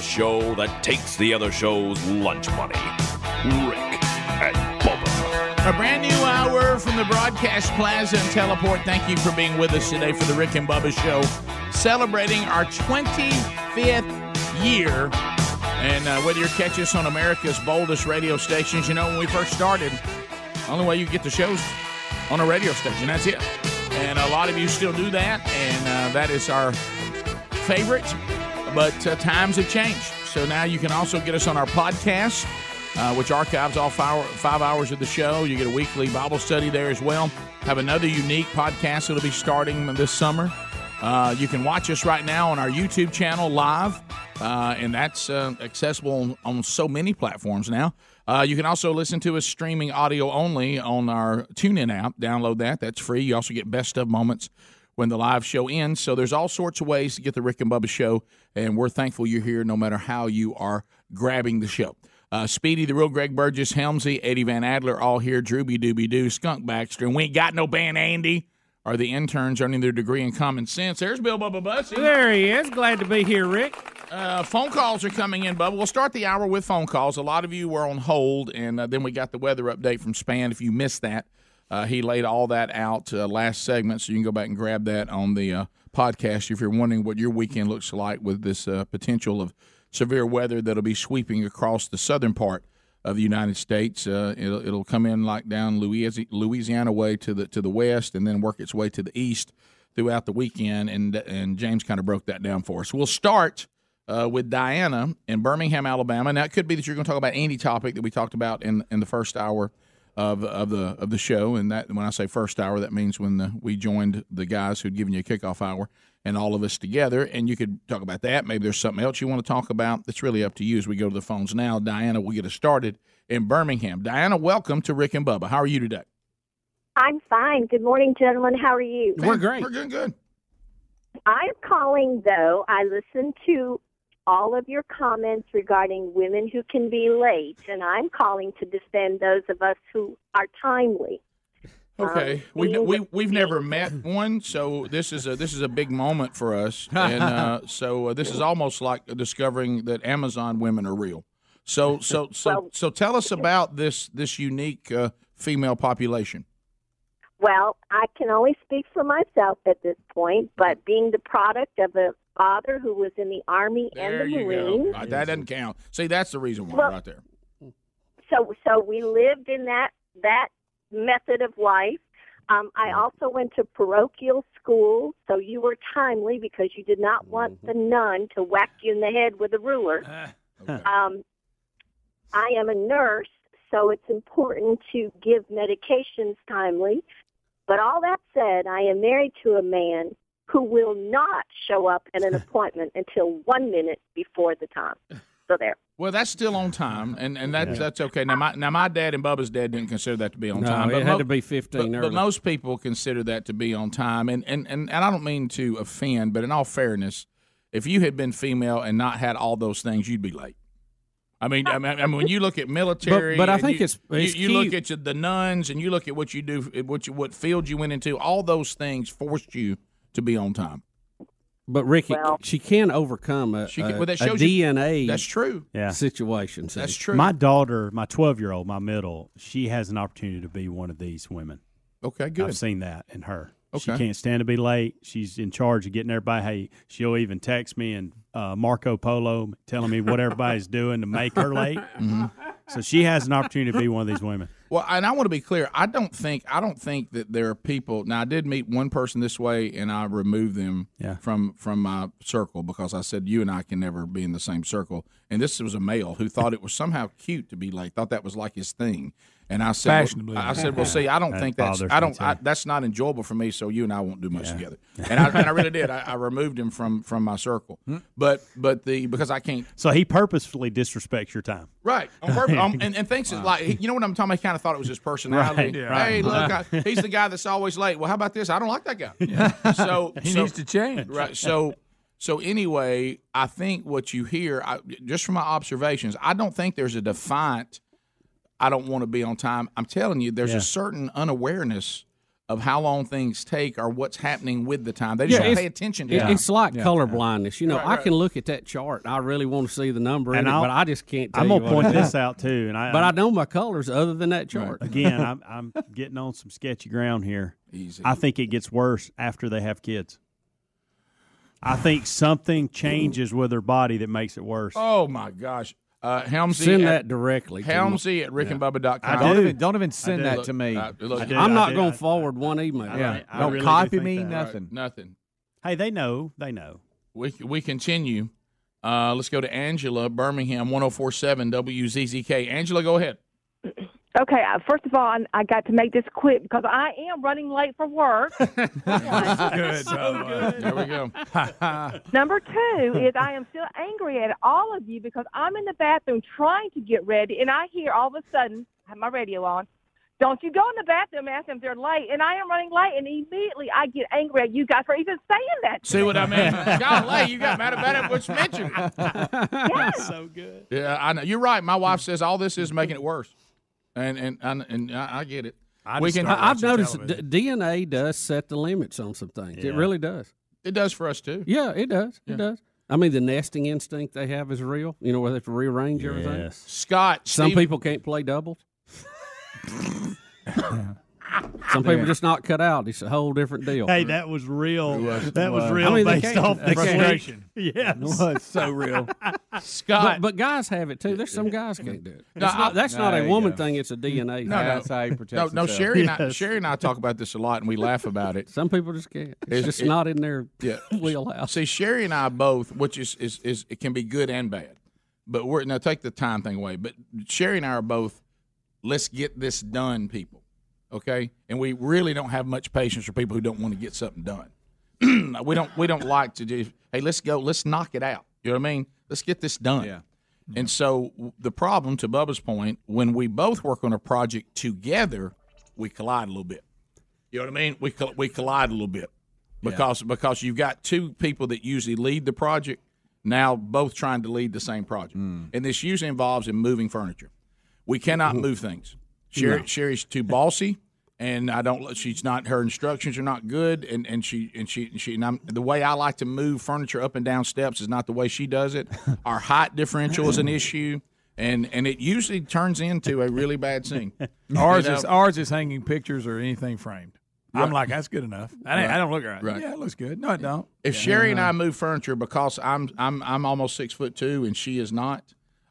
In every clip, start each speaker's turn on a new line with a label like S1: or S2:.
S1: show that takes the other show's lunch money. Rick and Bubba.
S2: A brand new hour from the Broadcast Plaza and Teleport. Thank you for being with us today for the Rick and Bubba Show, celebrating our 25th year. And uh, whether you're catching us on America's boldest radio stations, you know, when we first started, only way you get the shows on a radio station, that's it. And a lot of you still do that, and uh, that is our favorite, but uh, times have changed. So now you can also get us on our podcast, uh, which archives all five, five hours of the show. You get a weekly Bible study there as well. Have another unique podcast that'll be starting this summer. Uh, you can watch us right now on our YouTube channel live, uh, and that's uh, accessible on, on so many platforms now. Uh, you can also listen to us streaming audio only on our TuneIn app. Download that; that's free. You also get best of moments when the live show ends. So there's all sorts of ways to get the Rick and Bubba show, and we're thankful you're here no matter how you are grabbing the show. Uh, Speedy, the real Greg Burgess, Helmsy, Eddie Van Adler, all here. Drooby Dooby Doo, Skunk Baxter, and we ain't got no band Andy. Are the interns earning their degree in common sense? There's Bill Bubba Bussy.
S3: There he is. Glad to be here, Rick.
S2: Uh, phone calls are coming in, Bubba. We'll start the hour with phone calls. A lot of you were on hold, and uh, then we got the weather update from Span. If you missed that, uh, he laid all that out uh, last segment, so you can go back and grab that on the uh, podcast if you're wondering what your weekend looks like with this uh, potential of severe weather that'll be sweeping across the southern part of the United States. Uh, it'll, it'll come in like down Louisi- Louisiana way to the to the west, and then work its way to the east throughout the weekend. And and James kind of broke that down for us. We'll start uh, with Diana in Birmingham, Alabama. Now it could be that you're going to talk about any topic that we talked about in in the first hour of of the of the show. And that when I say first hour, that means when the, we joined the guys who'd given you a kickoff hour and all of us together. And you could talk about that. Maybe there's something else you want to talk about. It's really up to you as we go to the phones now. Diana, we'll get us started in Birmingham. Diana, welcome to Rick and Bubba. How are you today?
S4: I'm fine. Good morning, gentlemen. How are you?
S3: We're great.
S2: We're doing good.
S4: I'm calling though. I listened to all of your comments regarding women who can be late, and I'm calling to defend those of us who are timely.
S2: Okay,
S4: Um,
S2: we,
S4: being-
S2: we we've never met one, so this is a this is a big moment for us, and uh, so uh, this is almost like discovering that Amazon women are real. So so so
S4: Well-
S2: so tell us about this this unique uh, female population.
S4: Well, I can only speak for myself at this point, but being the product of a father who was in the army
S2: There
S4: and the
S2: you
S4: marine,
S2: go. Uh, That doesn't count. See, that's the reason why
S4: Well-
S2: right there.
S4: so so we lived in that that method of life. Um, I also went to parochial school, so you were timely because you did not want the nun to whack you in the head with a ruler.
S2: Okay.
S4: Um, I am a nurse, so it's important to give medications timely. But all that said, I am married to a man who will not show up at an appointment until one minute before the time. So there.
S2: Well, that's still on time, and and that's that's okay. Now my now my dad and Bubba's dad didn't consider that to be on
S3: No,
S2: time.
S3: it
S2: but
S3: had
S2: mo-
S3: to be 15
S2: but,
S3: early.
S2: but most people consider that to be on time, and, and and and I don't mean to offend, but in all fairness, if you had been female and not had all those things, you'd be late. I mean, I mean, I mean when you look at military,
S3: But- but I
S2: and
S3: think
S2: you,
S3: it's- it's
S2: you, you look
S3: key-
S2: at your, the nuns, and you look at what you do, what you, what field you went into. All those things forced you to be on time.
S3: But Ricky,
S4: Well-
S3: she can overcome a,
S2: She can-
S3: a-
S2: well, that
S3: a
S2: shows you-
S3: DNA
S2: That's true.
S5: Yeah.
S3: situation. see.
S2: That's true.
S5: My daughter, my 12 year old, my middle, she has an opportunity to be one of these women.
S2: okay, good.
S5: I've seen that in her. She
S2: Okay.
S5: can't stand to be late. She's in charge of getting everybody. Hey, she'll even text me and uh, Marco Polo telling me what everybody's doing to make her late.
S2: Mm-hmm.
S5: So she has an opportunity to be one of these women.
S2: Well, and I want to be clear. I don't think I don't think that there are people. Now, I did meet one person this way, and I removed them
S5: Yeah.
S2: from from my circle because I said you and I can never be in the same circle. And this was a male who thought it was somehow cute to be late, thought that was like his thing. And I said,
S6: Fashionably.
S2: I said, well, see, I don't
S5: That
S2: think that's
S5: bothers me
S2: I don't I,
S5: too.
S2: that's not enjoyable for me. So you and I won't do much together. And I, and I really did. I, I removed him from from my circle.
S5: Hmm.
S2: But but the because I can't
S5: So he purposefully disrespects your time.
S2: Right. On purpose. um, and, and thinks it's like, you know what I'm talking about? He kind of thought it was his personality.
S6: Right, right.
S2: Hey, look, I, he's the guy that's always late. Well, how about this? I don't like that guy. So
S6: He
S2: so-
S6: needs to change.
S2: Right. So, so anyway, I think what you hear, I, just from my observations, I don't think there's a defiant. I don't want to be on time. I'm telling you, there's
S5: Yeah.
S2: a certain unawareness of how long things take or what's happening with the time. They just
S3: Yeah,
S2: don't
S3: it's-
S2: pay attention to
S3: It-
S2: that.
S3: It's like
S7: Yeah.
S3: color blindness. You know,
S2: Right,
S3: I can look at that chart. I really want to see the number in
S5: And
S3: it,
S5: I'll-
S3: but I just can't tell
S5: I'm
S3: you
S5: gonna
S3: what
S5: point
S3: it is.
S5: this out too, and I
S3: But I know my colors other than that chart.
S5: again, I'm, I'm getting on some sketchy ground here.
S2: Easy.
S5: I think it gets worse after they have kids. I think something changes with their body that makes it worse.
S2: oh my gosh, uh, Helmsy,
S3: Send that
S2: at,
S3: directly. to me.
S2: Helmsy at rickandbubba.com.
S5: I
S7: Don't
S5: do.
S7: even, don't even send
S5: do.
S7: that
S2: Look,
S7: to me.
S2: uh, look,
S5: I do.
S3: I'm
S5: I
S3: not
S5: did.
S3: going
S5: I-
S3: to forward one email.
S5: I-
S7: yeah.
S5: I- I
S7: don't
S5: really do
S7: copy
S5: think
S7: me,
S5: that.
S7: nothing.
S2: nothing.
S5: Hey, they know. They know.
S2: We we continue. Uh, let's go to Angela, Birmingham, 1047 WZZK. Angela, go ahead.
S8: Okay, uh, first of all, I, I got to make this quick because I am running late for work.
S7: Good.
S2: There we go.
S8: Number two is I am still angry at all of you because I'm in the bathroom trying to get ready, and I hear all of a sudden I have my radio on. Don't you go in the bathroom and ask them if they're late, and I am running late, and immediately I get angry at you guys for even saying that.
S2: See what I mean? Golly, you got mad about it, which mentioned it.
S8: Yes.
S2: Yeah, I know. You're right. My wife says all this is making it worse, and and and, and I, I get it.
S5: I
S2: We
S5: just
S2: can-
S5: start
S3: I, I've
S5: watching
S3: noticed
S5: television.
S3: d- DNA does set the limits on some things. It
S5: Yeah.
S3: really does.
S2: It does for us too.
S3: Yeah, it does. It does. I mean, the nesting instinct they have is real. You know, where they have to rearrange everything.
S5: Yes.
S2: Scott,
S3: Some
S2: Steve-
S3: people can't play doubles. Some people just not cut out. It's a whole different deal.
S5: Hey, that was real. That was real
S3: I mean, they
S5: based
S3: can't-
S5: off the
S3: they can't-
S5: frustration. Yes.
S7: It's so real.
S3: but,
S2: Scott.
S3: but guys have it too. There's some guys can't do it.
S2: No,
S3: It's
S2: I-
S3: not, that's not
S7: there
S3: a
S7: you
S3: woman
S7: go.
S3: thing. It's a DNA. thing.
S7: That's how he protects
S2: no, no,
S7: himself.
S2: Sherry and I,
S5: Yes.
S2: Sherry and I talk about this a lot, and we laugh about it.
S3: Some people just can't. It's,
S2: It's-
S3: just
S2: it-
S3: not in their
S2: Yeah.
S3: wheelhouse.
S2: See, Sherry and I both, which is, is is it can be good and bad, but we're now take the time thing away. But Sherry and I are both, let's get this done, people. Okay, and we really don't have much patience for people who don't want to get something done. we don't we don't like to do. Hey, let's go. Let's knock it out. You know what I mean? Let's get this done.
S7: Yeah.
S2: And so w- the problem, to Bubba's point, when we both work on a project together, we collide a little bit. You know what I mean? We col- we collide a little bit because because you've got two people that usually lead the project now both trying to lead the same project, and this usually involves in moving furniture. We cannot move things. Sherry, Sherry's too bossy, and I don't. She's not. Her instructions are not good, and, and she and she and she. And I'm, the way I like to move furniture up and down steps is not the way she does it. Our height differential is an issue, and and it usually turns into a really bad scene.
S7: Ours
S2: You know?
S7: is ours is hanging pictures or anything framed. I'm like, that's good enough. I, don't I don't look right.
S2: Right.
S7: Yeah, it looks good. No, it don't.
S2: If Sherry and
S6: uh-huh.
S2: I move furniture because I'm I'm I'm almost six foot two and she is not,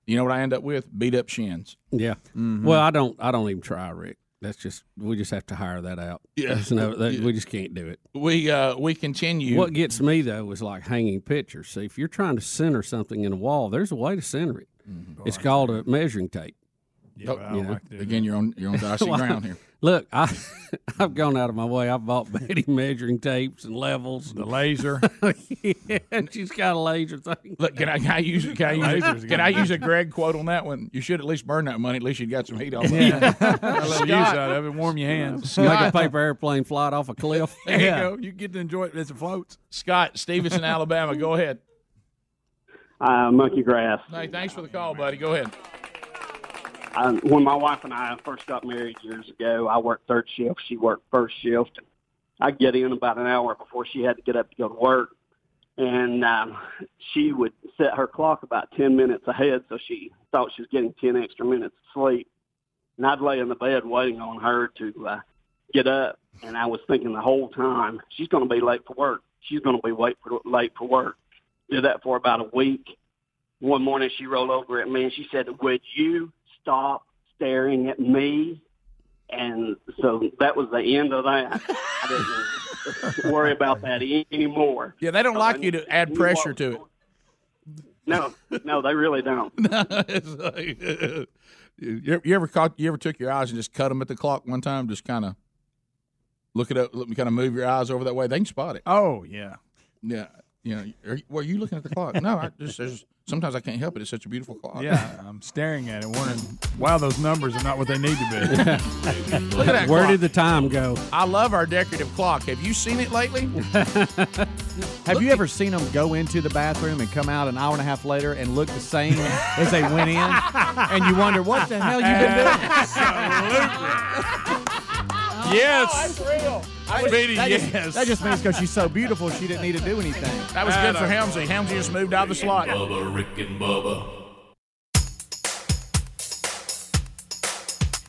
S2: you know what I end up with? Beat up shins.
S3: Yeah. Well, I don't. I don't even try, Rick. That's just we just have to hire that out.
S2: Yeah.
S3: There's no- that- we just can't do it.
S2: We uh we continue.
S3: What gets me though is like hanging pictures. See, if you're trying to center something in a wall, there's a way to center it. It's called a measuring tape.
S7: Yeah, but I don't
S3: you know.
S7: like to do
S2: Again, you're on you're on dicey ground here.
S3: Look, I I've gone out of my way. I bought Betty measuring tapes and levels.
S7: that. the laser.
S3: yeah, she's got a laser thing.
S2: Look, can I, can I use can I use, a, can I use a Greg quote on that one? You should at least burn that money. At least you got some heat off. it.
S7: I love the use out of it. Warm your hands.
S3: Make a paper airplane fly it off a cliff.
S2: There
S7: Yeah.
S2: you
S7: You,
S2: go.
S7: get to enjoy it as it floats.
S2: Scott Stevenson, Alabama. Go ahead.
S9: uh, monkey grass.
S2: Hey, thanks for the call, buddy. Go ahead.
S9: I, when my wife and I first got married years ago, I worked third shift. She worked first shift. I'd get in about an hour before she had to get up to go to work. And um, she would set her clock about 10 minutes ahead, so she thought she was getting 10 extra minutes of sleep. And I'd lay in the bed waiting on her to uh, get up. And I was thinking the whole time, she's going to be late for work. She's going to be late for, late for work. Did that for about a week one morning she rolled over at me and she said, "Would you stop staring at me?" And so that was the end of that. I didn't worry about that a- anymore.
S2: Yeah, they don't like you to add pressure to it.
S9: No, no, they really don't.
S2: It's like- you, you ever caught? You ever took your eyes and just cut them at the clock one time? Just kind of look it up, look, kind of move your eyes over that way. They can spot it.
S7: Oh yeah.
S2: Yeah, you know. Are, were you looking at the clock? No, I just there's, sometimes I can't help it. It's such a beautiful clock.
S7: Yeah, I'm staring at it, wondering, wow, those numbers are not what they need to be.
S2: look at that.
S3: Where
S2: clock.
S3: did the time go?
S2: I love our decorative clock. Have you seen it lately?
S7: Have you ever seen them go into the bathroom and come out an hour and a half later and look the same as they went in? And you wonder, what the hell you been doing? Oh,
S2: Yes. Speedy,
S7: that just-
S2: yes.
S7: that just means because she's so beautiful, she didn't need to do anything.
S2: That was good for Helmsy. Helmsy just moved out of the slot.
S10: Bubba, Rick and Bubba.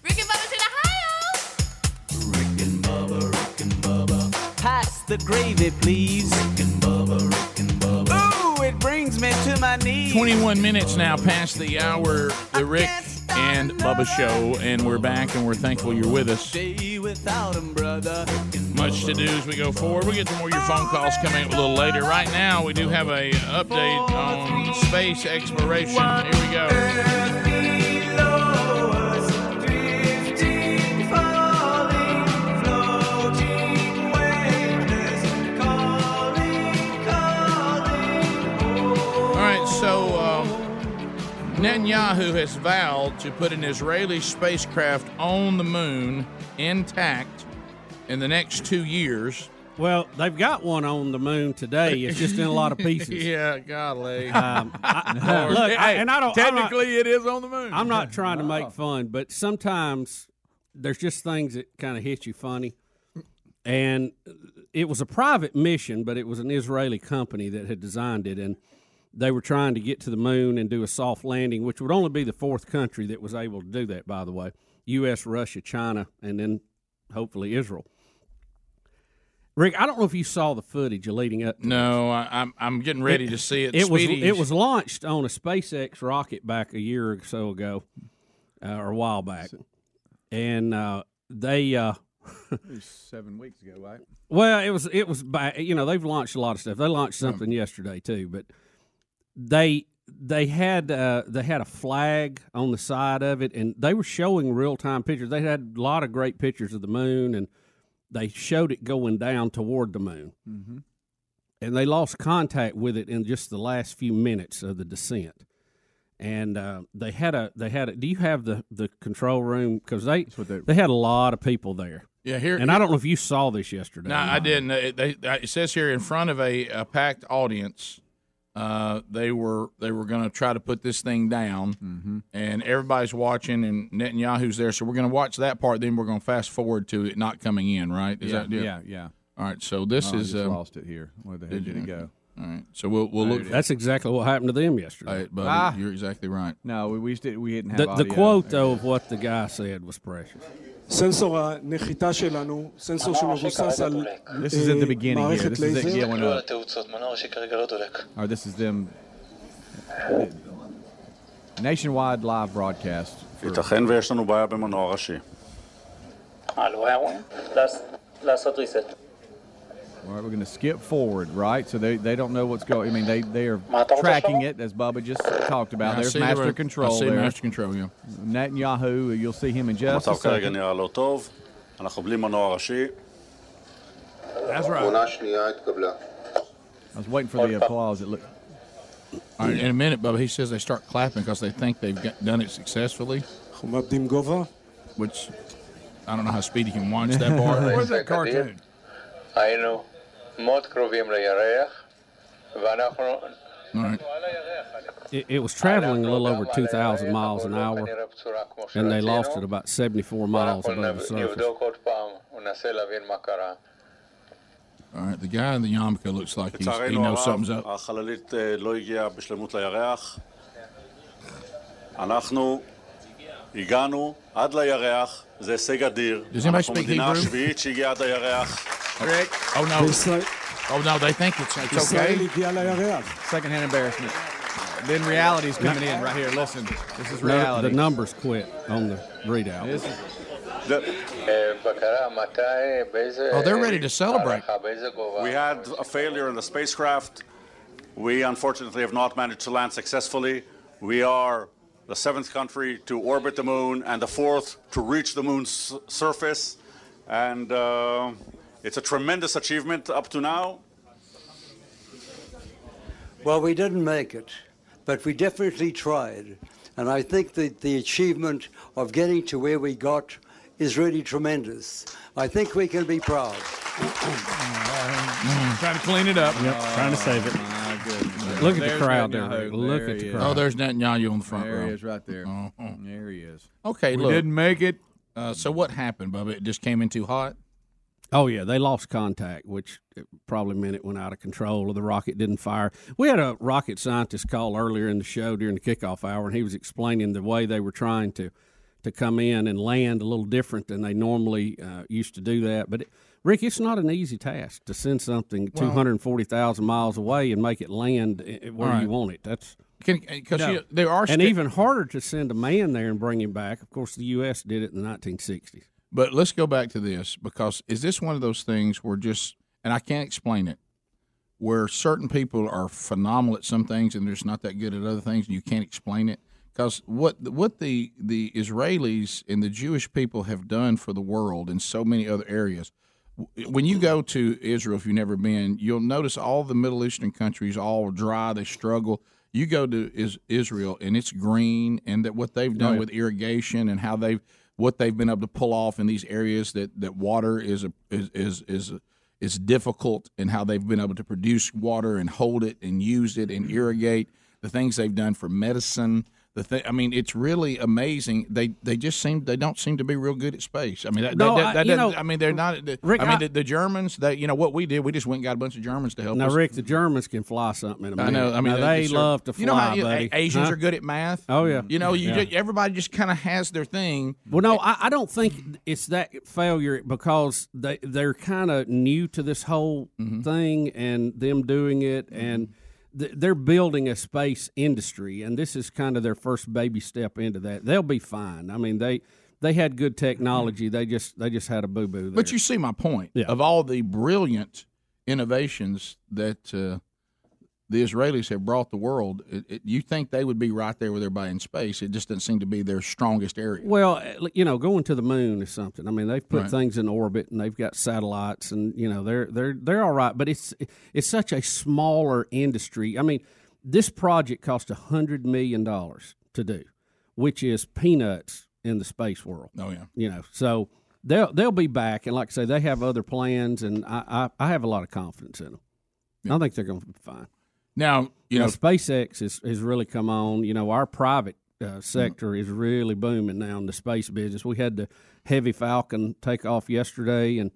S11: Rick and Bubba's in Ohio.
S10: Rick and Bubba, Rick and Bubba.
S12: Pass the gravy, please.
S10: Rick and Bubba, Rick and Bubba.
S12: Ooh, it brings me to my knees.
S2: 21 minutes now past the hour, the Rick and Bubba show, and we're back and we're thankful you're with us.
S12: Day without 'em, brother.
S2: Much to do as we go forward. We'll get to more of your phone calls coming up a little later. Right now, we do have a update on space exploration. Here we go. All right, so um, Netanyahu has vowed to put an Israeli spacecraft on the moon intact in the next two years.
S3: Well, they've got one on the moon today. It's just in a lot of pieces.
S2: Yeah, golly.
S3: Um, I- look, I- and I don't. I'm not-
S2: Technically, it is on the moon.
S3: I'm not trying to make fun, but sometimes there's just things that kind of hit you funny. And it was a private mission, but it was an Israeli company that had designed it, and they were trying to get to the moon and do a soft landing, which would only be the fourth country that was able to do that. By the way, U.S., Russia, China, and then hopefully Israel. Rick, I don't know if you saw the footage leading up. to
S2: No, I, I'm I'm getting ready to see it.
S3: it was
S2: Speedy.
S3: it was launched on a SpaceX rocket back a year or so ago, uh, or a while back, and uh, they uh,
S7: Seven weeks ago, right?
S3: well, it was it was by you know they've launched a lot of stuff. They launched something yesterday too, but they they had uh, they had a flag on the side of it, and they were showing real time pictures. They had a lot of great pictures of the moon, and they showed it going down toward the moon.
S2: Mm-hmm.
S3: And they lost contact with it in just the last few minutes of the descent. And uh, they had a they had a. Do you have the the control room? Because they
S7: they-
S3: they had a lot of people there.
S2: yeah here.
S3: And I don't know if you saw this yesterday.
S2: no, I didn't. It, they, it says here in front of a, a packed audience. Uh, they were they were going to try to put this thing down,
S7: Mm-hmm.
S2: and everybody's watching, and Netanyahu's there. So we're going to watch that part. Then we're going to fast forward to it not coming in. Right? Is that
S7: yeah, yeah.
S2: All right. So this
S7: Oh, I
S2: is.
S7: just
S2: Uh, all
S7: lost it here. Where the heck did it go?
S2: right. So we'll we'll look.
S3: That's exactly what happened to them
S2: All
S3: yesterday.
S2: right, buddy,
S7: Ah.
S2: you're exactly right.
S7: No, we we, just did, we didn't have
S3: The, the
S7: audio.
S3: quote though of what the guy said was precious.
S13: סנסור הנחיתה שלנו, סנסור שמבוסס על
S7: This is at the beginning here.
S13: מערכת
S7: This is it
S13: לייזר.
S7: going up. Or this is them. Nationwide live broadcast. for-
S14: ייתכן ויש לנו בעיה במנוע ראשי.
S7: All right, we're going to skip forward, right? So they, they don't know what's going. I mean, they they are
S13: thoughts are
S7: tracking it as Bubba just talked
S2: I
S7: about. There's
S2: see the
S7: master
S2: road- I
S7: control
S2: see
S7: there.
S2: master control. Yeah.
S7: Netanyahu, you'll see him in just a
S14: המצב כרגע
S7: second.
S14: נראה לא טוב, אנחנו בלי מנוע ראשי.
S2: That's right.
S7: I was waiting for the applause. It looked.
S2: All right, in a minute, Bubba, he says they start clapping because they think they've got, done it successfully,
S13: אנחנו מאבדים גובה.
S2: which I don't know how speedy he can watch that part.
S13: זה
S2: cartoon?
S13: היינו מאוד קרובים לירח, ואנחנו...
S2: All right.
S3: It, it was traveling a little over two thousand miles an hour, and they lost it about seventy four miles above the surface.
S13: עוד פעם, וננסה להבין מה קרה.
S2: All right. The guy in the yarmulke looks like he's, he
S14: לצערנו
S2: knows something's
S14: הרב,
S2: up.
S14: החללית אה, לא הגיעה בשלמות לירח. אנחנו הגענו עד לירח, זה הישג אדיר.
S2: Does anybody
S14: אנחנו
S2: speak
S14: מדינה
S2: Hebrew?
S14: השביעית שהגיעה עד הירח.
S2: Rick. Oh, no. Oh, no. They think it's, it's
S13: ישראל
S2: okay.
S13: הגיעה לירח.
S7: Secondhand embarrassment. Then reality's coming in right here. Listen, this is
S3: No, the
S7: reality.
S3: numbers quit on the readout.
S7: This is,
S14: The-
S13: בקרה, מתי, באיזה...
S2: Oh, they're ready to
S14: eh,
S2: celebrate.
S13: הערכה, באיזה גובה?
S14: We had a failure in the spacecraft. We unfortunately have not managed to land successfully. We are the seventh country to orbit the moon and the fourth to reach the moon's s- surface. And uh, it's a tremendous achievement up to now.
S13: Well, we didn't make it, but we definitely tried. And I think that the achievement of getting to where we got is really tremendous. I think we can be proud.
S2: Trying to clean it up. Oh,
S6: Yep, trying to save it.
S7: my goodness.
S3: Look at the
S7: There's
S3: crowd there.
S7: Netanyahu.
S3: Rick. Look
S7: There
S3: at
S7: he
S3: the
S7: is.
S3: crowd.
S2: Oh, there's Netanyahu on the front
S7: There he
S2: row.
S7: is right there.
S2: Uh-huh.
S7: There he is.
S2: Okay,
S7: We
S2: look.
S7: didn't make it.
S12: Uh, so what happened, Bubba? It just came in too hot.
S3: Oh yeah, they lost contact, which probably meant it went out of control, or the rocket didn't fire. We had a rocket scientist call earlier in the show during the kickoff hour, and he was explaining the way they were trying to to come in and land a little different than they normally uh, used to do that. But it, Rick, it's not an easy task to send something
S12: Well-
S3: two hundred forty thousand miles away and make it land i- where
S12: All right.
S3: you want it. That's
S12: Because there are
S3: and
S12: sti-
S3: even harder to send a man there and bring him back. Of course, the U.S. did it in the nineteen sixties.
S2: But let's go back to this because is this one of those things where just and I can't explain it, where certain people are phenomenal at some things and they're just not that good at other things, and you can't explain it. Because what what the the Israelis and the Jewish people have done for the world in so many other areas. w- When you go to Israel, if you've never been, you'll notice all the Middle Eastern countries all dry. They struggle. You go to is, Israel and it's green, and that what they've done
S15: Oh, yeah.
S2: with irrigation and how they've what they've been able to pull off in these areas that, that water is a is is is, is difficult and how they've been able to produce water and hold it and use it and irrigate the things they've done for medicine the thing I mean it's really amazing they they just seem they don't seem to be real good at space I mean that,
S3: No,
S2: that,
S3: I-
S2: that-
S3: you
S2: that-
S3: know,
S2: I mean they're not the-
S3: Rick,
S2: I mean
S3: I-
S2: the, the Germans they you know what we did we just went and got a bunch of Germans to help
S3: Now,
S2: us
S3: Rick, the Germans can fly something in a
S2: I
S3: minute.
S2: know. I mean,
S3: Now, they
S2: it's-
S3: love to fly,
S2: You know how you-
S3: buddy.
S2: A- Asians
S3: Huh?
S2: are good at math.
S3: Oh, yeah.
S2: You know, you
S3: Yeah.
S2: ju- everybody just kind of has their thing.
S3: Well, no, I, I don't think it's that failure because they they're kind of new to this whole
S2: Mm-hmm.
S3: thing and them doing it and th- they're building a space industry and this is kind of their first baby step into that. They'll be fine. I mean they they had good technology. They just they just had a boo boo.
S2: Mm-hmm. But you see my point of all the brilliant innovations that uh, the Israelis have brought the world. It, it, you think they would be right there with everybody in space? It just doesn't seem to be their strongest area.
S3: Well, uh, you know, going to the moon is something. I mean, they've put
S2: Right.
S3: things in orbit and they've got satellites, and you know, they're they're they're all right. But it's it's such a smaller industry. I mean, this project cost a hundred million dollars to do, which is peanuts in the space world.
S2: Oh yeah,
S3: you know, so they'll they'll be back, and like I say, they have other plans, and I I, I have a lot of confidence in them. I think they're going to be fine.
S2: Now you know,
S3: SpaceX is, has really come on. You know, our private
S2: Mm-hmm.
S3: uh, sector is really booming now in the space business. We had the Heavy Falcon take off yesterday, and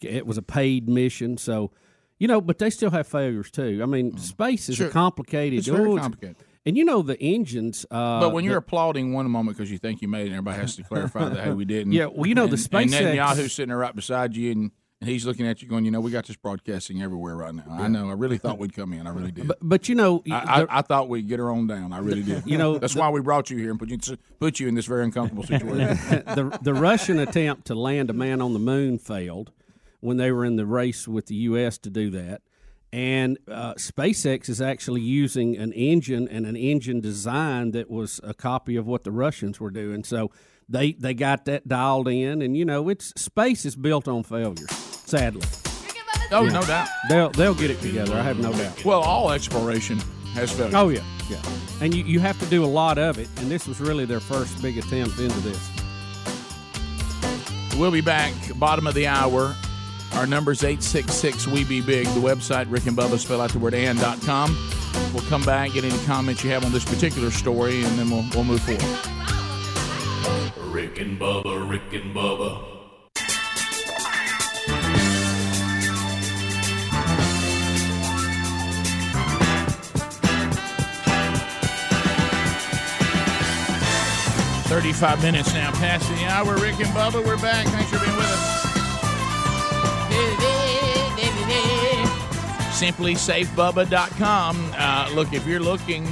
S3: it was a paid mission. So, you know, but they still have failures too. I mean, space is
S2: Mm-hmm. Sure.
S3: a complicated.
S2: It's very
S3: oh,
S2: complicated.
S3: And you know the engines. Uh,
S2: but when you're
S3: that-
S2: applauding one moment because you think you made it, and everybody has to clarify that hey, we didn't.
S3: Yeah, well, you know, the
S2: And- and
S3: SpaceX-
S2: Netanyahu's sitting there right beside you, and, and he's looking at you, going, "You know, we got this broadcasting everywhere right now. I know. I really thought we'd come in. I really did.
S3: but you know,
S2: I, I, I thought we'd get her on down. I really did.
S3: You know,
S2: that's why we brought you here and put you put you in this very uncomfortable situation.
S3: the the Russian attempt to land a man on the moon failed when they were in the race with the U.S. to do that. And uh, SpaceX is actually using an engine and an engine design that was a copy of what the Russians were doing. So they they got that dialed in, and you know, it's space is built on failure. Sadly,
S2: oh, no doubt.
S3: they'll they'll get it together. I have no doubt.
S2: Well, all exploration has failed.
S3: Oh yeah, yeah. And you, you have to do a lot of it, and this was really their first big attempt into this.
S2: We'll be back, bottom of the hour. Our number's 866 We Be Big. The website, Rick and Bubba, spell out the word and.com. We'll come back, get any comments you have on this particular story, and then we'll, we'll move forward.
S1: Rick and Bubba, Rick and Bubba.
S12: Thirty-five minutes now past the hour. Rick and Bubba, we're back. Thanks for being with us.
S2: simplysafebubba.com. Uh, look, if you're looking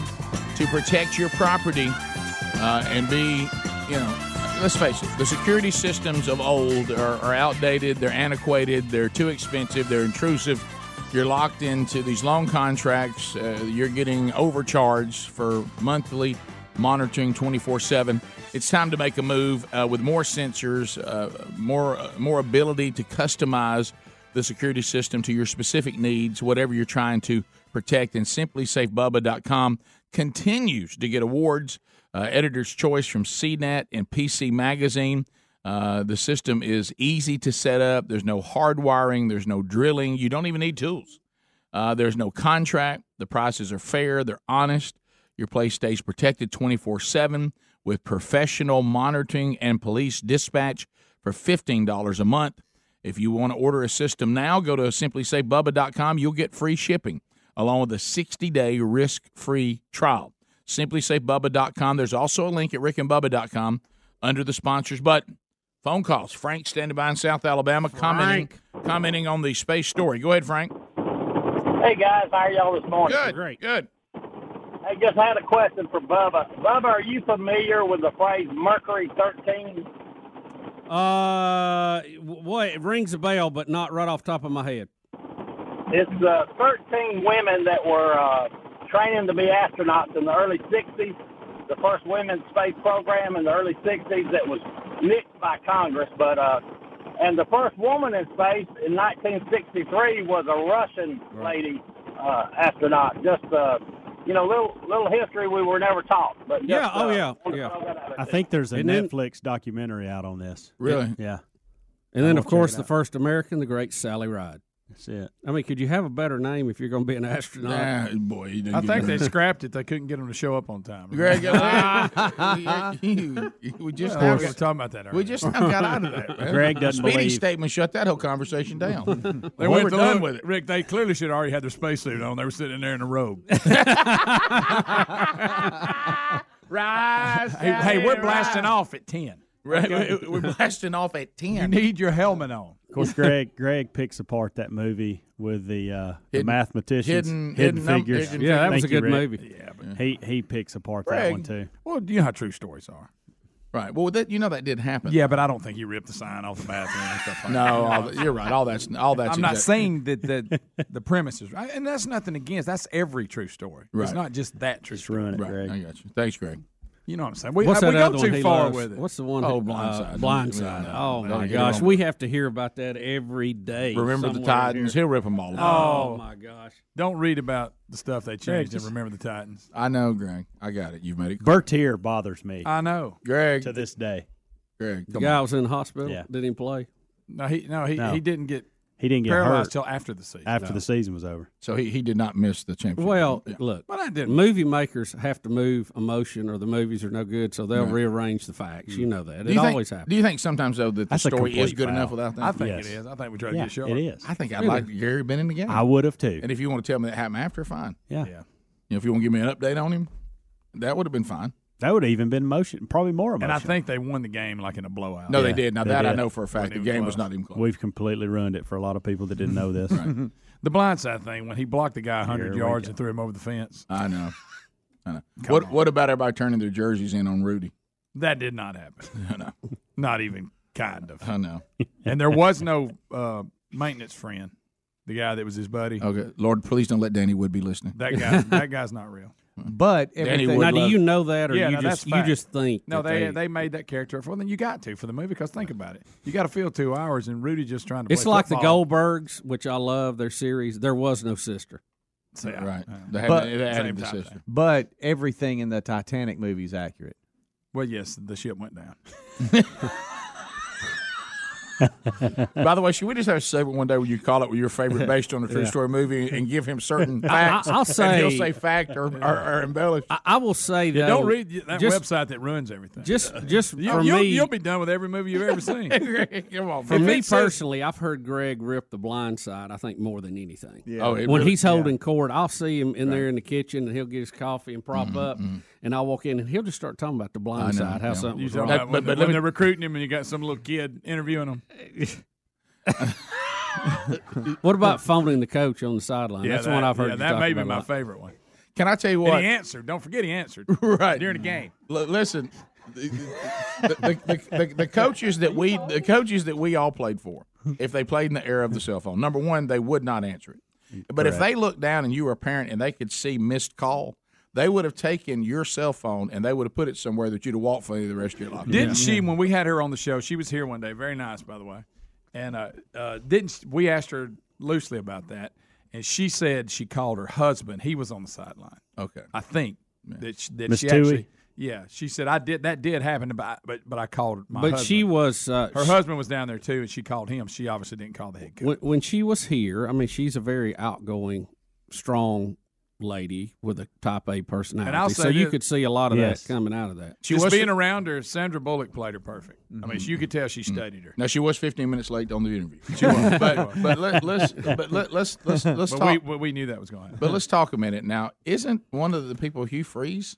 S2: to protect your property uh, and be, you know, let's face it, the security systems of old are, are outdated, they're antiquated, they're too expensive, they're intrusive. You're locked into these long contracts, uh, you're getting overcharged for monthly monitoring 24 7. It's time to make a move uh, with more sensors, uh, more, more ability to customize the security system to your specific needs, whatever you're trying to protect. And simplysafebubba.com continues to get awards, uh, editor's choice from CNET and PC Magazine. Uh, the system is easy to set up. There's no hardwiring. There's no drilling. You don't even need tools. Uh, there's no contract. The prices are fair. They're honest. Your place stays protected 24 7 with professional monitoring and police dispatch for $15 a month. If you want to order a system now, go to simplysafebubba.com. You'll get free shipping along with a 60 day risk free trial. Simplysafebubba.com. There's also a link at rickandbubba.com under the sponsors button. Phone calls. Frank standing by in South Alabama commenting commenting on the space story. Go ahead, Frank.
S15: Hey guys, how are y'all this morning?
S2: Good, great, good.
S15: I just had a question for Bubba. Bubba, are you familiar with the phrase Mercury 13?
S3: Uh, w- boy, it rings a bell, but not right off the top of my head.
S15: It's uh, 13 women that were uh, training to be astronauts in the early 60s, the first women's space program in the early 60s that was nixed by Congress. But uh, And the first woman in space in 1963 was a Russian lady uh, astronaut. Just, uh, you know, little little history we were never taught. But just,
S3: Yeah, oh,
S15: uh,
S3: yeah,
S15: wanted to
S3: yeah.
S15: throw that out there.
S5: I think there's a
S3: And then-
S5: Netflix documentary out on this.
S3: Really?
S5: Yeah.
S3: And then,
S5: I
S3: of
S5: will check
S3: course,
S5: it
S3: the
S5: out.
S3: first American, the great Sally Ride.
S5: That's it.
S3: I mean, could you have a better name if you're going to be an astronaut?
S2: Nah, boy, you didn't
S6: I
S2: get
S6: think
S2: it.
S6: they scrapped it. They couldn't get them to show up on time.
S2: Greg, uh,
S6: Ah.
S2: you- you- we just
S6: Well,
S2: now
S6: we
S2: got-
S6: were talking about that
S2: We
S6: earlier.
S2: just now got out of that. man.
S6: Greg doesn't
S2: Speedy
S6: believe.
S2: statement shut that whole conversation down. they
S6: Well,
S2: went
S6: we're
S2: done
S6: done-
S2: with it.
S6: Rick, they clearly should have already had their spacesuit on. They were sitting in there in a robe.
S2: Rise.
S6: hey, hey, we're blasting off at 10.
S2: Right,
S6: Okay?
S2: we- we're blasting off at ten.
S6: You need your helmet on.
S5: Of course, Greg Greg picks apart that movie with the, uh, the
S6: Hidden-
S5: mathematicians,
S6: hidden- hidden num-
S5: figures.
S6: hidden Yeah, that was
S5: Thank
S6: a
S5: you,
S6: good
S5: Rick.
S6: movie. Yeah, but-
S5: he he picks apart that
S6: Greg,
S5: one too.
S6: Well, you know how true stories are.
S2: Right. Well, that you know that did happen.
S6: Yeah, but I don't think he ripped the sign off the bathroom and stuff like
S2: No,
S6: that.
S2: all- you're right. All that's all that's.
S6: I'm not
S2: exact-
S6: saying that the the premise is right, and that's nothing against. That's every true story.
S2: Right.
S6: It's not just that true story.
S5: ruin it,
S6: right.
S2: I got you. Thanks, Greg.
S6: You know what I'm saying? We, uh,
S3: What's
S6: we
S3: that
S6: go
S3: other one
S6: too
S3: he
S6: far
S3: loves?
S6: with it.
S3: What's the one?
S2: Oh,
S3: that-
S2: Blindside.
S3: Uh, blindside.
S2: Yeah, no,
S3: oh
S2: no,
S3: my
S2: you're
S3: gosh,
S2: wrong.
S3: we have to hear about that every day.
S2: Remember the
S3: somewhere here.
S2: Titans. He'll rip them all off.
S6: Oh,
S3: my gosh!
S6: Don't read about the stuff they changed and
S2: just-
S6: remember the Titans.
S2: I know, Greg. I got it. You've made it.
S5: Bertier bothers me
S6: I know.
S2: Greg.
S5: to this day.
S2: Greg.
S3: The
S2: Come
S3: guy
S2: on.
S3: was in the hospital.
S5: Yeah.
S3: Didn't even play.
S6: No, he no he,
S5: No.
S6: he didn't get
S5: He didn't get
S6: paralyzed
S5: hurt
S6: till after the season.
S5: after the season was over.
S2: So he, he did not miss the championship.
S3: Well, look,
S6: Well, I didn't.
S3: movie makers have to move emotion, or the movies are no good, so they'll
S2: Right. Mm.
S3: rearrange the facts. You know that
S2: Do
S3: it
S2: you think-
S3: always happens.
S2: Do you think sometimes though that the
S5: That's a
S2: story is
S5: complete
S2: good
S5: foul.
S2: enough without that?
S6: I think it is. I think we try to
S5: Yeah,
S6: get short.
S5: it is.
S2: I think I'd
S5: Really?
S2: like Gary Bennett again.
S5: I would have too.
S2: and if you want to tell me that happened after, fine.
S5: Yeah.
S6: Yeah.
S2: You know, if you want to give me an update on him, that would have been fine.
S5: That would have even been motion, probably more
S6: And
S5: emotional.
S6: I think they won the game like in a blowout.
S2: No,
S5: Yeah,
S2: they did. Now
S5: they
S2: that I
S5: did.
S2: know for a fact,
S6: Wasn't
S2: the
S6: even
S2: game was
S6: close.
S2: not even close.
S5: We've completely ruined it for a lot of people that didn't know this.
S2: Right.
S6: The blindside thing when he blocked the guy 100
S5: Here we
S6: yards
S5: go.
S6: and threw him over the fence.
S2: I know. I know. what What about everybody turning their jerseys in on Rudy?
S6: That did not happen.
S2: I know.
S6: Not even kind of.
S2: I know.
S6: And there was no uh, maintenance friend, the guy that was his buddy.
S2: Okay, Lord, please don't let Danny Wood be listening.
S6: That guy. that guy's not real.
S7: But
S2: Danny
S7: everything
S2: Wood
S3: now, do
S2: loved-
S3: you know that, or
S6: Yeah,
S3: you
S6: no,
S3: just
S6: that's
S3: you
S6: fact.
S3: just think?
S6: No,
S3: that
S6: they they made that character up for. Well, then you got to for the movie because think about it. You got to fill two hours, and Rudy just trying to.
S3: It's
S6: play
S3: like
S6: football.
S3: the Goldbergs, which I love their series. There was no sister.
S6: So, yeah.
S2: right?
S6: Yeah.
S2: They had,
S7: But-
S2: they had
S6: Same
S2: the
S6: type of
S2: sister.
S6: thing.
S7: but everything in the Titanic movie is accurate.
S6: Well, yes, the ship went down.
S2: By the way, should we just have a segment one day where you call it your favorite based on a true
S5: Yeah.
S2: story movie and give him certain facts?
S3: I'll
S2: and he'll
S3: say-
S2: say fact or, or, or embellish.
S3: I, I will say that.
S6: Don't read that
S3: just,
S6: website that ruins everything.
S3: Just just
S6: you,
S3: for
S6: will
S3: me,
S6: you'll be done with every movie you've ever seen.
S2: Come
S6: Oh,
S2: on,
S3: for
S2: man.
S3: me
S6: it says-
S3: personally, I've heard Greg rip the blind side. I think more than anything.
S2: Oh, it
S3: when
S2: really-
S3: he's holding court, I'll see him in there in the kitchen, and he'll get his coffee and prop
S6: Mm-hmm.
S3: up, and I'll walk in, and he'll just start talking about the blind
S2: know,
S3: side, how
S2: yeah.
S3: something.
S6: You
S3: Was wrong.
S6: talking
S2: That-
S6: about when,
S2: but- but let
S6: they- when
S2: me-
S6: they're recruiting him and you got some little kid interviewing him.
S3: What about phoning the coach on the sideline? That's
S6: that,
S3: one I've heard.
S6: Yeah,
S3: you
S6: that
S3: talk
S6: may be
S3: about a
S6: my
S3: lot.
S6: favorite one.
S2: Can I tell you
S6: And
S2: what?
S6: he answered. Don't forget he answered
S2: Right.
S6: during the game.
S2: L- listen, the, the, the, the, the, the coaches that we the coaches that we all played for, if they played in the era of the cell phone, number one, they would not answer it. But if they looked down and you were a parent and they could see missed call, they would have taken your cell phone and they would have put it somewhere that you'd have walked for the rest of your life.
S6: Didn't she, when we had her on the show, she was here one day, very nice, by the way. And uh, uh, didn't she- we asked her loosely about that? And she said she called her husband. He was on the sideline.
S2: Okay.
S6: I think that she, that
S5: Miss
S6: she
S5: Toohey?
S6: actually. Yeah, she said I did. That did happen, but but, but I called my.
S3: But
S6: husband.
S3: she was uh,
S6: her
S3: she-
S6: husband was down there too, and she called him. She obviously didn't call the head coach.
S3: when, when she was here. I mean, she's a very outgoing, strong lady with a top A personality.
S6: And I'll
S3: so
S6: say
S3: you
S6: this-
S3: could see a lot of
S6: Yes.
S3: that coming out of that.
S6: She Mm-hmm. was being around her. Sandra Bullock played her perfect. I mean, you could tell she studied her.
S2: Now she was 15 minutes late on the interview. She was, but, but let, let's but let, let's let's let's
S6: But
S2: talk.
S6: we- but we knew that was going to happen.
S2: But let's talk a minute now. Isn't one of the people Hugh Freeze?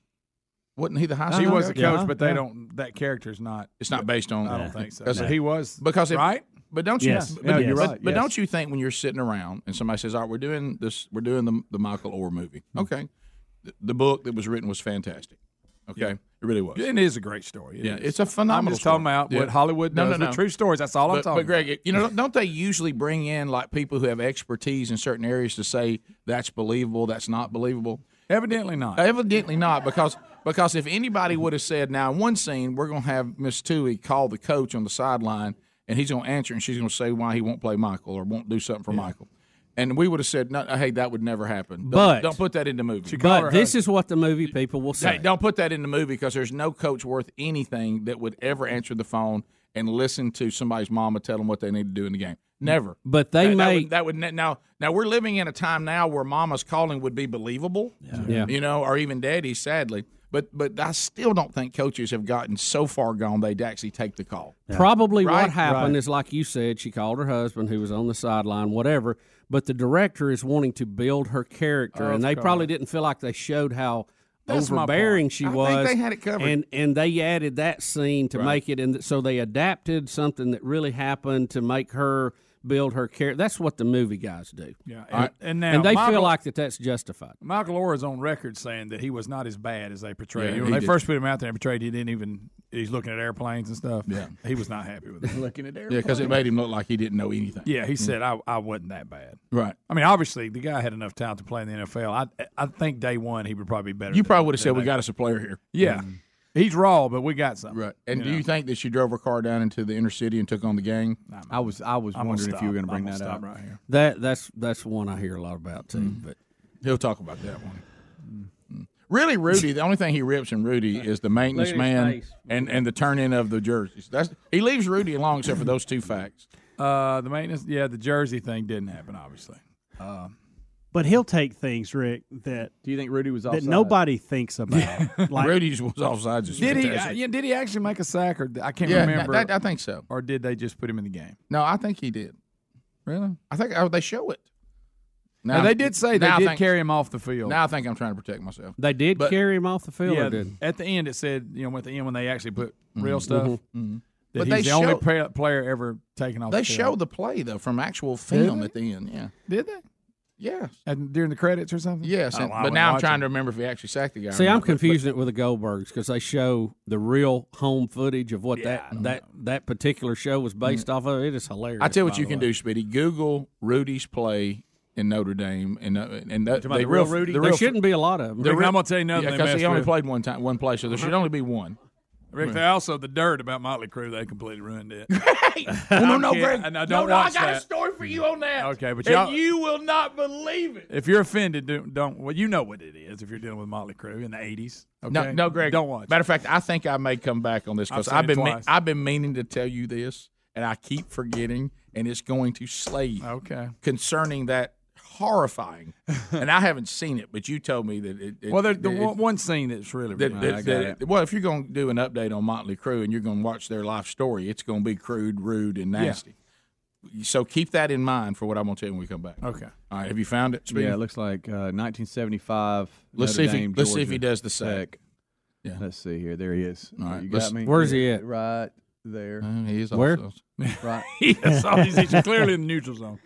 S2: Wasn't he the high school?
S6: He was the
S2: coach?
S6: coach, but they don't. That character's not.
S2: It's not based on.
S6: I don't think so.
S2: 'Cause
S6: He was
S2: because if,
S6: right.
S2: But don't you?
S6: Yes.
S2: But,
S6: No, you're
S2: but-
S6: right,
S2: but
S6: yes.
S2: don't you think when you're sitting around and somebody says, "All right, we're doing this. We're doing the the Michael Orr movie."
S6: Mm-hmm.
S2: Okay, the, the book that was written was fantastic. Okay,
S6: Yeah.
S2: it really was.
S6: It is a great story. It
S2: yeah,
S6: is.
S2: it's a phenomenal.
S6: I'm just talking
S2: story.
S6: about
S2: Yeah.
S6: what Hollywood
S2: No,
S6: does.
S2: no, no.
S6: The true stories. That's all
S2: but,
S6: I'm talking.
S2: But Greg,
S6: about.
S2: you know, don't they usually bring in like people who have expertise in certain areas to say that's believable, that's not believable?
S6: Evidently not.
S2: Evidently not, because because if anybody would have said, now in one scene we're going to have Miss Tui call the coach on the sideline and he's going to answer and she's going to say why he won't play Michael or won't do something for Michael, and we would have said, no, hey, that would never happen. Don't-
S3: But-
S2: don't put that in the movie.
S3: But this is what the movie people will say.
S2: Hey, don't put that in the movie because there's no coach worth anything that would ever answer the phone and listen to somebody's mama tell them what they need to do in the game. Never.
S3: But they
S2: that, that
S3: may-
S2: would, that would ne- now now we're living in a time now where mama's calling would be believable.
S3: Yeah.
S2: You know, or even daddy, sadly. But but I still don't think coaches have gotten so far gone they'd actually take the call.
S3: Probably
S2: Right?
S3: what happened
S2: Right.
S3: is, like you said, she called her husband who was on the sideline, whatever. But the director is wanting to build her character,
S2: Of
S3: and they
S2: course.
S3: probably didn't feel like they showed how
S2: That's my
S3: overbearing
S2: point.
S3: she
S2: I think
S3: was.
S2: they had it covered.
S3: and and they added that scene to
S2: Right.
S3: make it, and so they adapted something that really happened to make her build her character. That's what the movie guys do.
S6: Yeah,
S3: All right?
S6: and- and now
S3: they
S6: Michael-
S3: feel like that that's justified.
S6: Michael Orr is on record saying that he was not as bad as they portrayed
S3: Yeah,
S6: him.
S3: he
S6: When they
S3: did.
S6: first put him out there and portrayed, he didn't even. He's looking at airplanes and stuff. Yeah, he was not happy with it.
S2: looking at Yeah, because it made him look like he didn't know anything.
S6: Yeah, he said I, I wasn't that bad.
S2: Mm. Right.
S6: I mean, obviously the guy had enough talent to play in the NFL. I I think day one he would probably be better.
S2: You
S6: than-
S2: probably would have
S6: than
S2: said we
S6: they-
S2: got us a player here.
S6: Yeah, he's raw, but we got something.
S2: Right. And
S6: You
S2: do
S6: know.
S2: you think that she drove her car down into the inner city and took on the gang?
S7: I was I was
S2: I'm gonna
S7: wondering if you were
S2: stop.
S7: going to bring
S2: I'm
S7: that
S2: gonna stop
S7: up.
S2: right here. Mm-hmm.
S3: That that's that's one I hear a lot about too. But
S2: he'll talk about that one. Really, Rudy. The only thing he rips in Rudy is the maintenance
S3: Look at his
S2: man
S3: face.
S2: and, and the turn in of the jerseys. That's he leaves Rudy alone except for those two facts.
S6: Uh, the maintenance. Yeah, the jersey thing didn't happen. Obviously. Uh,
S5: But he'll take things, Rick. That
S7: do you think Rudy was
S5: that
S6: offside?
S5: nobody thinks about?
S2: Rudy's was offsides. is
S6: did he?
S2: fantastic.
S6: yeah, did he actually make a sack or I can't
S2: Yeah,
S6: remember.
S2: that- I think so.
S6: Or did they just put him in the game?
S2: No, I think he did. Really? I think oh, they show it.
S6: Now, they did say they
S2: now I
S6: did
S2: think-
S6: carry him off the field.
S2: Now I think I'm trying to protect myself.
S3: They did
S2: But-
S3: carry him off the field.
S6: yeah,
S3: or didn't?
S6: at the end it said you know at the end when they actually put
S2: Mm-hmm.
S6: real
S3: Mhm.
S6: stuff.
S3: Mhm.
S2: Mhm.
S6: That
S2: But
S6: he's
S2: they
S6: the only
S2: show-
S6: pra- player ever taken off.
S2: They
S6: the field.
S2: show the play though from actual
S6: Did
S2: film
S6: they?
S2: at the end. Yeah.
S6: Did they?
S2: Yes.
S6: And during the credits or something.
S2: Yes.
S6: Oh,
S2: and-
S6: I
S2: but
S6: wasn't
S2: now I'm
S6: watching.
S2: trying to remember if he actually sacked the guy. or
S3: See,
S2: not,
S3: I'm
S2: but- but-
S3: confusing it with the Goldbergs because they show the real home footage of what that that that particular show was based
S6: Mm.
S3: off of. It is hilarious.
S2: I tell you what
S3: by
S2: you
S3: the
S2: can
S3: way.
S2: do, Speedy. Google Rudy's play in Notre Dame, and uh, and that,
S3: Talking about the real Rudy? There shouldn't be a lot of 'em. Rick, I'm gonna tell you another they
S2: because he
S3: messed
S2: only
S3: with. Uh-huh.
S2: played one time, one play, so there should only be one. Hmm.
S6: Rick, they also the dirt about Motley Crue. They completely ruined it.
S2: Oh, no,
S6: I'm
S2: no,
S6: kidding,
S2: Greg.
S6: And I
S2: No,
S6: don't
S2: no, I
S6: watch
S2: got a
S6: that.
S2: story for you on that.
S6: Okay, but
S2: And
S6: y'all-
S2: you will not believe it.
S6: If you're offended, don't, don't. Well, you know what it is. If you're dealing with Motley Crue in the '80s. Okay?
S2: No, no, Greg.
S6: Don't watch.
S2: Matter of fact, I think I may come back on this
S6: I've
S2: because
S6: seen
S2: I've
S6: it
S2: been me-
S6: twice.
S2: I've been meaning to tell you this, and I keep forgetting, and it's going to slay you.
S6: Okay.
S2: Concerning that horrifying, and I haven't seen it, but you told me that it. it
S6: well, there's the
S2: it-
S6: one, one scene that's really.
S2: that-
S6: really-
S2: that- that- well, if you're going to do an update on Motley Crue and you're going to watch their life story, it's going to be crude, rude, and
S6: Yeah.
S2: nasty. So keep that in mind for what I'm going to tell you when we come back.
S6: Okay.
S2: All right. Have you found it? Speedy?
S7: Yeah, it looks like uh, 1975. Notre
S2: Let's see if he-
S7: Dame,
S2: let's see if he
S7: Georgia
S2: does the sack.
S7: Tech.
S2: Yeah.
S7: Let's see here. There he is.
S2: All right,
S7: You
S2: let's-
S7: got me.
S2: where's
S7: Yeah,
S2: he at?
S7: Right there.
S2: Uh, he is
S7: Where?
S2: also-
S7: Right.
S6: Yes, obviously, he's clearly in the neutral zone.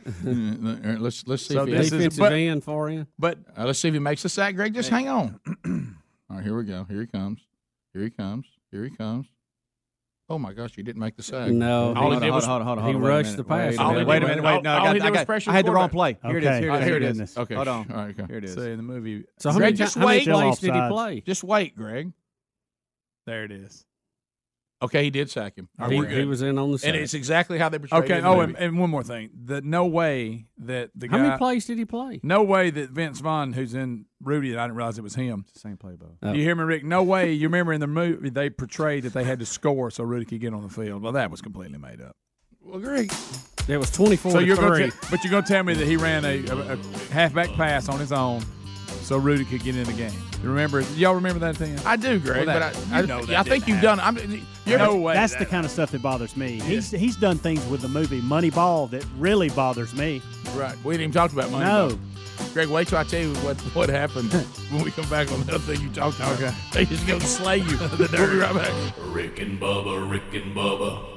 S2: All right, let's let's see
S6: So
S2: if
S6: this is- Defensive but-
S3: end for you.
S6: But
S2: uh, let's see if he makes the sack, Greg. Just hang on. All right, here we go. Here he comes. Here he comes. Here he comes. Oh my gosh, you didn't make the sack.
S3: No,
S2: all
S3: he-
S2: he did
S3: hold
S2: was
S3: on, hold on, hold on, hold on, wait a minute, wait a
S2: All
S3: minute,
S2: he
S3: wait a
S2: did
S3: minute,
S2: was-
S3: wait, no, I
S2: all
S3: got-
S2: he did
S3: I
S2: was
S3: got-
S2: pressure
S3: I had the wrong
S2: quarterback.
S3: play. Here it is, here it
S7: Oh,
S2: All right,
S3: is, here
S2: Here it
S3: it
S2: is.
S3: is.
S2: Okay.
S3: Hold on.
S2: All right, okay.
S3: Here it is.
S6: Say in the movie.
S3: So how many
S2: Greg, just
S3: ti- how many
S2: wait.
S3: plays did he play?
S2: Just wait, Greg.
S6: There it is.
S2: Okay, he did sack him. All right,
S3: He-
S2: we're good.
S3: he was in on the sack.
S2: and it's exactly how they portrayed. it
S6: Okay.
S2: in the
S6: Oh,
S2: movie.
S6: and, and one more thing. That no way that the
S3: How
S6: guy.
S3: many plays did he play?
S6: No way that Vince Vaughn, who's in Rudy, that I didn't realize it was him.
S7: Same play, Bo.
S6: You hear me, Rick? No way. You remember in the movie they portrayed that they had to score so Rudy could get on the field. Well, that was completely made up.
S2: well, Greg.
S3: There was 24
S6: so
S3: to
S6: you're gonna,
S3: three.
S6: te- but you're gonna tell me that he ran a, a, a halfback pass on his own, so Rudy could get in the game. You remember? Y'all remember that thing?
S2: I do, Greg.
S6: Well, that-
S2: but I, I,
S6: you know that
S2: yeah, I think
S6: didn't
S2: you've done. I'm, you're,
S5: That's- That's the kind of stuff that bothers me. He's he's done things with the movie Moneyball that really bothers me.
S2: Right. We didn't even talk about money.
S5: No.
S2: though. Greg, wait till I tell you what, what happened when we come back on the other thing you talked about.
S6: Okay.
S2: They just go slay you. the
S1: We'll be
S2: right back.
S1: Rick and Bubba, Rick and Bubba.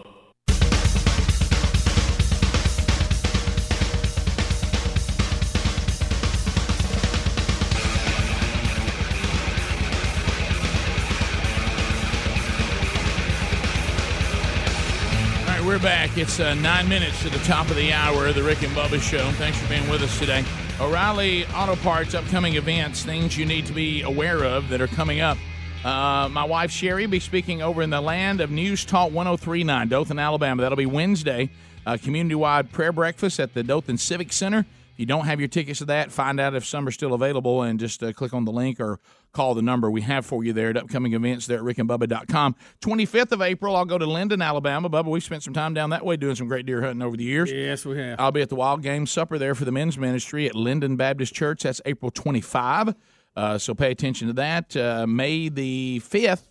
S2: All right, we're back. It's uh, nine minutes to the top of the hour of the Rick and Bubba Show. Thanks for being with us today. O'Reilly Auto Parts upcoming events, things you need to be aware of that are coming up. Uh, my wife Sherry will be speaking over in the land of News Talk 1039, Dothan, Alabama. That'll be Wednesday. A community wide prayer breakfast at the Dothan Civic Center. If you don't have your tickets to that, find out if some are still available and just uh, click on the link or call the number we have for you there at upcoming events there at rickandbubba.com. 25th of April, I'll go to Linden, Alabama. Bubba, we spent some time down that way doing some great deer hunting over the years.
S3: Yes, we have.
S2: I'll be at the Wild Game Supper there for the men's ministry at Linden Baptist Church. That's April 25. Uh, so pay attention to that. Uh, May the 5th,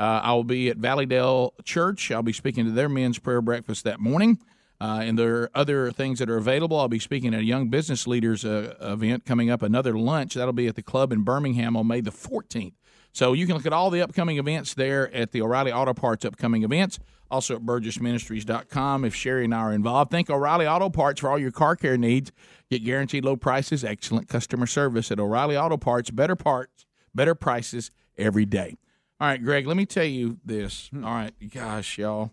S2: uh, I'll be at Valleydale Church. I'll be speaking to their men's prayer breakfast that morning. Uh, and there are other things that are available. I'll be speaking at a Young Business Leaders uh, event coming up, another lunch. That'll be at the club in Birmingham on May the 14th. So you can look at all the upcoming events there at the O'Reilly Auto Parts upcoming events. Also at burgessministries.com if Sherry and I are involved. Thank O'Reilly Auto Parts for all your car care needs. Get guaranteed low prices, excellent customer service at O'Reilly Auto Parts. Better parts, better prices every day. All right, Greg, let me tell you this.
S6: Hmm.
S2: All right, gosh, y'all.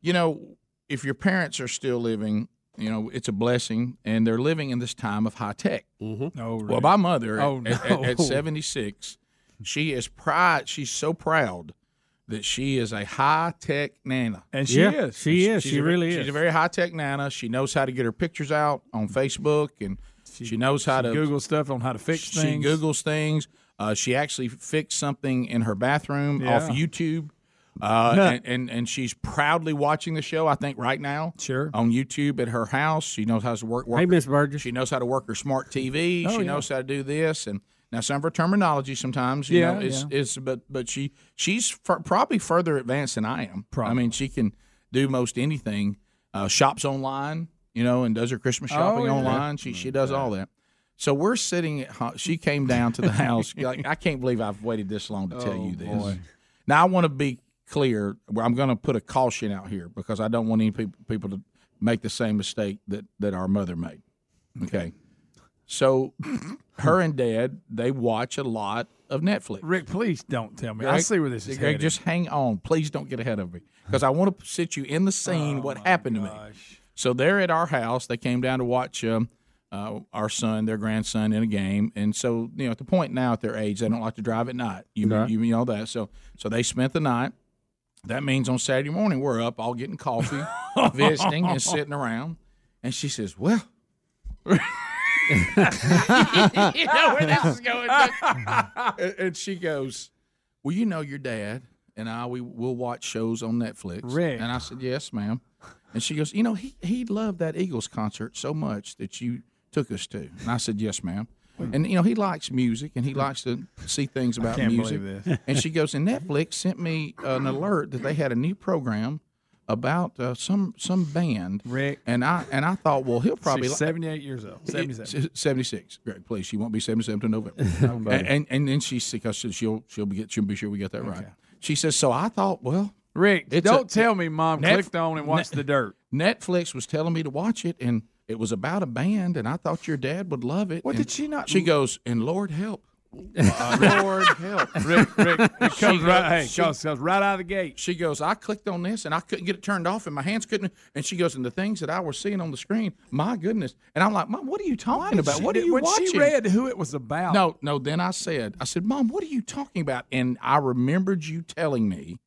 S2: You know, if your parents are still living, you know, it's a blessing, and they're living in this time of high tech.
S6: Mm-hmm. Oh,
S2: Well,
S6: Rick.
S2: my mother
S6: Oh,
S2: at, at- at
S6: no.
S2: 76, she is proud. She's so proud that she is a high tech nana.
S6: And she Yeah, is. she
S2: She's-
S6: is.
S2: she's
S6: She
S2: a ve-
S6: really
S2: She's
S6: is.
S2: a very high tech nana. She knows how to get her pictures out on Facebook, and she, knows how to
S6: Google stuff on how to fix
S2: she
S6: things.
S2: Googles things. Uh, she actually fixed something in her bathroom
S6: Yeah.
S2: off YouTube. Uh, and, and and she's proudly watching the show. I think right now, sure, on YouTube at her house. She knows how to work. work
S3: Hey, Miss Burgess.
S2: She knows how to work her smart TV.
S3: Oh,
S2: she
S3: yeah.
S2: knows how to do this. And now some of her terminology sometimes, you
S6: Yeah,
S2: know, is is but but she she's fur- probably further advanced than I am. Probably. I mean, she can do most anything. Uh, shops online, you know, and does her Christmas
S6: Oh,
S2: shopping
S6: yeah.
S2: online. She she does all that. So we're sitting at home. She came down to the house. like I can't believe I've waited this long to tell
S6: Oh,
S2: you this.
S6: boy.
S2: Now I want to be clear. Where I'm going to put a caution out here because I don't want any peop people to make the same mistake that that our mother made. Okay. So her and dad they watch a lot of Netflix.
S6: Rick, please don't tell me. I see where this is
S2: Greg,
S6: headed.
S2: just hang on. Please don't get ahead of me because I want to sit you in the
S6: Oh
S2: scene. what happened to me? So they're at our house. They came down to watch um, uh, our son, their grandson, in a game, and so you know at the point now at their age they don't like to drive at night. You
S6: Right.
S2: you know that. So so they spent the night. That means on Saturday morning we're up all getting coffee, visiting, and sitting around. And she says, "Well." you know where this is going. don't you? and she goes, "Well, you know your dad and I. We will watch shows on Netflix."
S6: Rick.
S2: And I said, "Yes, ma'am." And she goes, "You know, he he loved that Eagles concert so much that you took us to." And I said, "Yes, ma'am." And you know, he likes music and he likes to see things about
S6: can't
S2: music.
S6: believe this.
S2: And she goes, "And Netflix sent me an alert that they had a new program." About uh, some some band, Rick, and I and I thought, well, he'll probably
S6: She's
S2: li-
S6: 78 years old. 77.
S2: it- 76. Great, please. She won't be 77 to November.
S6: buddy.
S2: and, and and then she's because she'll she'll be get she'll be sure we get that right. She says so. I thought well,
S6: Rick,
S2: It's a-
S6: don't tell me mom
S2: Netf-
S6: clicked on and watched
S2: Net-
S6: the dirt.
S2: Netflix was telling me to watch it, and it was about a band, and I thought your dad would love it.
S6: What
S2: And
S6: did she not-
S2: She goes and Lord help.
S6: uh,
S2: Lord help,
S6: Rick, Rick, it
S2: She
S6: comes right- hey,
S2: she-
S6: comes- comes right out of the gate.
S2: She goes, I clicked on this and I couldn't get it turned off, and my hands couldn't. And she goes, and the things that I was seeing on the screen, my goodness. And I'm like, Mom, what are you talking about?
S6: She
S2: What are
S6: did-
S2: you
S6: when
S2: watching?
S6: she read who it was about.
S2: No, no. Then I said, I said, Mom, what are you talking about? And I remembered you telling me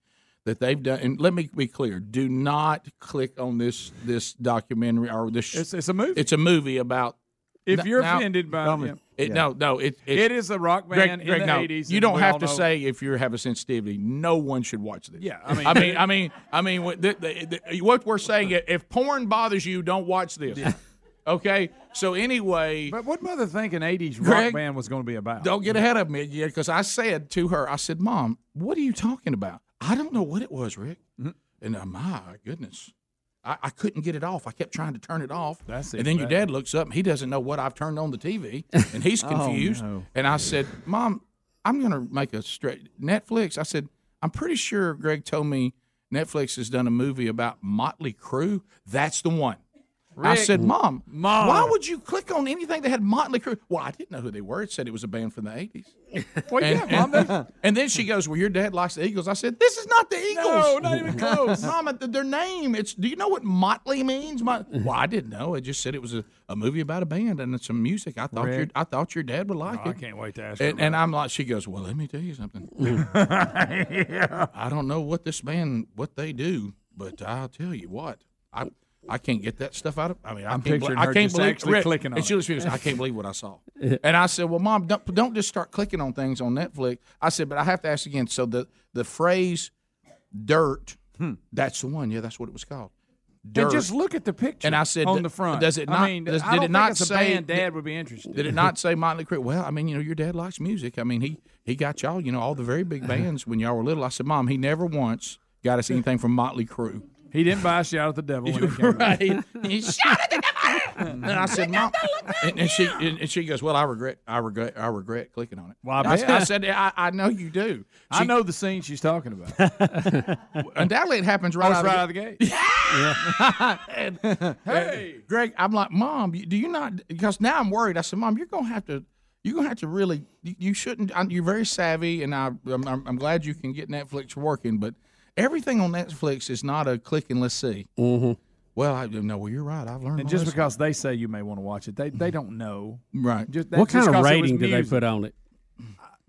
S2: that they've done. And let me be clear: do not click on this this documentary or this. It's,
S6: a movie.
S2: It's a movie about.
S6: If
S2: N-
S6: you're
S2: now-
S6: offended by
S2: Um,
S6: yeah.
S2: it, no, no, it, it
S6: It is a rock
S2: Greg-
S6: band in
S2: Greg,
S6: the
S2: no.
S6: 80s,
S2: You
S6: and
S2: don't
S6: we
S2: have
S6: all
S2: to
S6: know-
S2: say if you have a sensitivity, no one should watch this.
S6: Yeah, I mean-
S2: I mean, I mean, I mean, what, the, the, the, what we're saying, if porn bothers you, don't watch this. Okay. So anyway,
S6: but what mother think an '80s rock
S2: Greg,
S6: band was going to be about?
S2: don't get ahead of me yet, because I said to her, I said, "Mom, what are you talking about? I don't know what it was, Rick."
S6: Mm-hmm.
S2: And uh, my goodness, I, I couldn't get it off. I kept trying to turn it off.
S6: That's
S2: and then your
S6: even
S2: dad looks up and he doesn't know what I've turned on the TV, and he's
S6: Oh,
S2: confused.
S6: no.
S2: And I said, "Mom, I'm going to make a straight Netflix." I said, "I'm pretty sure Greg told me Netflix has done a movie about Motley Crue. That's the one." I
S6: Rick.
S2: said, Mom,
S6: Mom.
S2: why would you click on anything that had Motley Crue? Well, I didn't know who they were. It said it was a band from the 80s.
S6: Well,
S2: and,
S6: yeah, Mom.
S2: and- and then she goes, Well, your dad likes the Eagles. I said, This is not the Eagles.
S6: No, not even close.
S2: Mama, th- their name. It's. Do you know what Motley means? Mot- well, I didn't know. It just said it was a, a movie about a band and it's some music. I thought your
S6: Rick.
S2: I thought your dad would like
S6: Oh,
S2: it.
S6: I can't wait to ask her
S2: And, and I'm like, she goes, Well, let me tell you something. I don't know what this band what they do, but I'll tell you what. I I can't get that stuff out of. I mean, I
S6: I'm
S2: can't believe-
S6: picturing
S2: I
S6: her
S2: can't
S6: just
S2: believe
S6: actually
S2: Rick-
S6: clicking on
S2: And she
S6: it.
S2: looks at me and goes, I can't believe what I saw. And I said, "Well, mom, don't don't just start clicking on things on Netflix." I said, "But I have to ask again. So the the phrase dirt, that's the one. Yeah, that's what it was called. Dirt.
S6: And Hmm. just look at the picture.
S2: And I said,
S6: on the front.
S2: Does it not?
S6: I mean,
S2: does, did
S6: I don't
S2: it
S6: think
S2: not
S6: it's a
S2: say?
S6: band Dad would be interested.
S2: Did it not say Motley Crue? Well, I mean, you know, your dad likes music. I mean, he he got y'all, you know, all the very big
S6: Uh-huh.
S2: bands when y'all were little. I said, Mom, he never once got us anything from Motley Crue.
S6: He didn't buy Shout at the Devil. When it came out.
S2: Right. He shouted at the devil. And I said, Mom. And, and she and, and she goes, Well, I regret, I regret, I regret clicking on it.
S6: Well,
S2: I,
S6: bet.
S2: I said, I, I know you do. She,
S6: I know the scene she's talking about.
S2: Undoubtedly, it happens right,
S6: Oh, it's
S2: out,
S6: right
S2: of the gate. And-
S6: Hey.
S2: and Greg, I'm like, Mom, you- do you not? Because now I'm worried. I said, Mom, you're gonna have to. You're gonna have to really. You, you shouldn't. I, you're very savvy, and I, I'm, I'm I'm glad you can get Netflix working. But everything on Netflix is not a click and let's see. Mm-hmm. Well, I no. Well, you're right. I've learned.
S6: And
S2: my
S6: just
S2: lesson.
S6: because they say you may want to watch it, they they don't know.
S2: Right.
S6: Just,
S3: what
S6: that's just
S3: kind of
S6: 'cause it was
S3: rating do they
S6: music.
S3: put on it?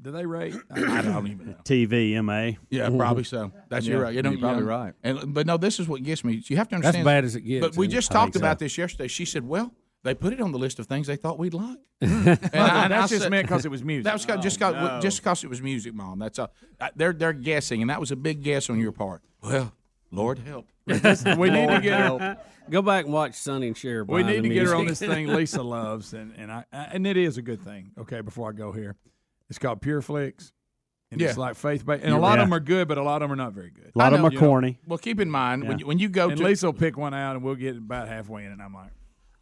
S6: Do they rate?
S2: I don't even know.
S5: TV, MA.
S2: Yeah,
S6: Mm-hmm.
S2: probably so. That's you're
S5: Mm-hmm. Yeah,
S2: right. You know,
S5: you're probably
S2: yeah.
S5: right.
S2: And but no, this is what gets me. You have to
S3: That's
S2: understand
S3: bad as it gets,
S2: But we
S3: isn't it?
S2: just
S3: I think
S2: talked about
S3: so.
S2: this yesterday. She said, "Well, they put it on the list of things they thought we'd like."
S6: That's just meant 'cause it was music.
S2: That was 'cause- just
S6: Oh,
S2: cause,
S6: no.
S2: just because it was music, Mom. That's a they're they're guessing, and that was a big guess on your part. Well, Lord help.
S6: we need to get her.
S3: Go back and watch Sonny and Cher.
S6: We
S3: behind
S6: need
S3: the
S6: to get her on this
S3: music.
S6: thing Lisa loves, and and I, I and it is a good thing. Okay, before I go here, it's called Pure Flicks, and
S2: Yeah.
S6: it's like faith based, and a
S2: You're
S6: lot
S2: right.
S6: of them are good, but a lot of them are not very good.
S5: A lot
S2: I
S5: of
S2: know,
S5: 'em are
S2: you know.
S5: corny.
S2: well, keep in mind
S5: Yeah.
S2: when you, when you go
S6: and
S2: to
S6: Lisa will pick one out, and we'll get about halfway in, and I'm like,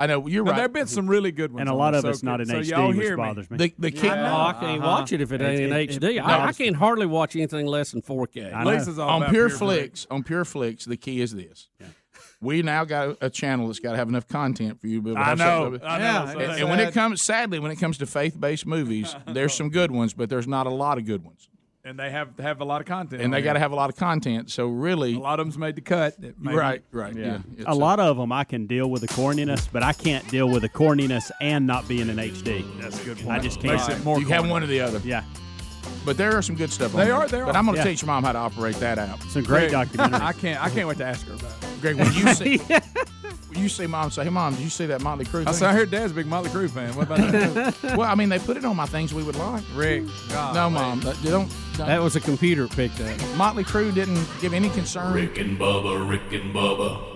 S2: I know you're
S6: Now,
S2: right.
S6: There have been some really good ones,
S5: And a
S6: on
S5: lot
S6: there,
S5: of
S6: so
S5: it's not
S6: good-
S5: in Uh-huh.
S6: so
S5: HD,
S6: y'all
S5: which
S6: hear me.
S5: bothers me.
S2: The the kick
S3: Oh, I can't watch it if it ain't in
S5: It- it-
S3: HD. I, I can hardly watch anything less than 4K.
S5: I know. Lisa's all
S2: on
S5: about
S2: pure,
S5: Pure
S2: flicks, on pure flicks, the key is this: we now got a channel that's got to have enough content for you. To be able to
S6: I
S2: have
S6: know,
S2: something-
S6: I know,
S2: Yeah.
S6: so
S2: and,
S6: that's
S2: and when it
S6: sad.
S2: comes, sadly, when it comes to faith-based movies, there's some good ones, but there's not a lot of good ones,
S6: and they have have a lot of content,
S2: and they got to
S6: to
S2: have a lot of content. So really,
S6: a lot of them's made the cut, that maybe-
S2: right, right, yeah. It's
S5: a lot of them I can deal with the corniness, but I can't deal with the corniness and not being in HD.
S6: That's a good
S5: I
S6: point.
S5: just can't.
S6: Makes it more
S2: you have
S6: corny.
S2: one or the other,
S5: Yeah,
S2: but there are some good stuff. on
S6: They
S2: there.
S6: are- they
S2: But
S6: are.
S2: I'm going to
S5: Yeah.
S2: teach your mom how to operate that out,
S5: some great
S6: Greg,
S5: documentaries.
S6: I can't. I can't wait to ask her about it.
S2: Greg. When you see, when you see mom say, "Hey, mom, did you see that Motley Crue?"
S6: I
S2: thing?"
S6: said, I heard Dad's a big Motley Crue fan. What about that?
S2: well, I mean, they put it on my things we would like.
S6: Rick,
S2: No, mom, that- you don't. don't-
S3: That was a computer that picked that.
S2: Motley Crue didn't give any concern.
S1: Rick and Bubba, Rick and Bubba.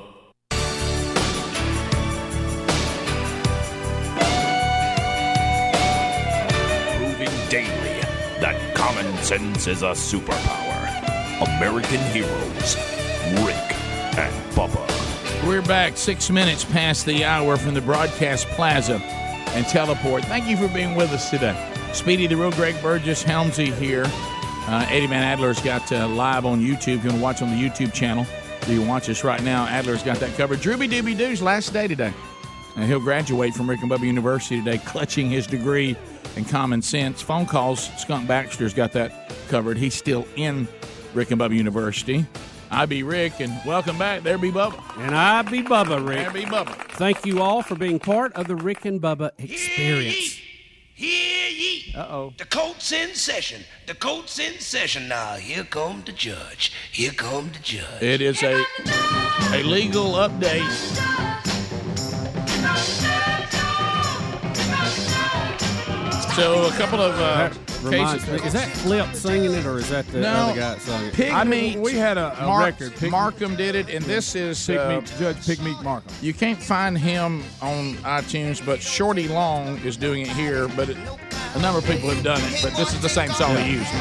S1: Proving daily that common sense is a superpower. American heroes, Rick and Bubba.
S2: We're back six minutes past the hour from the broadcast plaza and teleport. Thank you for being with us today. Speedy, the real Greg Burgess, Helmsy here. Uh, Eddie Van Adler's got uh, live on YouTube. If you want to watch on the YouTube channel, do you watch us right now? Adler's got that covered. Drooby Dooby Doo's last day today. And he'll graduate from Rick and Bubba University today, clutching his degree in common sense. Phone calls, Skunk Baxter's got that covered. He's still in Rick and Bubba University. I be Rick, and welcome back. There be Bubba.
S3: And I be Bubba, Rick.
S2: There be Bubba.
S3: Thank you all for being part of the Rick and Bubba experience.
S16: Hear ye! Uh oh. The court's in session. The court's in session. Now here come the judge. Here come the judge.
S2: It is a a legal update. So a couple of uh, cases.
S3: reminds me- Is that Clip singing it or is that the
S2: No.
S3: other guy that sung it?
S2: I mean,
S6: we had a- a
S2: Mark-
S6: record, Pig-
S2: Markham did it, and this is
S6: Pig
S2: uh,
S6: Meat- Judge Pigmeat Markham.
S2: You can't find him on iTunes, but Shorty Long is doing it here. But it, a number of people have done it. But this is the same song he used.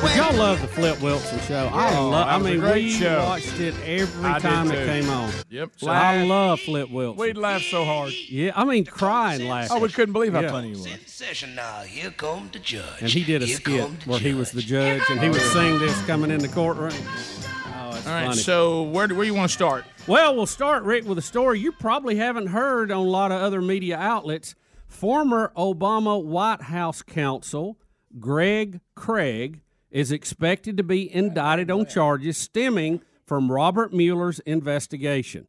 S3: But y'all love the Flip Wilson show. I
S2: Oh,
S3: love.
S2: that
S3: I
S2: was a
S3: mean,
S2: great
S3: we
S2: show.
S3: watched it every
S6: I did
S3: time it
S6: too.
S3: came on.
S6: Yep.
S3: So I
S6: Laugh.
S3: love Flip Wilson.
S6: We'd laugh so hard.
S3: Yeah, I mean, crying laughing.
S6: Oh, we couldn't believe how
S3: Yeah.
S6: funny he was.
S12: Session now, here come the judge.
S3: And he did a
S12: Here
S3: skit
S12: come the
S3: where he was the judge and he would sing this coming in the courtroom. Oh, it's
S2: All right,
S3: funny.
S2: so where do, where you want to start?
S3: Well, we'll start, Rick, with a story you probably haven't heard on a lot of other media outlets. Former Obama White House counsel Greg Craig is expected to be indicted on charges stemming from Robert Mueller's investigation.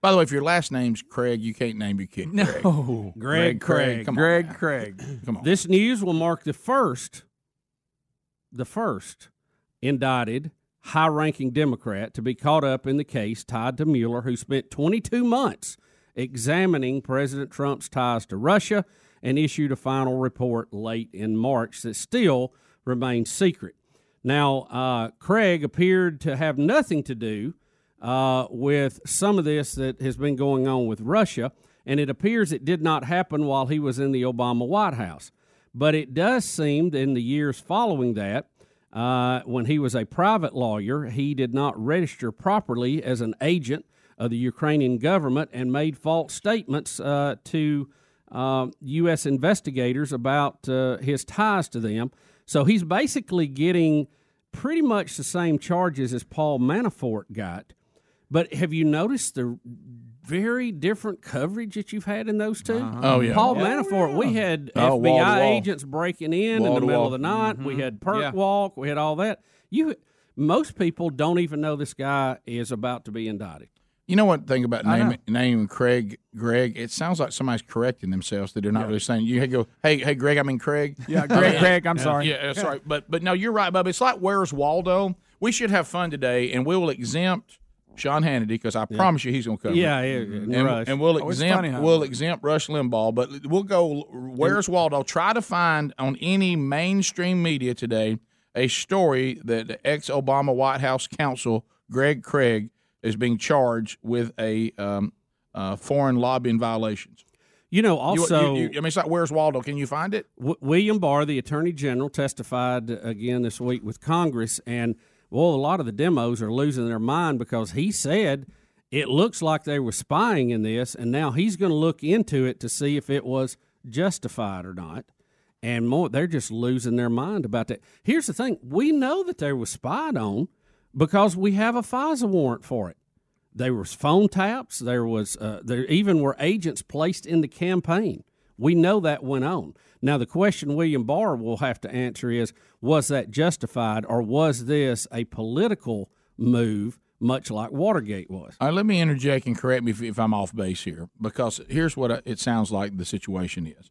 S2: By the way, if your last name's Craig, you can't name your kid. Craig.
S3: No. Greg Craig.
S2: Come
S6: Greg
S2: on.
S6: Craig.
S2: Come on.
S3: This news will mark the first, the first indicted high ranking Democrat to be caught up in the case tied to Mueller, who spent 22 months examining President Trump's ties to Russia and issued a final report late in March that still remains secret. Now, uh, Craig appeared to have nothing to do uh, with some of this that has been going on with Russia, and it appears it did not happen while he was in the Obama White House. But it does seem that in the years following that, uh, when he was a private lawyer, he did not register properly as an agent of the Ukrainian government and made false statements uh, to um, U.S. investigators about uh, his ties to them. So he's basically getting pretty much the same charges as Paul Manafort got. But have you noticed the very different coverage that you've had in those 2
S2: Oh, yeah.
S3: Paul
S2: Oh,
S3: Manafort. We had
S2: Oh, wall to
S3: FBI
S2: wall.
S3: agents breaking in in
S2: Wall
S3: the
S2: to
S3: middle
S2: wall.
S3: of the night. We had perk
S2: Yeah.
S3: walk. We had all that. You, most people don't even know this guy is about to be indicted.
S2: You know what thing about
S3: I
S2: name name Craig Greg? It sounds like somebody's correcting themselves that they're not really saying. You go, hey, hey, Greg, I mean Craig.
S6: Yeah, Greg,
S2: Yeah.
S6: Greg, I'm
S2: Yeah.
S6: sorry.
S2: Yeah, that's right. But but no, you're right, Bub. It's like Where's Waldo? We should have fun today, and we will exempt Sean Hannity because I promise you he's going to cover.
S3: Yeah,
S2: it.
S3: yeah, yeah,
S2: And,
S3: Rush.
S2: and we'll
S3: Oh, it's
S2: exempt
S3: funny how-
S2: we'll exempt Rush Limbaugh, but we'll go Where's Waldo? Try to find on any mainstream media today a story that the ex Obama White House counsel Greg Craig is being charged with a um, uh, foreign lobbying violations.
S3: You know,
S2: You-
S3: Oh, also
S2: you- you- I mean, it's like Where's Waldo? Can you find it?
S3: W- William Barr, the Attorney General, testified again this week with Congress, and well, a lot of the demos are losing their mind because he said it looks like they were spying in this, and now he's going to look into it to see if it was justified or not. And more, they're just losing their mind about that. Here's the thing: we know that they were spied on because we have a FISA warrant for it. There was phone taps. There was uh, there even were agents placed in the campaign. We know that went on. Now the question William Barr will have to answer is: Was that justified, or was this a political move, much like Watergate was?
S2: All right, let me interject and correct me if, if I'm off base here, because here's what it sounds like the situation is.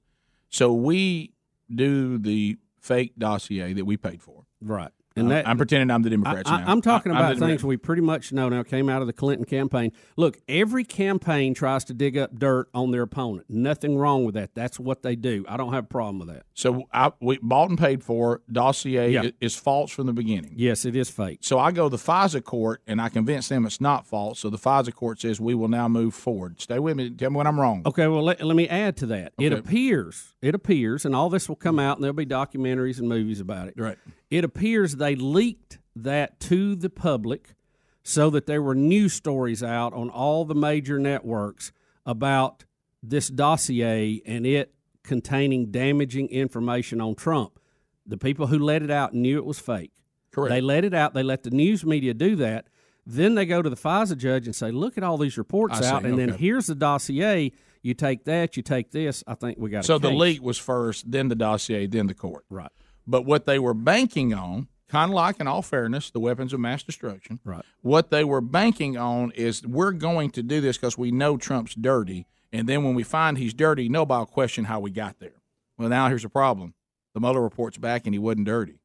S2: So we do the fake dossier that we paid for.
S3: Right.
S2: And Uh, I'm pretending I'm the Democrats
S3: I,
S2: now.
S3: am talking
S2: I- I'm
S3: about
S2: the
S3: things we pretty much know now came out of the Clinton campaign. Look, every campaign tries to dig up dirt on their opponent. Nothing wrong with that. That's what they do. I don't have a problem with that.
S2: So I, we bought and paid for dossier
S3: Yeah.
S2: i- is false from the beginning.
S3: Yes, it is fake.
S2: So I go to the FISA court and I convince them it's not false. So the FISA court says we will now move forward. Stay with me. Tell me when I'm wrong.
S3: Okay, well let, let me add to that. It
S2: Okay.
S3: appears, it appears, and all this will come out, and there'll be documentaries and movies about it.
S2: Right.
S3: It appears they leaked that to the public, so that there were news stories out on all the major networks about this dossier and it containing damaging information on Trump. The people who let it out knew it was fake.
S2: Correct.
S3: They let it out. They let the news media do that. Then they go to the FISA judge and say, "Look at all these reports
S2: I see.
S3: out," and then
S2: Okay.
S3: here's the dossier. You take that, you take this. I think we got.
S2: So
S3: a
S2: the
S3: case.
S2: leak was first, then the dossier, then the court.
S3: Right.
S2: But what they were banking on, kind of like in all fairness, the weapons of mass destruction.
S3: Right.
S2: What they were banking on is we're going to do this because we know Trump's dirty, and then when we find he's dirty, nobody will question how we got there. Well, now here's the problem: the Mueller report's back, and he wasn't dirty.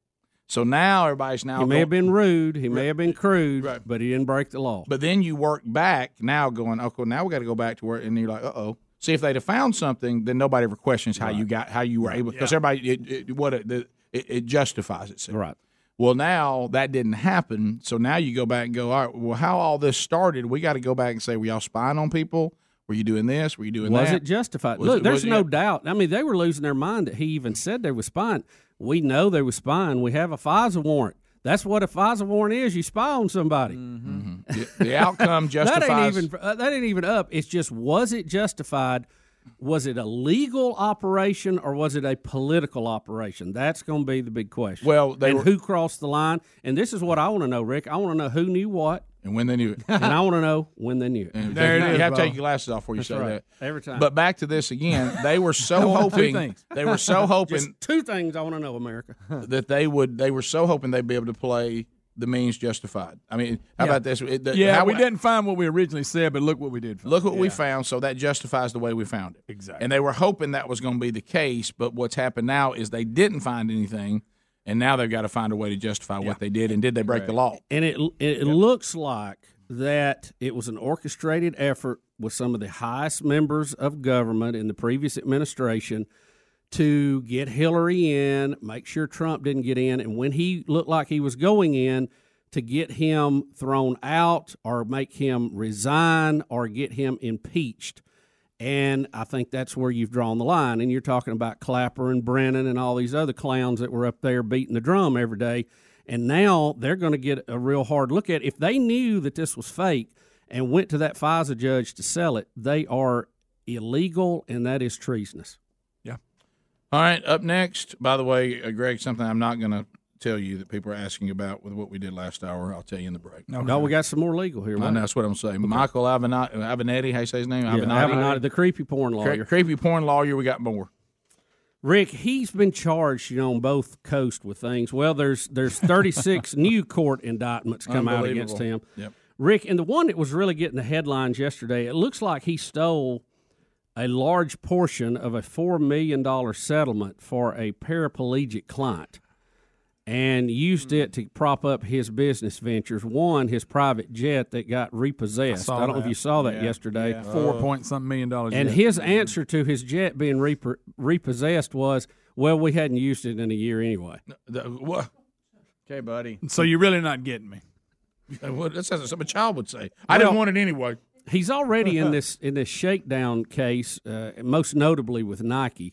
S2: So now everybody's now
S3: He may
S2: go-
S3: have been rude. He may have been crude, but he didn't break the law.
S2: but then you work back now, going, okay, now we got to go back to where, and you're like, uh oh. See, if they'd have found something, then nobody ever questions how you got, how you were able, because everybody, it, it, what a, the it, it justifies itself.
S3: Right.
S2: Well, now that didn't happen. So now you go back and go, all right, well, how all this started, we got to go back and say, were y'all spying on people? Were you doing this? Were you doing
S3: was
S2: that?
S3: it justified?
S2: Was
S3: Look,
S2: it-
S3: there's
S2: was it-
S3: no doubt. I mean, they were losing their mind that he even said they were spying. We know they were spying. We have a FISA warrant. That's what a FISA warrant is. You spy on somebody.
S2: Mm-hmm. The- the outcome
S3: that
S2: justifies-
S3: ain't even uh, that ain't even up. It's just was it justified? Was it a legal operation or was it a political operation? That's going to be the big question.
S2: Well, they
S3: and
S2: were-
S3: who crossed the line? And this is what I want to know, Rick. I want to know who knew what
S2: and when they knew it,
S3: and I want to know when they knew it.
S2: And there it is. You have to take your glasses off before you
S3: That's
S2: say
S3: right.
S2: that.
S3: Every time.
S2: But back to this again, they were
S3: I
S2: so
S3: want two
S2: hoping
S3: things.
S2: they were so hoping
S3: Just two things I want to know, America.
S2: that they would they were so hoping they'd be able to play the means justified. I mean, how
S6: Yeah.
S2: about this? It- the-
S6: yeah,
S2: how-
S6: we didn't find what we originally said, but look what we did. Find.
S2: Look what we found. So that justifies the way we found it.
S6: Exactly.
S2: And they were hoping that was going to be the case, but what's happened now is they didn't find anything, and now they've got to find a way to justify what they did and did they break the law?
S3: And it it looks like that it was an orchestrated effort with some of the highest members of government in the previous administration to get Hillary in, make sure Trump didn't get in, and when he looked like he was going in, to get him thrown out or make him resign or get him impeached. And I think that's where you've drawn the line. And you're talking about Clapper and Brennan and all these other clowns that were up there beating the drum every day. And now they're going to get a real hard look at it. If they knew that this was fake and went to that FISA judge to sell it, they are illegal and that is treasonous.
S2: All right, up next, by the way, uh, Greg, something I'm not going to tell you that people are asking about with what we did last hour. I'll tell you in the break.
S3: No, we got some more legal here.
S2: I
S3: right?
S2: know, that's what I'm saying. Michael Avenatti, Avenetti, how you say his name?
S3: Yeah, Avenatti, the creepy porn lawyer.
S2: creepy porn lawyer, we got more.
S3: Rick, he's been charged, you know, on both coasts with things. Well, there's there's 36 new court indictments come out against him.
S2: Unbelievable. Yep.
S3: Rick, and the one that was really getting the headlines yesterday, it looks like he stole a large portion of a $4 million settlement for a paraplegic client and used it to prop up his business ventures. One, his private jet that got repossessed. I, don't know if you saw that yesterday.
S6: Four point something million dollars.
S3: And his answer to his jet being repro repossessed was, "Well, we hadn't used it in a year anyway."
S2: Okay, buddy.
S6: So you're really not getting me.
S2: uh, That's something a child would say. I didn't
S3: Well-
S2: want it anyway.
S3: He's already in this in this shakedown case, uh, most notably with Nike.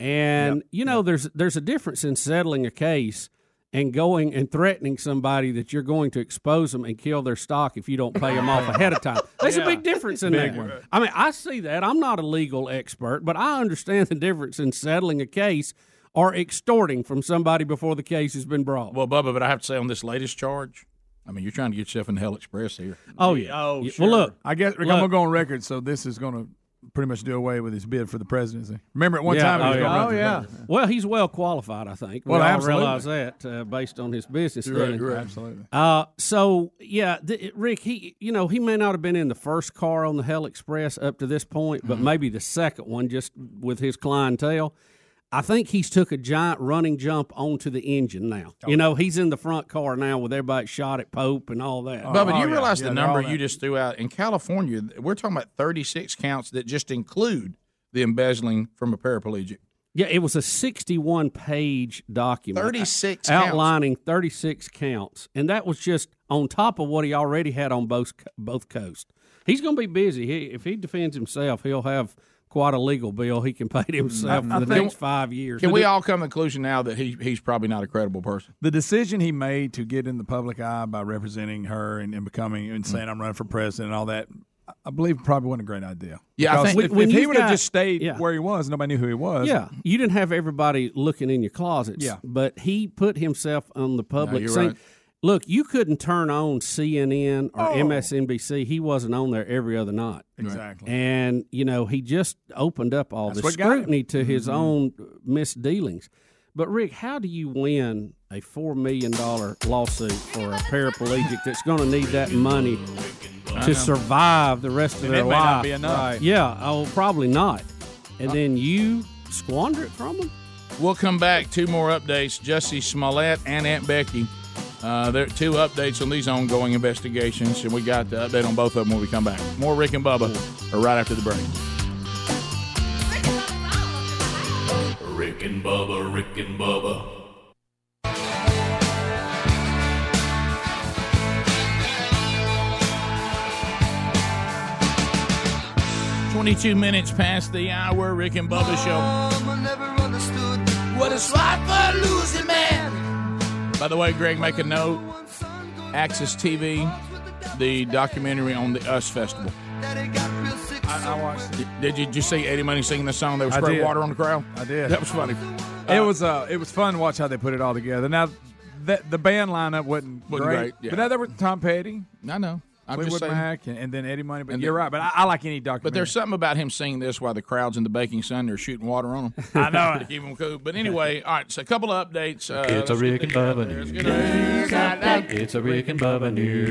S3: And you know, there's there's a difference in settling a case and going and threatening somebody that you're going to expose them and kill their stock if you don't pay them off ahead of time. There's a
S2: Yeah.
S3: big difference in
S2: Big
S3: that.
S2: one.
S3: I mean, I see that. I'm not a legal expert, but I understand the difference in settling a case or extorting from somebody before the case has been brought.
S2: Well, Bubba, but I have to say on this latest charge, I mean, you're trying to get yourself in Hell Express here.
S3: Oh yeah. Yeah, Well, look.
S6: I guess Rick, I'm
S3: look.
S6: gonna go on record. So this is gonna pretty much do away with his bid for the presidency. Remember at one
S3: Yeah.
S6: time? he was
S3: Oh,
S6: gonna
S3: yeah.
S6: run for president.
S3: Well, he's well qualified, I think. We
S6: Well,
S3: all
S6: absolutely.
S3: realize that uh, based on his business.
S6: You're right,
S3: dealings.
S6: you're right. Absolutely.
S3: Uh, so yeah, th- Rick, he you know he may not have been in the first car on the Hell Express up to this point,
S6: Mm-hmm.
S3: but maybe the second one, just with his clientele. I think he's took a giant running jump onto the engine now. You
S6: Oh.
S3: know, he's in the front car now with everybody shot at Pope and all that.
S2: Bubba, do you realize the number you just threw out in California? th- We're talking about 36 counts that just include the embezzling from a paraplegic.
S3: Yeah, it was a 61 page document.
S2: 36 counts.
S3: outlining 36 counts. And that was just on top of what he already had on both both coasts. He's going to be busy. He, if he defends himself, he'll have quite a legal bill he can pay to himself
S6: I-
S3: for
S6: I
S3: uh, the
S6: think-
S3: next five years.
S2: Can we all come to the conclusion now that he, he's probably not a credible person?
S6: The decision he made to get in the public eye by representing her and, and becoming
S3: Mm.
S6: and saying I'm running for president and all that, I- I believe probably wasn't a great idea.
S3: Yeah, I
S6: Because
S3: think-
S6: if,
S3: When
S6: if he
S3: you've
S6: would have
S3: got-
S6: just stayed
S3: yeah.
S6: where he was, nobody knew who he was.
S3: Yeah, you didn't have everybody looking in your closets.
S6: Yeah.
S3: but he put himself on the public
S6: you're
S3: scene.
S6: right. Oh.
S3: Look, you couldn't turn on CNN or MSNBC. He wasn't on there every other night.
S6: Exactly.
S3: And you know, he just opened up all
S6: That's
S3: this
S6: what got him.
S3: scrutiny to his
S6: Mhm.
S3: own misdealings. But Rick, how do you win a four million dollar lawsuit for a paraplegic that's going to need that money
S6: I know.
S3: to survive the rest of
S6: And
S3: their
S6: it may
S3: life?
S6: not be enough. Right.
S3: Yeah, oh, probably not. And then you squander it from them.
S2: We'll come back. Two more updates Jesse Smollett and Aunt Becky. Uh, there are two updates on these ongoing investigations, and we got the update on both of them when we come back. More Rick and Bubba are right after the break.
S1: Rick and Bubba, Rick and Bubba.
S2: 22 minutes past the hour, Rick and Bubba Show. What a slot for a losing man. By the way, Greg, make a note Access TV, the documentary on the US Festival.
S6: I, I watched it.
S2: Did you, did you see Eddie Money singing the song that was
S6: I
S2: spread
S6: did.
S2: water on the crowd?
S6: I did.
S2: That was funny.
S6: it was uh, it was fun to watch how they put it all together. Now, that the band lineup wasn't,
S2: Wasn't great, yeah.
S6: but now there was Tom Petty,
S2: I know. I'm just
S6: Fleetwood
S2: saying.
S6: Mac, and, and then Eddie Money. But
S2: And
S6: you're
S2: the-
S6: right. But I, I like any documentary.
S2: But there's something about him singing this while the crowd's in the baking sun. They're shooting water on him.
S6: I know it.
S2: to keep him cool. But anyway, all right. So a couple of updates. Uh,
S12: It's a Rick and Bubba news. update. It's a Rick and Bubba news.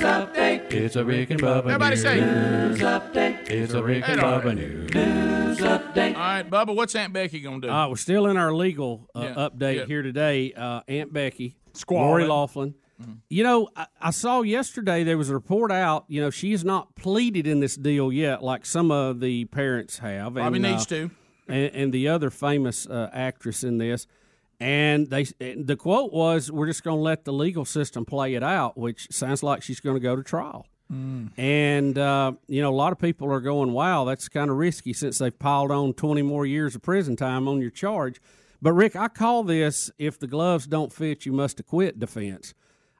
S12: update. It's a Rick and Bubba
S2: Everybody
S12: news.
S2: say,
S12: update. It's a Rick and
S2: Hey, all
S12: Bubba news.
S2: All right, Bubba, what's Aunt Becky gonna
S6: Oh,
S2: do?
S3: Uh, we're still in our legal uh,
S2: Yeah,
S3: update
S2: yeah.
S3: here today. Uh, Aunt Becky,
S2: Squalling.
S3: Lori Laughlin.
S6: Mm-hmm.
S3: You know, I, I saw yesterday there was a report out. You know, she has not pleaded in this deal yet, like some of the parents have.
S2: Probably
S3: and, uh,
S2: needs to.
S3: And, and the other famous uh, actress in this. And they, and the quote was, "We're just going to let the legal system play it out," which sounds like she's going to go to trial.
S2: Mm.
S3: And uh, you know, a lot of people are going, "Wow, that's kind of risky," since they've piled on twenty more years of prison time on your charge. But Rick, I call this "if the gloves don't fit, you must acquit" defense.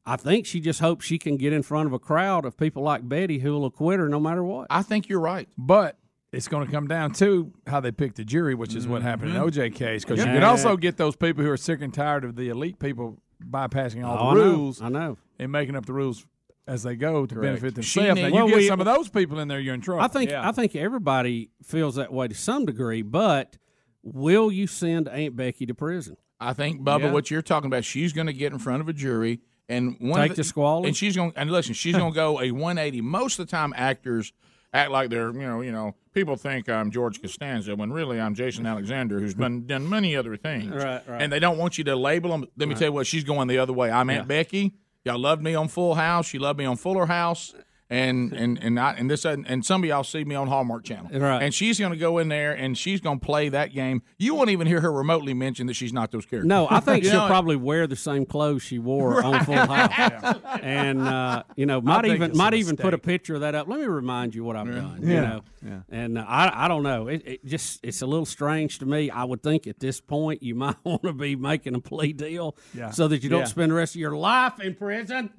S3: I think she just hopes she can get in front of a crowd of people like Betty who will acquit her no matter what.
S2: I think you're right,
S6: but it's going to come down to how they pick the jury, which is what
S12: Mm-hmm.
S6: happened in
S2: Mhm.
S6: OJ case. Because
S2: Yeah.
S6: you could also get those people who are sick and tired of the elite people bypassing all
S3: Oh,
S6: the
S3: I know.
S6: rules.
S3: I know.
S6: And making up the rules as they go to
S3: Correct.
S6: benefit
S3: She
S6: themselves. Now,
S3: need-
S6: you
S3: Well,
S6: get
S3: we-
S6: some of those people in there, you're in trouble.
S3: I think I think everybody feels that way to some degree, but will you send Aunt Becky to prison?
S2: I think Bubba,
S3: Yeah.
S2: what you're talking about, she's going to get in front of a jury and one
S3: Take
S2: of
S3: the squalor?
S2: and she's going to and listen, she's going to go a 180. Most of the time, actors act like they're you know you know people think I'm George Costanza when really I'm Jason Alexander who's been done many other things.
S3: Right, right.
S2: And they don't want you to label them. Let me
S3: Right.
S2: tell you what, she's going the other way. I'm Aunt
S3: Yeah.
S2: Becky. Y'all loved me on Full House. You loved me on Fuller House. And and and I and this and and some of y'all see me on Hallmark Channel.
S3: Right.
S2: And she's going to go in there and she's going to play that game. You won't even hear her remotely mention that she's not those characters.
S3: No, I think
S2: You
S3: she'll
S2: know,
S3: probably wear the same clothes she wore on Full House, and uh, you know, might
S2: think
S3: even
S2: it's a
S3: might even put a
S2: mistake.
S3: picture of that up. Let me remind you what I've done. You
S2: Yeah.
S3: know, and uh, I I don't know. It, it just it's a little strange to me. I would think at this point you might want to be making a plea deal
S6: Yeah.
S3: so that you don't
S6: Yeah.
S3: spend the rest of your life in prison.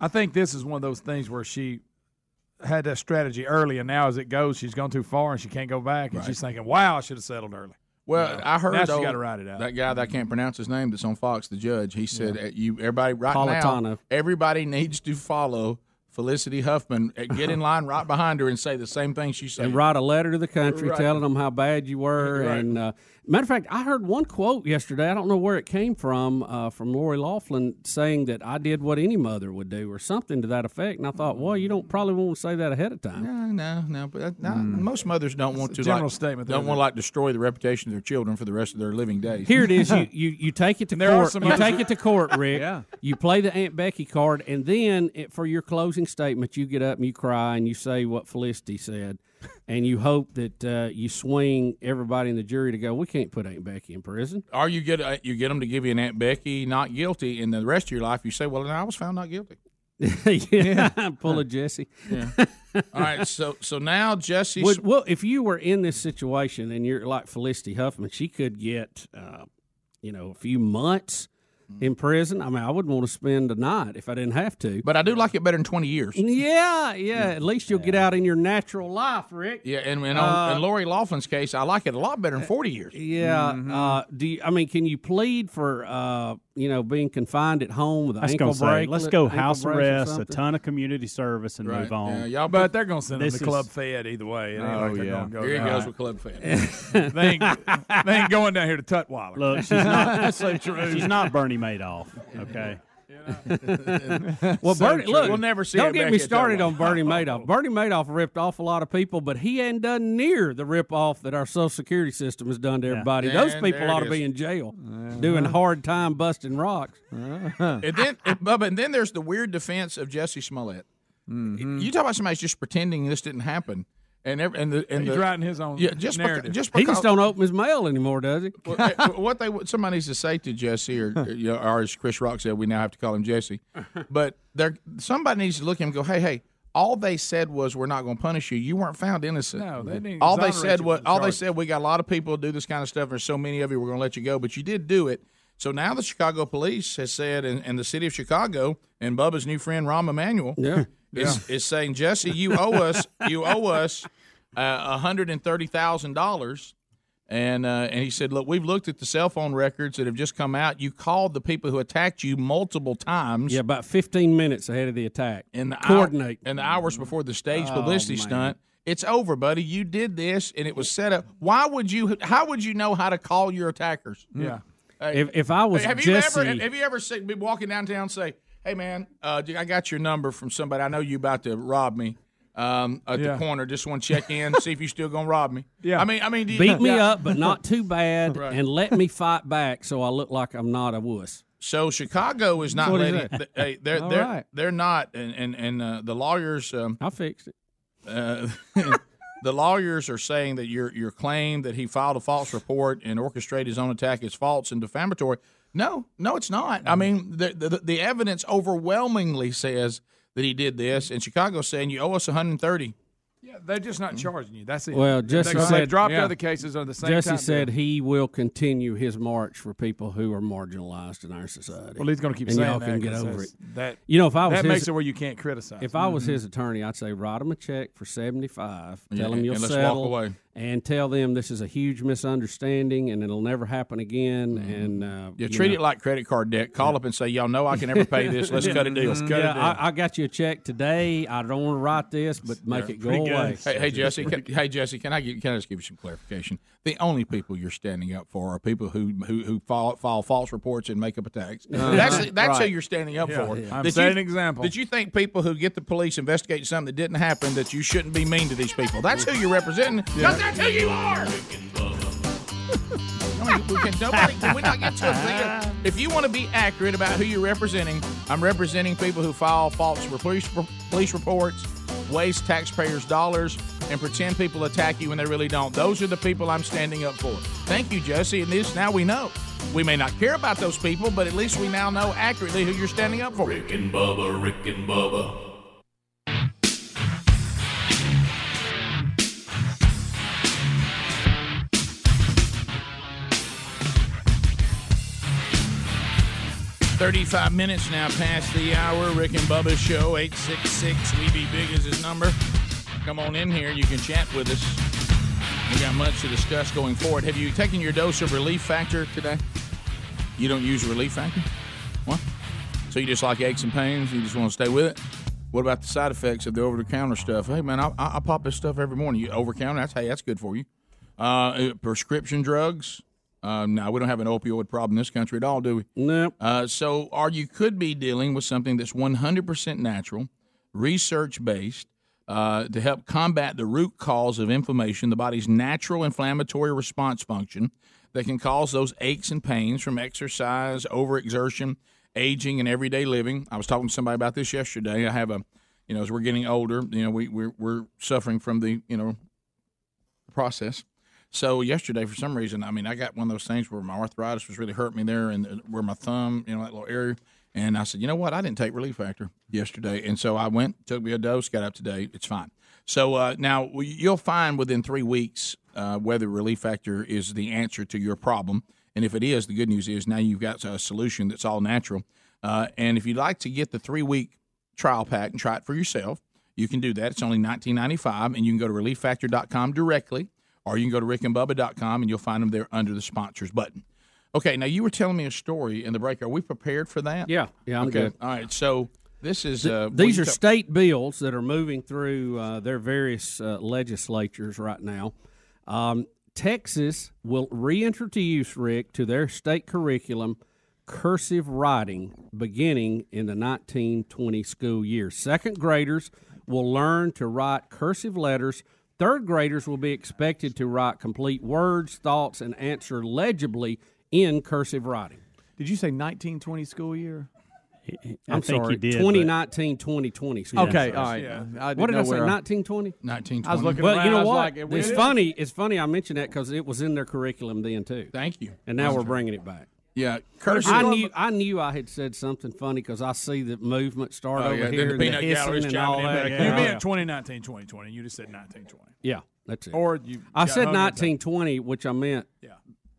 S6: I think this is one of those things where she had that strategy early, and now as it goes, she's gone too far and she can't go back. And
S2: Right.
S6: she's thinking, "Wow, I should have settled early."
S2: Well,
S6: You know,
S2: I heard
S6: now she's
S2: though,
S6: got to ride it out.
S2: That guy that I can't pronounce his name that's on Fox, the judge, he said, uh "You everybody right now,
S3: Politano.
S2: everybody needs to follow Felicity Huffman. Uh, Get in line right behind her and say the same thing she said."
S3: and write a letter to the country
S2: Right.
S3: telling them how bad you were.
S2: Right.
S3: And uh, matter of fact, I heard one quote yesterday. I don't know where it came from, uh, from Lori Laughlin saying that I did what any mother would do, or something to that effect. And I thought, well, you don't probably want to say that ahead of time.
S2: No, no, no. But that- no, most mothers don't want to
S3: Hmm. a general
S2: like,
S3: statement
S2: Don't
S3: there,
S2: want to
S3: isn't it?
S2: like destroy the reputation of their children for the rest of their living days.
S3: Here it is. You you, you take it to
S2: There are
S3: court.
S2: some
S3: You
S2: others-
S3: take it to court, Rick. You play the Aunt Becky card, and then it, for your closing statement, you get up and you cry and you say what Felicity said, and you hope that uh, you swing everybody in the jury to go. We can't put Aunt Becky in prison.
S2: or you get uh, you get them to give you an Aunt Becky not guilty, and the rest of your life you say, "Well, then I was found not guilty."
S3: yeah, pull a Jesse.
S2: Yeah. All right, so so now Jesse
S3: Would, well, if you were in this situation and you're like Felicity Huffman, she could get, uh, you know, a few months in prison. I mean, I wouldn't want to spend a night if I didn't have to.
S2: But I do like it better than twenty years.
S3: Yeah, yeah. At least you'll get out in your natural life, Rick.
S2: Yeah, and, and on
S3: Uh,
S2: in Lori Laughlin's case, I like it a lot better than 40 years.
S3: Yeah. Uh, do you, I mean, can you plead for, uh, you know, being confined at home with an
S5: That's
S3: ankle
S5: gonna say,
S3: break?
S5: let's go house arrest, a ton of community service, and
S3: Right.
S5: move on.
S2: Yeah, y'all-
S6: But they're going to send them
S5: This
S6: to
S5: is-
S6: Club Fed either way. It ain't
S5: Oh,
S6: like they're
S5: yeah.
S6: gonna go
S5: Here he
S6: down.
S5: goes with
S2: Club Fed.
S6: they, ain't, they ain't going down here to Tutwiler.
S5: Look, she's not.
S6: so true.
S5: She's not Bernie Madoff. Okay.
S3: well,
S5: So
S3: Bernie,
S5: true.
S3: look,
S5: We'll never see
S3: Don't
S5: it
S3: get
S5: back
S3: me
S5: at that
S3: started
S5: one.
S3: on Bernie Madoff. Bernie Madoff ripped off a lot of people, but he ain't done near the rip off that our Social Security system has done to everybody. Those
S2: And
S3: people
S2: there it
S3: ought to
S2: is. Uh-huh.
S3: be in jail doing hard time busting rocks.
S2: and then, and, Bubba, and then there's the weird defense of Jesse Smollett. You talk about somebody's just pretending this didn't happen, and every, and the and
S6: He's
S2: the,
S6: writing his own
S2: yeah, just beca-
S6: narrative.
S2: just
S3: he
S2: because,
S3: just don't open his mail anymore, does he?
S2: Well, eh, what they what somebody needs to say to Jesse, or, or, you know, or as Chris Rock said, we now have to call him Jesse. But there, somebody needs to look at him and go, "Hey, hey, all they said was we're not going to punish you. You weren't found innocent.
S6: No, they didn't
S2: All they
S6: exonerate
S2: said
S6: you
S2: was
S6: from the
S2: all they
S6: charge.
S2: said we got a lot of people who do this kind of stuff. And there's so many of you. We're going to let you go, but you did do it. So now the Chicago police has said, and, and the city of Chicago and Bubba's new friend Rahm Emanuel
S3: Yeah.
S2: is, is saying, Jesse, you owe us, you owe us uh, hundred and thirty thousand dollars. And uh, and he said, look, we've looked at the cell phone records that have just come out. You called the people who attacked you multiple times.
S3: Yeah, about 15 minutes ahead of the attack.
S2: And the
S3: coordinate.
S2: hour, and the hours before the stage
S3: Oh,
S2: publicity
S3: man.
S2: stunt. It's over, buddy. You did this, and it was set up. Why would you? How would you know how to call your attackers? Uh,
S6: Yeah.
S2: Hey,
S3: If- if I was
S2: have
S3: Jesse-
S2: you ever have you ever seen, been walking downtown and say, "Hey man, uh, I got your number from somebody. I know you about to rob me um, at
S6: Yeah.
S2: the corner. Just want to check in, see if you still gonna rob me."
S6: Yeah.
S2: I mean, I mean, do you-
S3: Beat me
S2: Yeah.
S3: up, but not too bad,
S2: Right.
S3: and let me fight back so I look like I'm not a wuss.
S2: So Chicago is not
S3: What is
S2: ready.
S3: that?
S2: th- hey, they're
S3: All
S2: they're
S3: right.
S2: they're not, and and, and uh, the lawyers. Um,
S3: I fixed it.
S2: Uh, the lawyers are saying that your your claim that he filed a false report and orchestrated his own attack is false and defamatory. No, no, it's not.
S3: Mm.
S2: I mean, the the, the evidence overwhelmingly says that he did this, and Chicago's saying you owe us 130.
S6: Yeah, they're just
S2: Mm-hmm.
S6: not charging you. That's it.
S3: Well, Jesse
S6: they,
S3: said
S6: they dropped other cases on the same
S3: Jesse
S6: time.
S3: said he will continue his march for people who are marginalized in our society.
S6: Well, he's gonna keep
S3: and
S6: saying
S3: y'all can
S6: that
S3: get
S6: 'cause
S3: over it.
S6: that's- that-
S3: you know, if I was
S6: that
S3: his,
S6: makes it where you can't criticize.
S3: If I was
S2: Mm-hmm.
S6: Mhm.
S3: his attorney, I'd say write him a check for seventy five.
S2: Yeah,
S3: tell him
S2: and-
S3: you'll
S2: and let's walk
S3: settle
S2: away.
S3: and tell them this is a huge misunderstanding and it'll never happen again. And uh,
S2: You Mm-hmm. treat it like credit card debt. Call up and say, y'all know I can never pay this. Let's cut a deal.
S3: Mm-hmm. yeah, I, I got you a check today. I don't want to write this, but make
S2: Yeah.
S3: it go
S2: Pretty good.
S3: away.
S2: Hey, hey Jesse. Can, hey Jesse. Can I get, can I just give you some clarification? The only people you're standing up for are people who who, who file, file false reports and make up attacks.
S6: Uh-huh.
S2: That's that's who
S6: Right.
S2: you're standing up
S6: Yeah.
S2: for.
S6: Yeah. I'm
S2: That
S6: setting
S2: you-
S6: an example.
S2: That you think people who get the police investigating something that didn't happen that you shouldn't be mean to these people? That's who you're representing. 'cause
S6: Yeah.
S2: that's who you are. I mean, we can, nobody, can we not get to a thing? of- If you want to be accurate about who you're representing, I'm representing people who file false re- police, police reports, waste taxpayers' dollars, and pretend people attack you when they really don't. Those are the people I'm standing up for. Thank you, Jesse. And this now we know. We may not care about those people, but at least we now know accurately who you're standing up for.
S1: Rick and Bubba, Rick and Bubba.
S2: Thirty-five minutes now past the hour. Rick and Bubba's show. Eight six six. We be big is his number. Come on in here. You can chat with us. We got much to discuss going forward. Have you taken your dose of Relief Factor today? You don't use Relief Factor? What? So you just like aches and pains? You just want to stay with it? What about the side effects of the over-the-counter stuff? Hey man, I, I, I pop this stuff every morning. You over-counter? That's hey, that's good for you. Uh, Uh, prescription drugs? Uh, no, we don't have an opioid problem in this country at all, do we?
S3: Nope.
S2: Uh, so, or you could be dealing with something that's 100% natural, research based, uh, to help combat the root cause of inflammation, the body's natural inflammatory response function that can cause those aches and pains from exercise, overexertion, aging, and everyday living. I was talking to somebody about this yesterday. I have a, you know, as we're getting older, you know, we, we're, we're suffering from the, you know, process. So yesterday, for some reason, I mean, I got one of those things where my arthritis was really hurting me there, and uh, where my thumb, you know, that little area. And I said, you know what? I didn't take Relief Factor yesterday, and so I went, took me a dose, got up today. It's fine. So uh, now we- you'll find within three weeks uh, whether Relief Factor is the answer to your problem, and if it is, the good news is now you've got a solution that's all natural. Uh, and if you'd like to get the three week trial pack and try it for yourself, you can do that. It's only $19.95, and you can go to relieffactor.com directly, or you can go to rickandbubba.com, and you'll find them there under the sponsors button. Okay, now you were telling me a story in the break. Are we prepared for that?
S3: Yeah, yeah, I'm
S2: okay.
S3: good.
S2: All right, so this is.
S3: Th-
S2: Uh,
S3: these are
S2: what you
S3: state bills that are moving through uh, their various uh, legislatures right now. Um, Texas will reintroduce Rick to their state curriculum cursive writing beginning in the 1920 school year. Second graders will learn to write cursive letters. Third graders will be expected to write complete words, thoughts, and answer legibly in cursive writing.
S7: Did you say 1920 school year?
S3: I'm sorry, 2019 2020 school year.
S7: Okay, all right. Yeah. I didn't
S3: what did
S7: know
S3: I say?
S7: where I-
S3: 1920?
S2: 1920.
S7: I was looking
S3: well,
S7: around,
S3: you
S7: I
S3: know
S7: was
S3: what?
S7: like, it
S3: it's
S7: is.
S3: funny. It's funny. I mentioned that because it was in their curriculum then too.
S2: Thank you.
S3: And now we're bringing it back.
S2: Yeah,
S6: cursor.
S3: I knew I knew I had said something funny because I see the movement start
S6: Oh,
S3: over
S6: yeah, then
S3: here,
S6: the
S3: and the
S6: peanut gallery's
S3: hissing and all
S6: chiming in
S3: that.
S6: back.
S3: Yeah.
S6: You meant 2019, 2020. You just said 1920.
S3: Yeah, that's it.
S6: Or you
S3: I
S6: got
S3: said
S6: hung up.
S3: 1920, which I meant.
S6: Yeah.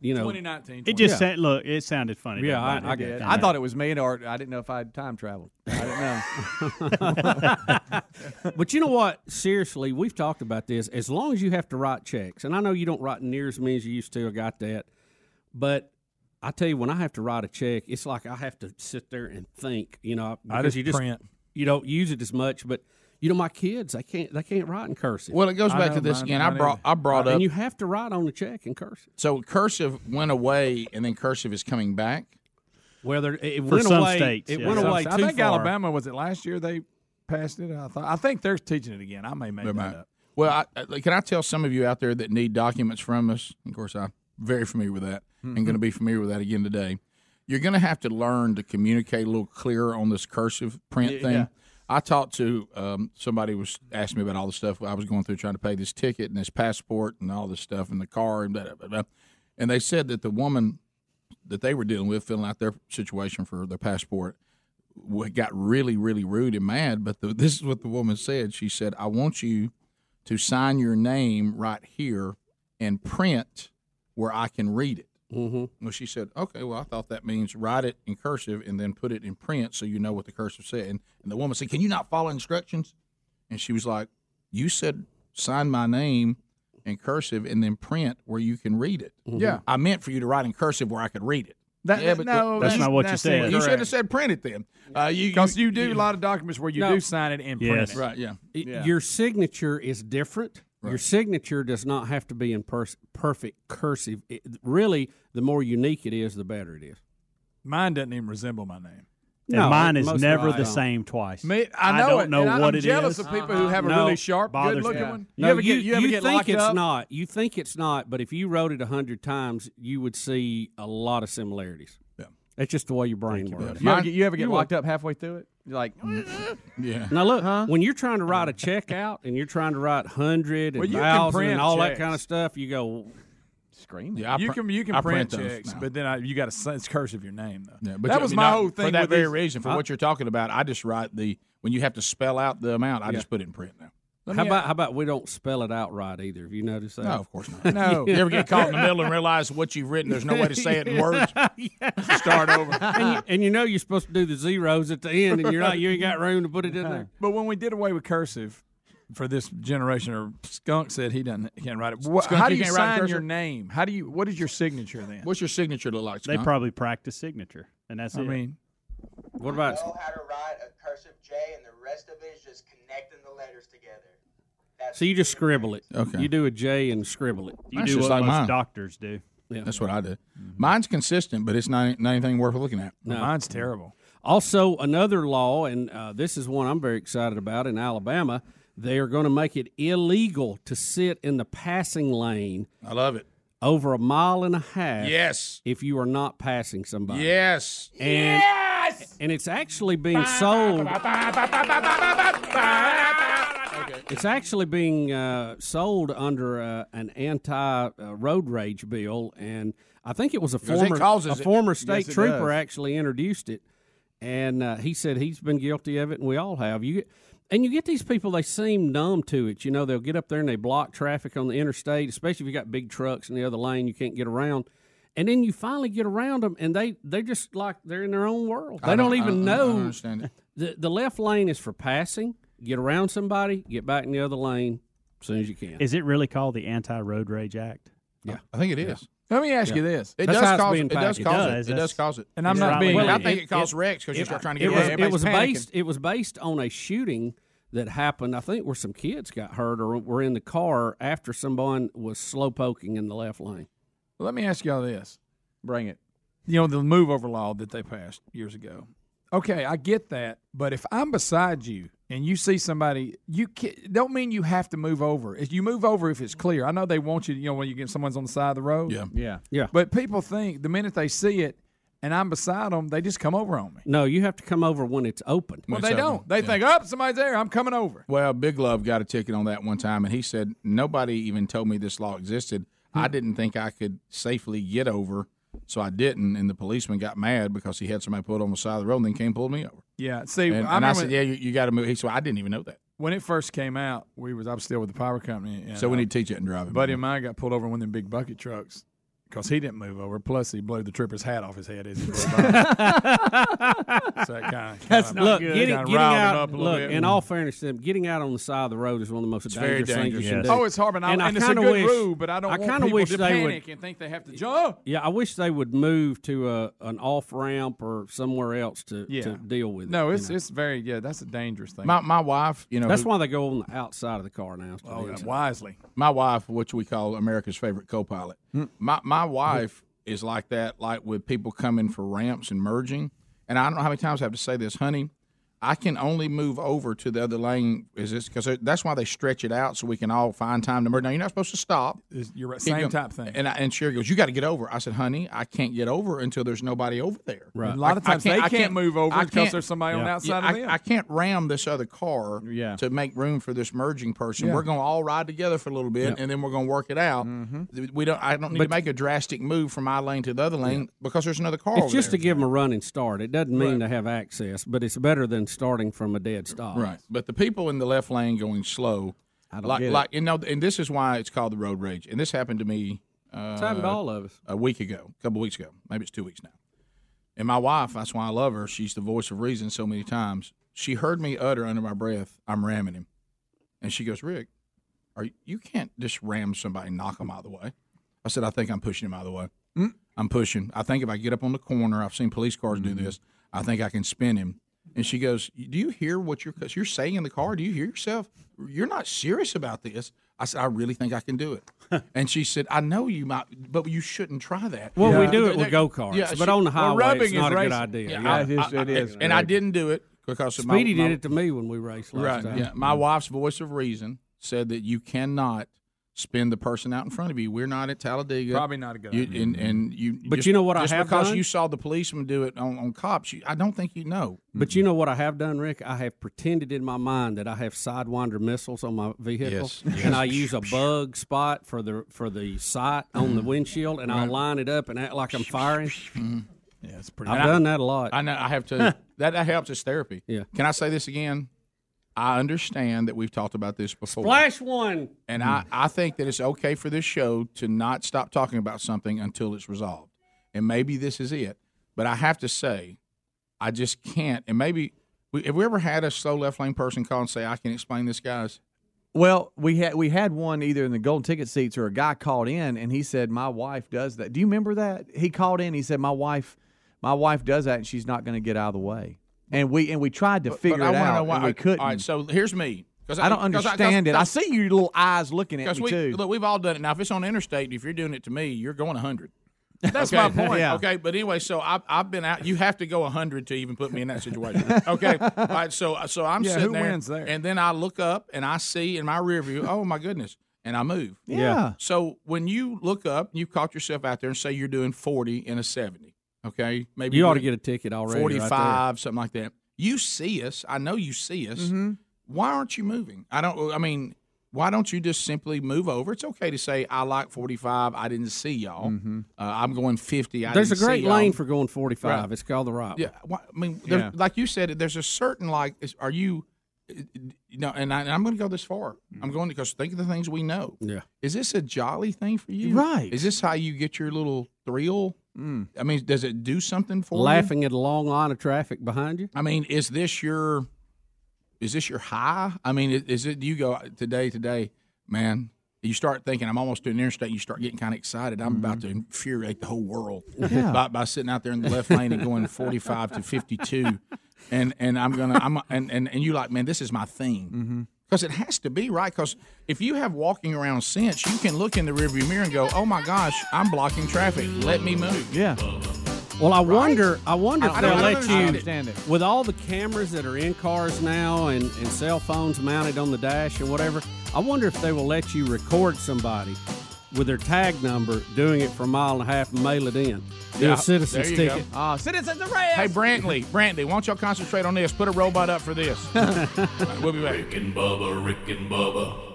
S3: You know,
S6: 2019,
S5: It just
S3: Yeah.
S5: said, look, it sounded funny. to
S3: Yeah,
S5: everybody.
S3: I- I get it.
S7: I thought it was me, or I didn't know if I had time traveled. I didn't know.
S3: but you know what? Seriously, we've talked about this. As long as you have to write checks, and I know you don't write near as many as you used to. I got that. But I tell you, when I have to write a check, it's like I have to sit there and think. You know,
S6: I
S3: because
S6: just
S3: you
S6: print.
S3: You don't use it as much, but you know, my kids, they can't they can't write in cursive.
S2: Well, it goes back to this again. I brought I brought
S3: Uh,
S2: up
S3: and you have to write on the check in cursive.
S2: So cursive went away, and then cursive is coming back.
S3: Well, there, it went away. it went away too
S6: I think
S3: far.
S6: Alabama was it last year they passed it. I thought I think they're teaching it again. I may make
S2: They
S6: that
S2: might.
S6: up.
S2: Well, I, I, can I tell some of you out there that need documents from us? Of course, I'm very familiar with that, and
S6: Mm-hmm.
S2: going to be familiar with that again today. You're going to have to learn to communicate a little clearer on this cursive print
S6: Yeah,
S2: thing.
S6: yeah.
S2: I talked to um, somebody was asked me about all the stuff I was going through trying to pay this ticket and this passport and all this stuff and the car and blah, blah, blah, blah. and they said that the woman that they were dealing with filling out their situation for their passport w- got really really rude and mad but the, this is what the woman said she said i want you to sign your name right here and print where i can read it
S3: mm-hmm.
S2: well she said okay well i thought that means write it in cursive and then put it in print so you know what the cursive said and, and the woman said can you not follow instructions and she was like you said sign my name in cursive and then print where you can read it
S6: Yeah.
S2: i meant for you to write in cursive where i could read it
S6: That- no, That's that's- not what you that's said.
S2: You should
S6: incorrect.
S2: have said print it then. Uh, you
S6: Because you, do a lot of documents where you
S2: No.
S6: do sign it and print it.
S2: Right. Yeah.
S3: It- Your signature is different. Your signature does not have to be in pers- perfect cursive. It, really, the more unique it is, the better it is.
S6: Mine doesn't even resemble my name.
S5: And mine is never the same twice.
S6: Me,
S5: I
S6: I know
S5: don't
S6: it.
S5: know
S6: and I'm
S5: what it
S6: jealous
S5: is.
S6: of people who have a really sharp,
S5: Bothers me.
S6: good-looking
S5: Yeah.
S6: one.
S3: No, you,
S6: ever get you ever
S3: you
S6: get
S3: think
S6: locked
S3: it's
S6: up?
S3: not. You think it's not, but if you wrote it a hundred times, you would see a lot of similarities.
S2: Yeah,
S3: that's just the way your brain works.
S7: you, ever get, you ever get locked up halfway through it? You're like,
S2: Yeah.
S3: Now look, when you're trying to write a check out and you're trying to write hundred
S6: Well,
S3: and
S6: you can
S3: thousand
S6: print
S3: and all
S6: checks.
S3: that kind of stuff, you go
S7: screaming.
S6: you can you can
S2: I print
S6: print,
S2: those
S6: checks,
S2: now.
S6: but then I, you got to it's cursive your name though.
S2: Yeah, but
S6: that
S2: you-
S6: was
S2: I mean,
S6: my
S2: not-
S6: whole thing
S2: for that
S6: with
S2: very
S6: these-
S2: reason. For
S6: I-
S2: what you're talking about, I just write the when you have to spell out the amount, I just put it in print now.
S3: How
S2: Let
S3: about
S2: me- uh,
S3: how about we don't spell it out right either? Have you noticed that?
S2: No, of course not. you ever get caught in the middle and realize what you've written? There's no way to say it in words. Start over.
S3: and, you, and you know you're supposed to do the zeros at the end, and you're like, you ain't got room to put it in there.
S6: But when we did away with cursive for this generation, or Skunk said he doesn't he can't write it. Wha-
S2: Skunk,
S6: how do
S2: you
S6: you
S2: can't write
S6: sign
S2: cursive?
S6: your name? How do you? What is your signature then?
S2: What's your signature look like?
S5: They probably practice signature, and that's
S6: I
S5: it.
S6: mean,
S3: What about So you just scribble it.
S2: Okay.
S3: You do a J and scribble it.
S5: You do what most doctors do.
S2: That's what I do. Mine's consistent, but it's not, not anything worth looking at.
S3: No.
S6: Mine's terrible.
S3: Also, another law, and uh, this is one I'm very excited about in Alabama. They are going to make it illegal to sit in the passing lane.
S2: I love it.
S3: Over a mile and a half.
S2: Yes.
S3: If you are not passing somebody.
S2: Yes.
S3: And, yes. And it's actually being sold. It's actually being uh, sold under uh, an anti uh, road rage bill, and I think it was a
S2: Because it
S3: former a
S2: causes it.
S3: former state
S2: Yes, it
S3: trooper
S2: does.
S3: actually introduced it, and uh, he said he's been guilty of it, and we all have. You get, and you get these people; they seem numb to it. You know, they'll get up there and they block traffic on the interstate, especially if you got big trucks in the other lane, you can't get around. And then you finally get around them, and they they just like they're in their own world. They
S2: I
S3: don't,
S2: don't- I
S3: even
S2: don't- I
S3: know.
S2: don't understand it.
S3: The the left lane is for passing. Get around somebody, get back in the other lane as soon as you can.
S5: Is it really called the Anti-Road Rage Act?
S3: Yeah,
S2: I think it is.
S6: Let me ask you this.
S2: It
S5: That's how
S2: does
S5: it's
S2: cause
S5: being
S2: it. does
S5: packaged.
S2: cause
S5: It does.
S2: it. It does cause it.
S6: And I'm not being-
S2: Well, I
S6: it-
S2: think it, caused wrecks because you
S3: it-
S2: start trying to get
S3: it
S2: away.
S3: was, it
S2: Everybody's
S3: was
S2: panicking.
S3: based. It was based on a shooting that happened. I think where some kids got hurt or were in the car after someone was slow poking in the left lane.
S6: Let me ask y'all this.
S7: Bring it.
S6: You know the move over law that they passed years ago. Okay, I get that, but if I'm beside you and you see somebody, you can, don't mean you have to move over. If you move over, if it's clear, I know they want you. You know when you get someone's on the side of the road.
S2: Yeah.
S7: Yeah.
S3: Yeah.
S6: But people think the minute they see it, and I'm beside them, they just come over on me.
S3: No, you have to come over when it's open.
S6: Well, they don't. They think, up, somebody's there. I'm coming over.
S2: "Oh, Well, Big Love got a ticket on that one time, and he said nobody even told me this law existed. I didn't think I could safely get over, So I didn't, and the policeman got mad because he had somebody pulled on the side of the road and then came and pulled me over.
S6: Yeah, see,
S2: and,
S6: I
S2: and I
S6: remember-
S2: said, "Yeah, you, you got to move." He said, "I didn't even know that."
S6: When it first came out, we was I was still with the power company. and,
S2: so we
S6: uh,
S2: need to teach it and drive it.
S6: buddy of mine got pulled over in one of them big bucket trucks because he didn't move over. Plus, he blew the tripper's hat off his head. As he blew by. so that kind of
S3: look, Getting, getting out, look, in all fairness to them, getting out on the side of the road is one of the most
S6: It's very
S3: dangerous, things you
S6: dangerous.
S3: can do.
S6: Oh, it's hard, but I- and it's a
S3: kinda
S6: good rule, but I don't want
S3: kinda
S6: people
S3: wish
S6: to
S3: they
S6: panic and think they have to jump.
S3: Yeah, I wish they would move to a, an off ramp or somewhere else to, to deal with it.
S6: No,
S3: you
S6: it's
S3: know.
S6: it's very yeah. That's a dangerous thing.
S2: My my wife, you know,
S3: that's
S2: who-
S3: why they go on the outside of the car now. instead of
S2: Oh,
S3: the
S2: yeah,
S3: inside.
S6: wisely. Hmm.
S2: My wife, which we call America's favorite co-pilot. My my wife is like that, like with people coming for ramps and merging. And I don't know how many times I have to say this, honey. I can only move over to the other lane. Is this because that's why they stretch it out so we can all find time to merge? Now you're not supposed to stop.
S6: It's- You're right.
S2: You
S6: Same
S2: go-
S6: type thing.
S2: And I, and Sherry goes, "You got to get over." I said, "Honey, I can't get over until there's nobody over there."
S6: Right. A lot of times they
S2: I
S6: can't move over
S2: I
S6: because
S2: can't-
S6: there's somebody on the outside
S2: I,
S6: of them.
S2: I can't ram this other car
S6: Yeah.
S2: to make room for this merging person.
S6: Yeah.
S2: We're going to all ride together for a little bit,
S6: Yeah. Mm-hmm.
S2: and then we're going to work it out. We don't. I don't need to
S3: But-
S2: make a drastic move from my lane to the other lane because there's another car.
S3: It's
S2: over
S3: just
S2: there.
S3: to give them a running start. It doesn't mean to have access, but it's better than starting from a dead stop.
S2: Right. But the people in the left lane going slow,
S3: I don't
S2: like,
S3: get it.
S2: like you know, and this is why it's called the road rage. And this happened to me. Uh,
S3: It's happened to all of us.
S2: A week ago, a couple weeks ago, maybe it's two weeks now. And my wife, that's why I love her. She's the voice of reason so many times. She heard me utter under my breath, "I'm ramming him," and she goes, "Rick, are you, you can't just ram somebody, and knock them out of the way." I said, "I think I'm pushing him out of the way.
S3: Mm.
S2: I'm pushing. I think if I get up on the corner, I've seen police cars
S3: Mm-hmm.
S2: do this. I think I can spin him." And she goes, "Do you hear what you're 'cause you're saying in the car? Do you hear yourself? You're not serious about this." I said, "I really think I can do it." and she said, "I know you might, but you shouldn't try that."
S3: Well, we do it with go-karts, but on the Well, highway, rubbing it's is not a good racing. idea. Yeah,
S2: I-
S3: it is-
S2: I-
S3: it
S2: I-
S3: is,
S2: and I
S3: Rick.
S2: didn't do it because of my-
S3: Speedy
S2: my,
S3: did it to me when we raced last
S2: Right.
S3: time.
S2: Yeah. My wife's voice of reason said that you cannot spin the person out in front of you. We're not at Talladega.
S6: Probably not a good
S2: You,
S6: idea. Mm-hmm.
S2: and, and you.
S3: But
S2: just-
S3: you know what I
S2: just
S3: have
S2: because
S3: done?
S2: you saw the policeman do it on, on cops. You, I don't think you know.
S3: But you know what I have done, Rick? I have pretended in my mind that I have Sidewinder missiles on my vehicle,
S2: Yes.
S3: and I use a bug spot for the for the sight on the windshield, and I
S2: Mm. Right.
S3: line it up and act like I'm firing.
S2: Yeah, it's
S3: pretty- I've done that a lot.
S2: I know. I have to. Mm-hmm. that, that helps as therapy.
S3: Yeah.
S2: Can I say this again? I understand that we've talked about this before.
S3: Flash one.
S2: And I, I think that it's okay for this show to not stop talking about something until it's resolved. And maybe this is it. But I have to say, I just can't. And maybe, we, have we ever had a slow left lane person call and say, I can explain this, guys?
S7: Well, we had we had one either in the golden ticket seats or a guy called in and he said my wife does that. Do you remember that? He called in. He said my wife, my wife does that and she's not going to get out of the way. And we and we tried to figure
S2: I
S7: it
S2: wanna
S7: out.
S2: know why.
S7: and we couldn't.
S2: All right, so here's me. 'Cause
S7: I don't
S2: 'cause 'cause
S7: understand it. I
S2: that's-
S7: see your little eyes looking at
S2: Because
S7: me
S2: we
S7: too.
S2: look, we've all done it. Now, if it's on interstate, if you're doing it to me, you're going 100.
S6: That's
S2: Okay?
S6: my point.
S7: Yeah.
S2: Okay, but anyway, so I've, I've been out. You have to go 100 to even put me in that situation. Okay, all right. So so I'm
S6: Yeah,
S2: sitting
S6: who
S2: there,
S6: wins there?
S2: and then I look up and I see in my rear view. Oh my goodness! And I move.
S6: Yeah. Yeah.
S2: So when you look up, you caught yourself out there and say you're doing 40 in a 70. Okay, maybe
S3: You
S2: you're
S3: ought to
S2: doing
S3: get a ticket already. right there.
S2: 45, something like that. You see us. I know you see us.
S3: Mhm.
S2: Why aren't you moving? I don't. I mean, why don't you just simply move over? It's okay to say I like forty-five. I didn't see y'all. Uh, I'm going fifty. I
S3: Mm-hmm. There's a
S2: didn't see
S3: great
S2: y'all."
S3: lane for going 45.
S2: Right.
S3: It's called the right.
S2: Yeah,
S3: one.
S2: why- I mean, there-
S3: Yeah.
S2: like you said, there's a certain like, is, are you? uh, You know, and, I, and I'm going to go this far.
S3: Mm.
S2: I'm going because think of the things we know.
S3: Yeah.
S2: Is this a jolly thing for you? Right. Is this how you get your little thrill? I mean, does it do something for you?
S3: Laughing at a long line of traffic behind you.
S2: I mean, is this your is this your high? I mean, is, is it do you go today today, man? You start thinking I'm almost to an interstate. You start getting kind of excited. I'm about to infuriate the whole world
S6: Yeah.
S2: by, by sitting out there in the left lane and going 45 to 52, and and I'm gonna I'm and and, and you like man, this is my thing. Because it has to be right. Because if you have walking around sense, you can look in the rearview mirror and go, "Oh my gosh, I'm blocking traffic. Let me move."
S7: Yeah.
S3: Well, I wonder. I wonder
S2: I
S3: if
S2: don't-
S3: they'll
S2: I don't
S3: let you
S2: understand it.
S3: with all the cameras that are in cars now and, and cell phones mounted on the dash and whatever. I wonder if they will let you record somebody with their tag number doing it for a mile and a half and mail it in. Do
S2: Yeah,
S3: a citizen's
S2: there you go.
S3: ticket.
S7: Ah, citizens arrest.
S2: Hey, Brantley, Brantley, why don't y'all concentrate on this? Put a robot up for this. Right, we'll be back.
S10: Rick and Bubba, Rick and Bubba.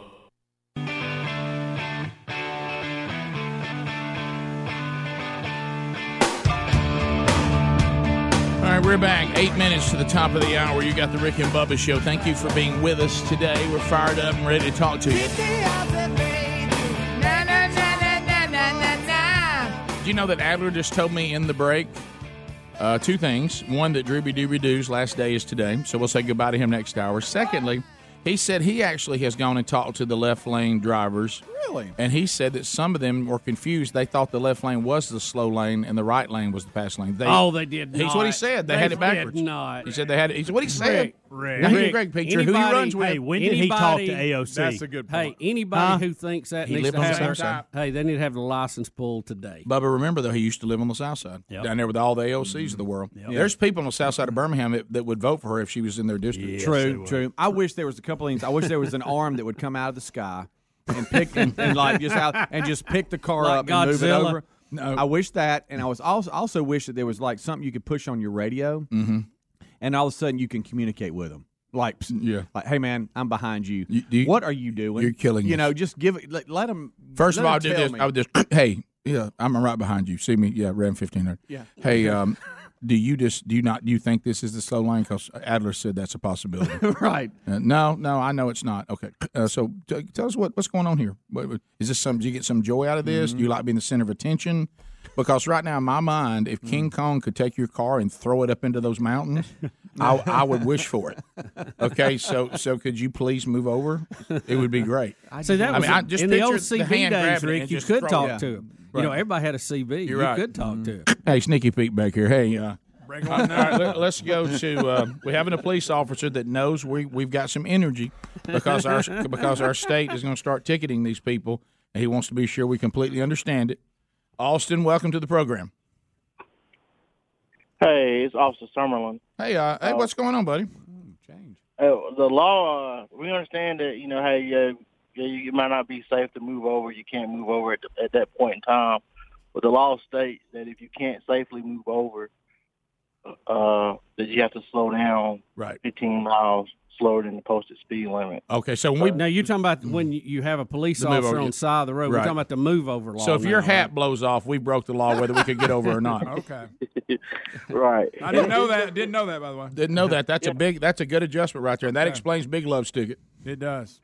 S2: we're back. Eight minutes to the top of the hour. You got the Rick and Bubba Show. Thank you for being with us today. We're fired up and ready to talk to you.
S12: Na, na, na, na, na, na, na, na.
S2: Do you know that Adler just told me in the break uh, two things? One, that Drooby Dooby Doo's last day is today, so we'll say goodbye to him next hour. Secondly, he said he actually has gone and talked to the left lane drivers.
S6: Really?
S2: And he said that some of them were confused. They thought the left lane was the slow lane and the right lane was the fast lane.
S3: Oh, they did
S2: He's what he
S3: not.
S2: said. They,
S3: They
S2: had it
S3: did
S2: backwards.
S3: not.
S2: He said they had it. He's what he said.
S3: Rick, Rick.
S2: Now, here's
S3: Rick,
S2: Greg picture who he
S3: anybody-
S2: runs with.
S3: hey, when did he talk to Anybody- AOC?
S6: That's a good
S3: Hey,
S6: point.
S3: anybody
S2: Huh?
S3: who thinks that
S2: He
S3: needs
S2: lived
S3: to
S2: on the
S3: have,
S2: south side.
S3: Hey, they need to have the license pulled today.
S2: Bubba, remember though, he used to live on the south side, down there with all the AOCs of
S3: Mm-hmm.
S2: the world. There's people on the south side of Birmingham that, that would vote for her if she was in their district.
S7: true, true. I wish there was a couple things. I wish there was an arm that would come out of the sky and pick and, and like just out and just pick the car
S3: Like
S7: up and move it
S3: Godzilla?
S7: over.
S3: No.
S7: I wish that, and I was also also wish that there was like something you could push on your radio,
S2: Mm-hmm.
S7: and all of a sudden you can communicate with them. Like, psst,
S2: yeah.
S7: like, hey man, I'm behind you. what are you doing?
S2: you're killing
S7: You
S2: us.
S7: know, just give it. Let, let them.
S2: First of all, I do this. I would just, hey, yeah, I'm right behind you. See me? Yeah, ran 1500.
S7: Yeah.
S2: Hey, um, do you just do you not do you think this is the slow lane? Because Adler said that's a possibility.
S7: right.
S2: Uh, no, no, I know it's not. Okay, uh, so t- tell us what what's going on here. What, what- is this some? Do you get some joy out of this?
S7: Mm-hmm.
S2: Do you like being the center of attention? Because right now in my mind,
S7: Mm.
S2: if King Kong could take your car and throw it up into those mountains, I, I would wish for it. Okay, so so could you please move over? It would be great.
S3: See, that
S2: I
S3: was
S2: mean, I just
S3: in the
S2: picture
S3: old
S2: the
S3: CB
S2: hand
S3: days,
S2: grabbing it
S3: Rick.
S2: and
S3: You
S2: just
S3: could
S2: throw it.
S3: talk
S2: Yeah.
S3: to him.
S2: Right.
S3: You know, everybody had a CB.
S2: You're
S3: you
S2: right. Mm-hmm.
S3: could talk to him.
S2: Hey, sneaky peek back here. Hey, uh, all right, let, us go to uh, we having a police officer that knows we we've got some energy because our because our state is going to start ticketing these people, and he wants to be sure we completely understand it. Austin, welcome to the program.
S17: Hey, it's Officer Summerlin.
S2: Hey, uh, hey, what's going on, buddy?
S17: Uh, the law, uh, we understand that, you know, hey, uh, you, you might not be safe to move over. You can't move over at, the, at that point in time. But the law states that if you can't safely move over, uh, that you have to slow down
S2: right.
S17: 15 miles slower than the posted speed limit.
S2: Okay, so when we
S3: now you're talking about when you- you have a police
S2: The move
S3: officer
S2: over,
S3: on
S2: yeah.
S3: the side of the road. We're
S2: Right.
S3: talking about the move over law.
S2: So if
S3: now,
S2: your
S3: right?
S2: hat blows off, we broke the law whether we could get over or not.
S6: okay.
S17: right.
S6: I didn't know that. Didn't know that, by the way.
S2: Didn't know that. That's a big. That's a good adjustment right there, and that explains Big Love's ticket.
S6: It does.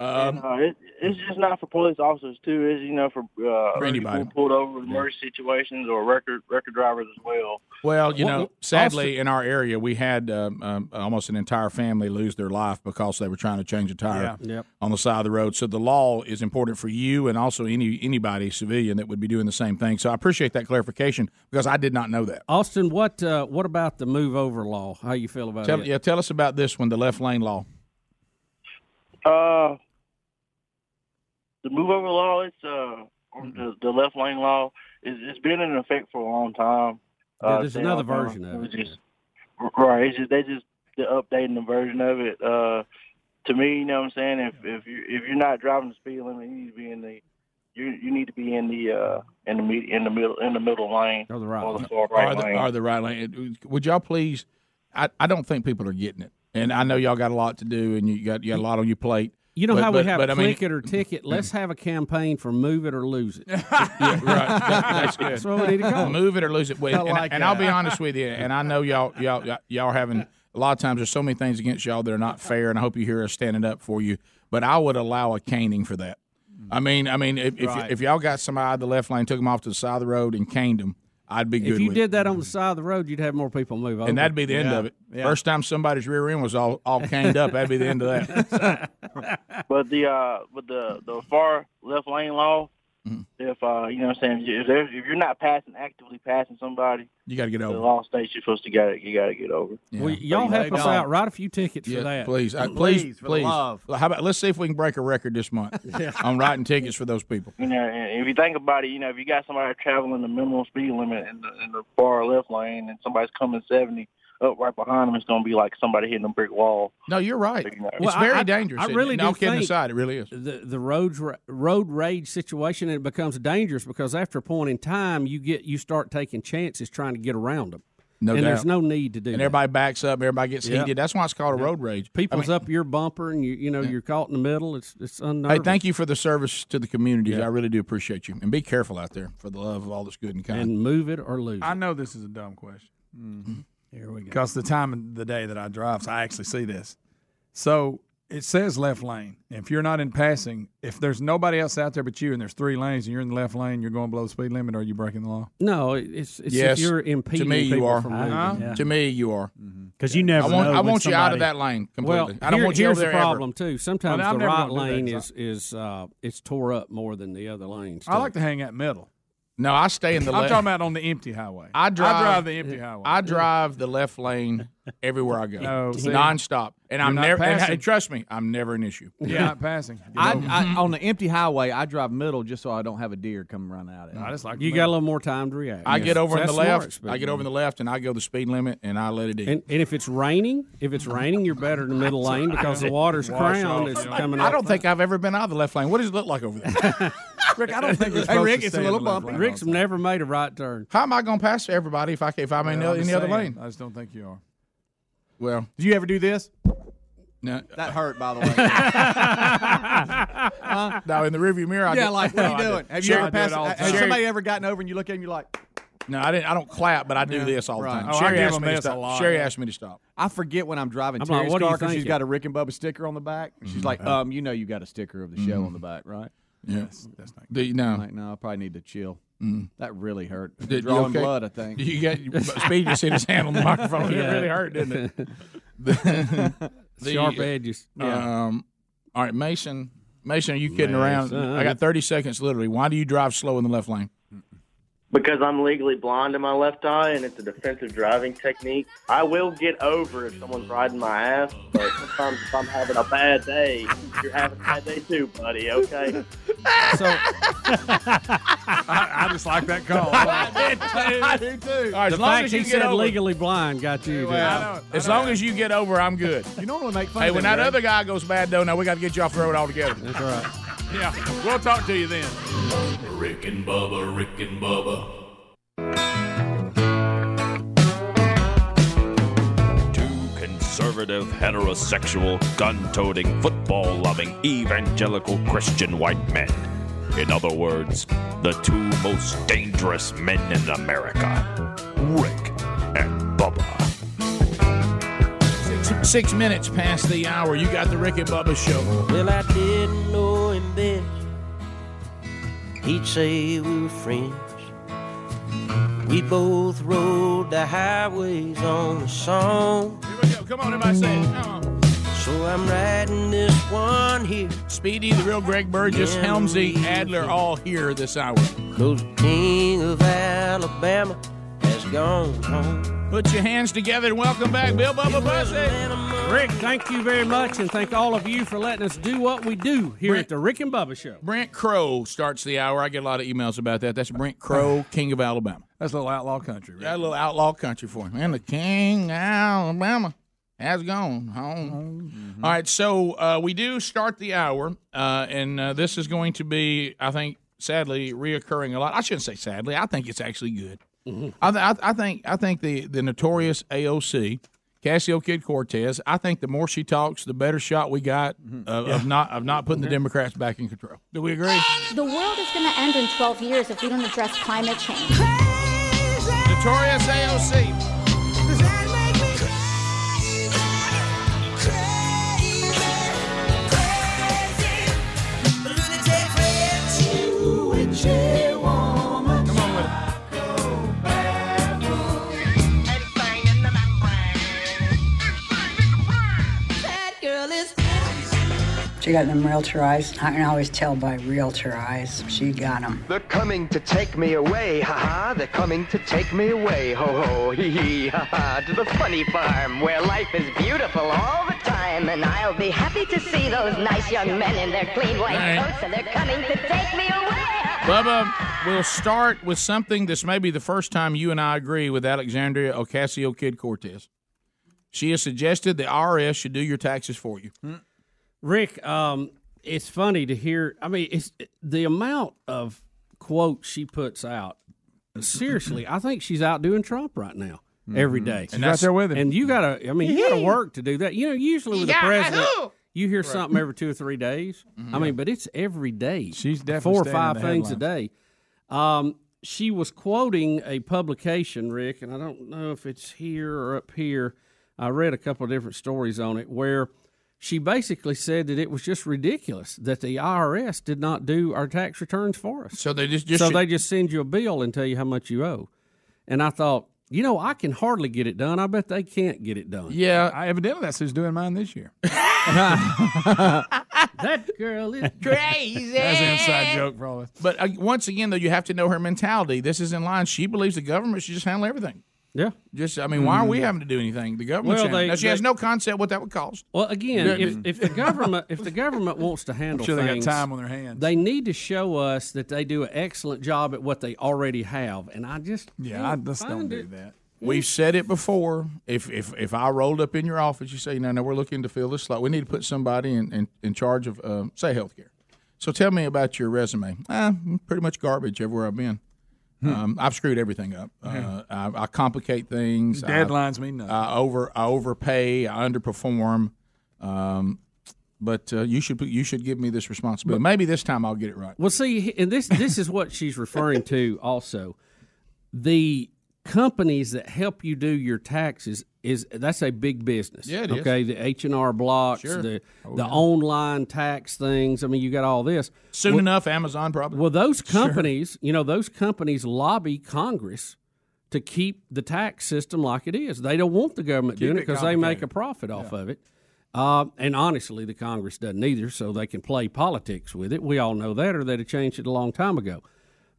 S2: Um,
S17: And, uh, it, it's just not for police officers too. It's you know for, uh,
S2: For anybody.
S17: people pulled over in emergency situations or record record drivers as well.
S2: Well, you
S17: What-
S2: know,
S17: what-
S2: sadly, in our area, we had um, um, almost an entire family lose their life because they were trying to change a tire
S3: Yeah. Yep.
S2: on the side of the road. So the law is important for you and also any anybody civilian that would be doing the same thing. So I appreciate that clarification because I did not know that.
S3: Austin, what uh, what about the move over law? How you feel about
S2: Tell,
S3: it?
S2: yeah, tell us about this one, the left lane law.
S17: Uh, the move over law, it's uh, or the, the left lane law, is it's been in effect for a long time.
S3: Yeah,
S17: Uh,
S3: there's
S17: they
S3: another
S17: don't know.
S3: version of it.
S17: was just- right. It's just, they just they're updating the version of it. Uh, to me, you know what I'm saying. If if you if you're not driving the speed limit, you need to be in the you you need to be in the uh in the mid, in the middle in the middle lane
S3: or the right,
S17: or the far
S2: Are
S17: right
S2: the,
S17: lane.
S2: are the right lane? Would y'all please? I, I don't think people are getting it, and I know y'all got a lot to do, and you got you got a lot on your plate.
S3: You know
S2: But-
S3: how
S2: but-
S3: we have
S2: but, I mean-
S3: click it or ticket. Let's have a campaign for move it or lose it.
S2: right. That- that's good.
S3: That's what we need to call it.
S2: Move it or lose it. Wait,
S3: I
S2: and,
S3: like
S2: and I'll be
S3: that.
S2: honest with you. And I know y'all, y'all, y'all- y'all are having a lot of times. There's so many things against y'all that are not fair, and I hope you hear us standing up for you. But I would allow a caning for that. I mean, I mean, if if,
S3: Right.
S2: if y'all got somebody out of the left lane, took them off to the side of the road, and caned them, I'd be good.
S3: If you
S2: with
S3: did that on the side of the road, you'd have more people move over.
S2: and that'd be the end of it. First time somebody's rear end was all all caned up, that'd be the end of that.
S17: But the uh, but the the far left lane law, if uh, you know what I'm saying, if there's, if you're not passing actively passing somebody,
S2: You got to get
S17: the
S2: over.
S17: law states you're supposed to get it. You got to get over.
S3: Well, y'all help us out. Write a few tickets
S2: Yeah,
S3: for that,
S2: please, uh, please, please. How about let's see if we can break a record this month on writing tickets for those people.
S17: You know, and if you think about it, you know, if you got somebody traveling the minimum speed limit in the, in the far left lane, and somebody's coming 70 up right behind them, it's going to be like somebody hitting a brick wall.
S2: No, you're right.
S3: Well,
S2: it's very
S3: I- I-
S2: dangerous.
S3: I
S2: isn't
S3: really
S2: it?
S3: do
S2: No, I'm kidding
S3: think-
S2: aside, it really is.
S3: The the roads ra- road rage situation and it becomes dangerous because after a point in time you get you start taking chances trying to get around them.
S2: No
S3: and
S2: doubt.
S3: there's no need to do.
S2: And
S3: that.
S2: everybody backs up. Everybody gets
S3: Yeah.
S2: heated. That's why it's called a
S3: Yeah.
S2: road rage. I
S3: People's
S2: mean,
S3: up your bumper and you you know you're caught in the middle. It's it's
S2: Hey,
S3: unnerving.
S2: thank you for the service to the communities.
S3: Yeah.
S2: I really do appreciate you. And be careful out there for the love of all that's good and kind.
S3: And move it or lose.
S6: I know this is a dumb question,
S3: Mm-hmm.
S6: Here we go. Because the time of the day that I drive, so I actually see this. So it says left lane. If you're not in passing, if there's nobody else out there but you, and there's three lanes, and you're in the left lane, you're going below the speed limit. Are you breaking the law?
S3: No, it's, it's
S6: Yes.
S3: if you're
S6: To
S3: impeding
S6: me, you
S3: people
S6: are.
S3: from moving.
S6: Uh-huh.
S3: Yeah.
S6: To me, you are.
S2: Mm-hmm.
S5: Because you never
S6: I want-
S5: know
S6: I
S5: when
S6: want you out of
S5: somebody-
S6: that lane completely.
S3: Well,
S6: I don't
S3: here-
S6: want you
S3: here's
S6: over there
S3: the
S6: ever.
S3: problem too. Sometimes
S6: Well, I'm
S3: the
S6: never
S3: right
S6: gonna do that,
S3: lane
S6: so-
S3: is is uh, it's tore up more than the other lanes.
S6: I
S3: too.
S6: like to hang out middle.
S2: No, I stay in the
S6: I'm
S2: left.
S6: talking about on the empty highway.
S2: I drive,
S6: the empty highway.
S2: I drive the left lane everywhere I go,
S6: No, see?
S2: nonstop, and
S6: You're
S2: I'm
S6: not
S2: never. And,
S6: passing.
S2: hey, trust me, I'm never an issue.
S6: You're not passing.
S7: I, I, on the empty highway, I drive middle just so I don't have a deer come run out at me.
S6: I just like
S3: you got a little more time to react.
S2: I get over in the
S3: That's
S2: left.
S3: smart, but-
S2: I get over in the left, and I go the speed limit, and I let it in.
S3: And, and if it's raining, if it's raining, you're better in the middle lane because the water's
S2: Wash
S3: crowned.
S2: off,
S3: It's
S2: yeah.
S3: coming.
S2: I don't think I've ever been out of the left lane. What does it look like over there? Rick, I don't think
S3: you're
S2: Hey,
S3: supposed
S2: Rick,
S3: to
S2: it's
S3: stay
S2: a
S3: in
S2: little
S3: the left
S2: bumpy.
S3: lane. Rick's never made a right turn.
S2: How am I going to pass everybody if I if I'm in the- in the other lane?
S6: I just don't think you are.
S2: Well,
S6: do you ever do this?
S2: No.
S7: That hurt, by the way. Huh?
S2: No, in the rearview mirror. I
S7: yeah,
S2: do-
S7: like what are you
S2: No, I do.
S7: doing? Have
S2: Sherry-
S7: you ever passed?
S2: I do it all the
S7: Has
S2: time.
S7: somebody ever gotten over and you look at him? You're like,
S2: No, I didn't. I don't clap, but I do this all the
S7: right.
S2: time.
S7: Oh, I
S2: Sherry
S7: give
S2: asked
S7: them
S2: me to
S7: this a
S2: stop.
S7: lot.
S2: Sherry asked me to stop.
S7: I forget when I'm driving
S2: I'm like,
S7: Terry's
S2: what are you
S7: car because she's
S2: thinking?
S7: got a Rick and Bubba sticker on the back. She's like,
S2: Mhm.
S7: um, you know, you got a sticker of the show on the back, right?
S2: Mm-hmm. Yeah.
S7: Yes, that's not.
S2: Do you know?
S7: I'm like, no, I probably need to chill.
S2: Mm.
S7: That really hurt.
S2: Did- you
S7: Drawing
S2: okay?
S7: blood, I think.
S2: Do you get- Speed just hit his hand on the microphone. It really hurt, didn't it? The- the-
S3: Sharp edges. Yeah.
S2: Um, all right, Mason. Mason, are you kidding around?
S3: Mason.
S2: I got 30 seconds literally. Why do you drive slow in the left lane?
S18: because I'm legally blind in my left eye and it's a defensive driving technique. I will get over if someone's riding my ass, but sometimes if I'm having a bad day, you're having a bad day too, buddy, okay?
S3: So
S6: I, I just like that call. I do too.
S2: All right,
S3: the
S2: as long
S3: fact
S2: as you
S3: he
S2: can
S3: said
S2: get over-
S3: legally blind got you.
S2: Well, as long as you get over, I'm good.
S6: You normally make fun
S2: Hey,
S6: of
S2: when
S6: him,
S2: that
S6: Rick.
S2: other guy goes bad, though, now we got to get you off the road altogether.
S3: That's right.
S6: Yeah, we'll talk to you then.
S10: Rick and Bubba, Rick and Bubba.
S1: Two conservative, heterosexual, gun toting, football loving, evangelical Christian white men. In other words, the two most dangerous men in America Rick and Bubba.
S2: Six, six minutes past the hour. You got the Rick and Bubba show.
S19: Well, I didn't know him then. He'd say we were friends. We both rode the highways on the song.
S2: Here we go. Come on, everybody say it. Come on.
S19: So I'm riding this one here.
S2: Speedy, the real Greg Burgess, Helmsy, Adler, all here this hour.
S19: Cause the king of Alabama has gone home.
S2: Put your hands together and welcome back, Bill Bubba Bussett.
S3: Rick, thank you very much, and thank all of you for letting us do what we do here at the Rick and Bubba Show.
S2: Brent Crow starts the hour. I get a lot of emails about that. That's Brent Crow, King of Alabama.
S6: That's a little outlaw country. Rick.
S2: Got a little outlaw country for him. And the King of Alabama has gone home.
S6: Mm-hmm.
S2: All right, so uh, we do start the hour, uh, and uh, this is going to be, I think, sadly, reoccurring a lot. I shouldn't say sadly. I think it's actually good.
S19: Mm-hmm.
S2: I, th- I, th- I think I think the the notorious AOC, Cassio Kid Cortez. I think the more she talks, the better shot we got
S19: Mm-hmm.
S2: of, of not of not putting the Democrats back in control. Do we agree?
S20: The world is going to end in 12 years if we don't address climate change.
S2: Notorious AOC.
S21: She got them realtor eyes. I can always tell by realtor eyes. She got them.
S22: They're coming to take me away, ha ha. They're coming to take me away, ho ho, hee hee, ha ha. To the funny farm where life is beautiful all the time, and I'll be happy to see those nice young men in their clean white
S2: Right.
S22: coats, and they're coming to take me away.
S2: Bubba, we'll start with something that's maybe the first time you and I agree with Alexandria Ocasio Kid Cortez. She has suggested the IRS should do your taxes for you. Hmm.
S3: Rick, um, it's funny to hear. I mean, it's the amount of quotes she puts out. Seriously, I think she's outdoing Trump right now every
S2: Mm-hmm.
S6: Mhm.
S3: day.
S6: She's right there with him.
S3: And you got to, I mean, you got to
S6: Yee-hee.
S3: work to do that. You know, usually with the
S6: Yahoo!
S3: president, you hear something every two or three
S2: Mm-hmm.
S3: days. I mean, but it's every day. She's
S6: definitely
S3: four or
S6: staying in
S3: five
S6: the
S3: things a day. Um, she was quoting a publication, Rick, and I don't know if it's here or up here. I read a couple of different stories on it where she basically said that it was just ridiculous that the IRS did not do our tax returns for us.
S2: So they just- just
S3: so
S2: should-
S3: they just send you a bill and tell you how much you owe. And I thought, you know, I can hardly get it done. I bet they can't get it done.
S6: Yeah, I, evidently that's who's doing mine this year.
S3: that girl is
S2: crazy.
S6: That's an inside joke for all of us.
S2: But uh, once again, though, you have to know her mentality. This is in line. She believes the government should just handle everything.
S3: Yeah.
S2: Just, I mean, why are we having to do anything? The government.
S3: Mm-hmm. Well,
S2: should handle-
S3: they-
S2: now, she has
S3: they-
S2: no concept what that would cost.
S3: Well, again,
S2: Yeah,
S3: if,
S2: it-
S3: if the government if the government wants to handle
S6: sure they got
S3: things,
S6: time on their hands.
S3: They need to show us that they do an excellent job at what they already have, and I just
S6: Yeah, I just don't
S3: find
S6: do
S3: it-
S6: that.
S2: We've said it before. If if if I rolled up in your office, you say, "No, no, we're looking to fill this slot. We need to put somebody in in, in charge of, uh, say, healthcare." So tell me about your resume. Ah, pretty much garbage everywhere I've been.
S6: Hmm.
S2: Um, I've screwed everything up. Uh, I, I complicate things. I-
S6: Deadlines mean nothing.
S2: I over I overpay. I underperform. Um, but uh, you should put- you should give me this responsibility. Maybe this time I'll get it right.
S3: Well, see, and this this is what she's referring to. Also, the companies that help you do your taxes is that's a big business.
S2: Yeah, it is.
S3: okay, the H and R blocks,
S2: Sure.
S3: the
S2: Oh,
S3: the
S2: yeah.
S3: online tax things. I mean, you got all this.
S2: Soon
S3: Well-
S2: enough, Amazon probably.
S3: Well, those companies, you know, those companies lobby Congress to keep the tax system like it is. They don't want the government
S2: Keep
S3: doing it
S2: it
S3: because they make a
S2: complicated.
S3: profit off of it. Uh, and honestly, the Congress doesn't either, so they can play politics with it. We all know that, or they'd have changed it a long time ago.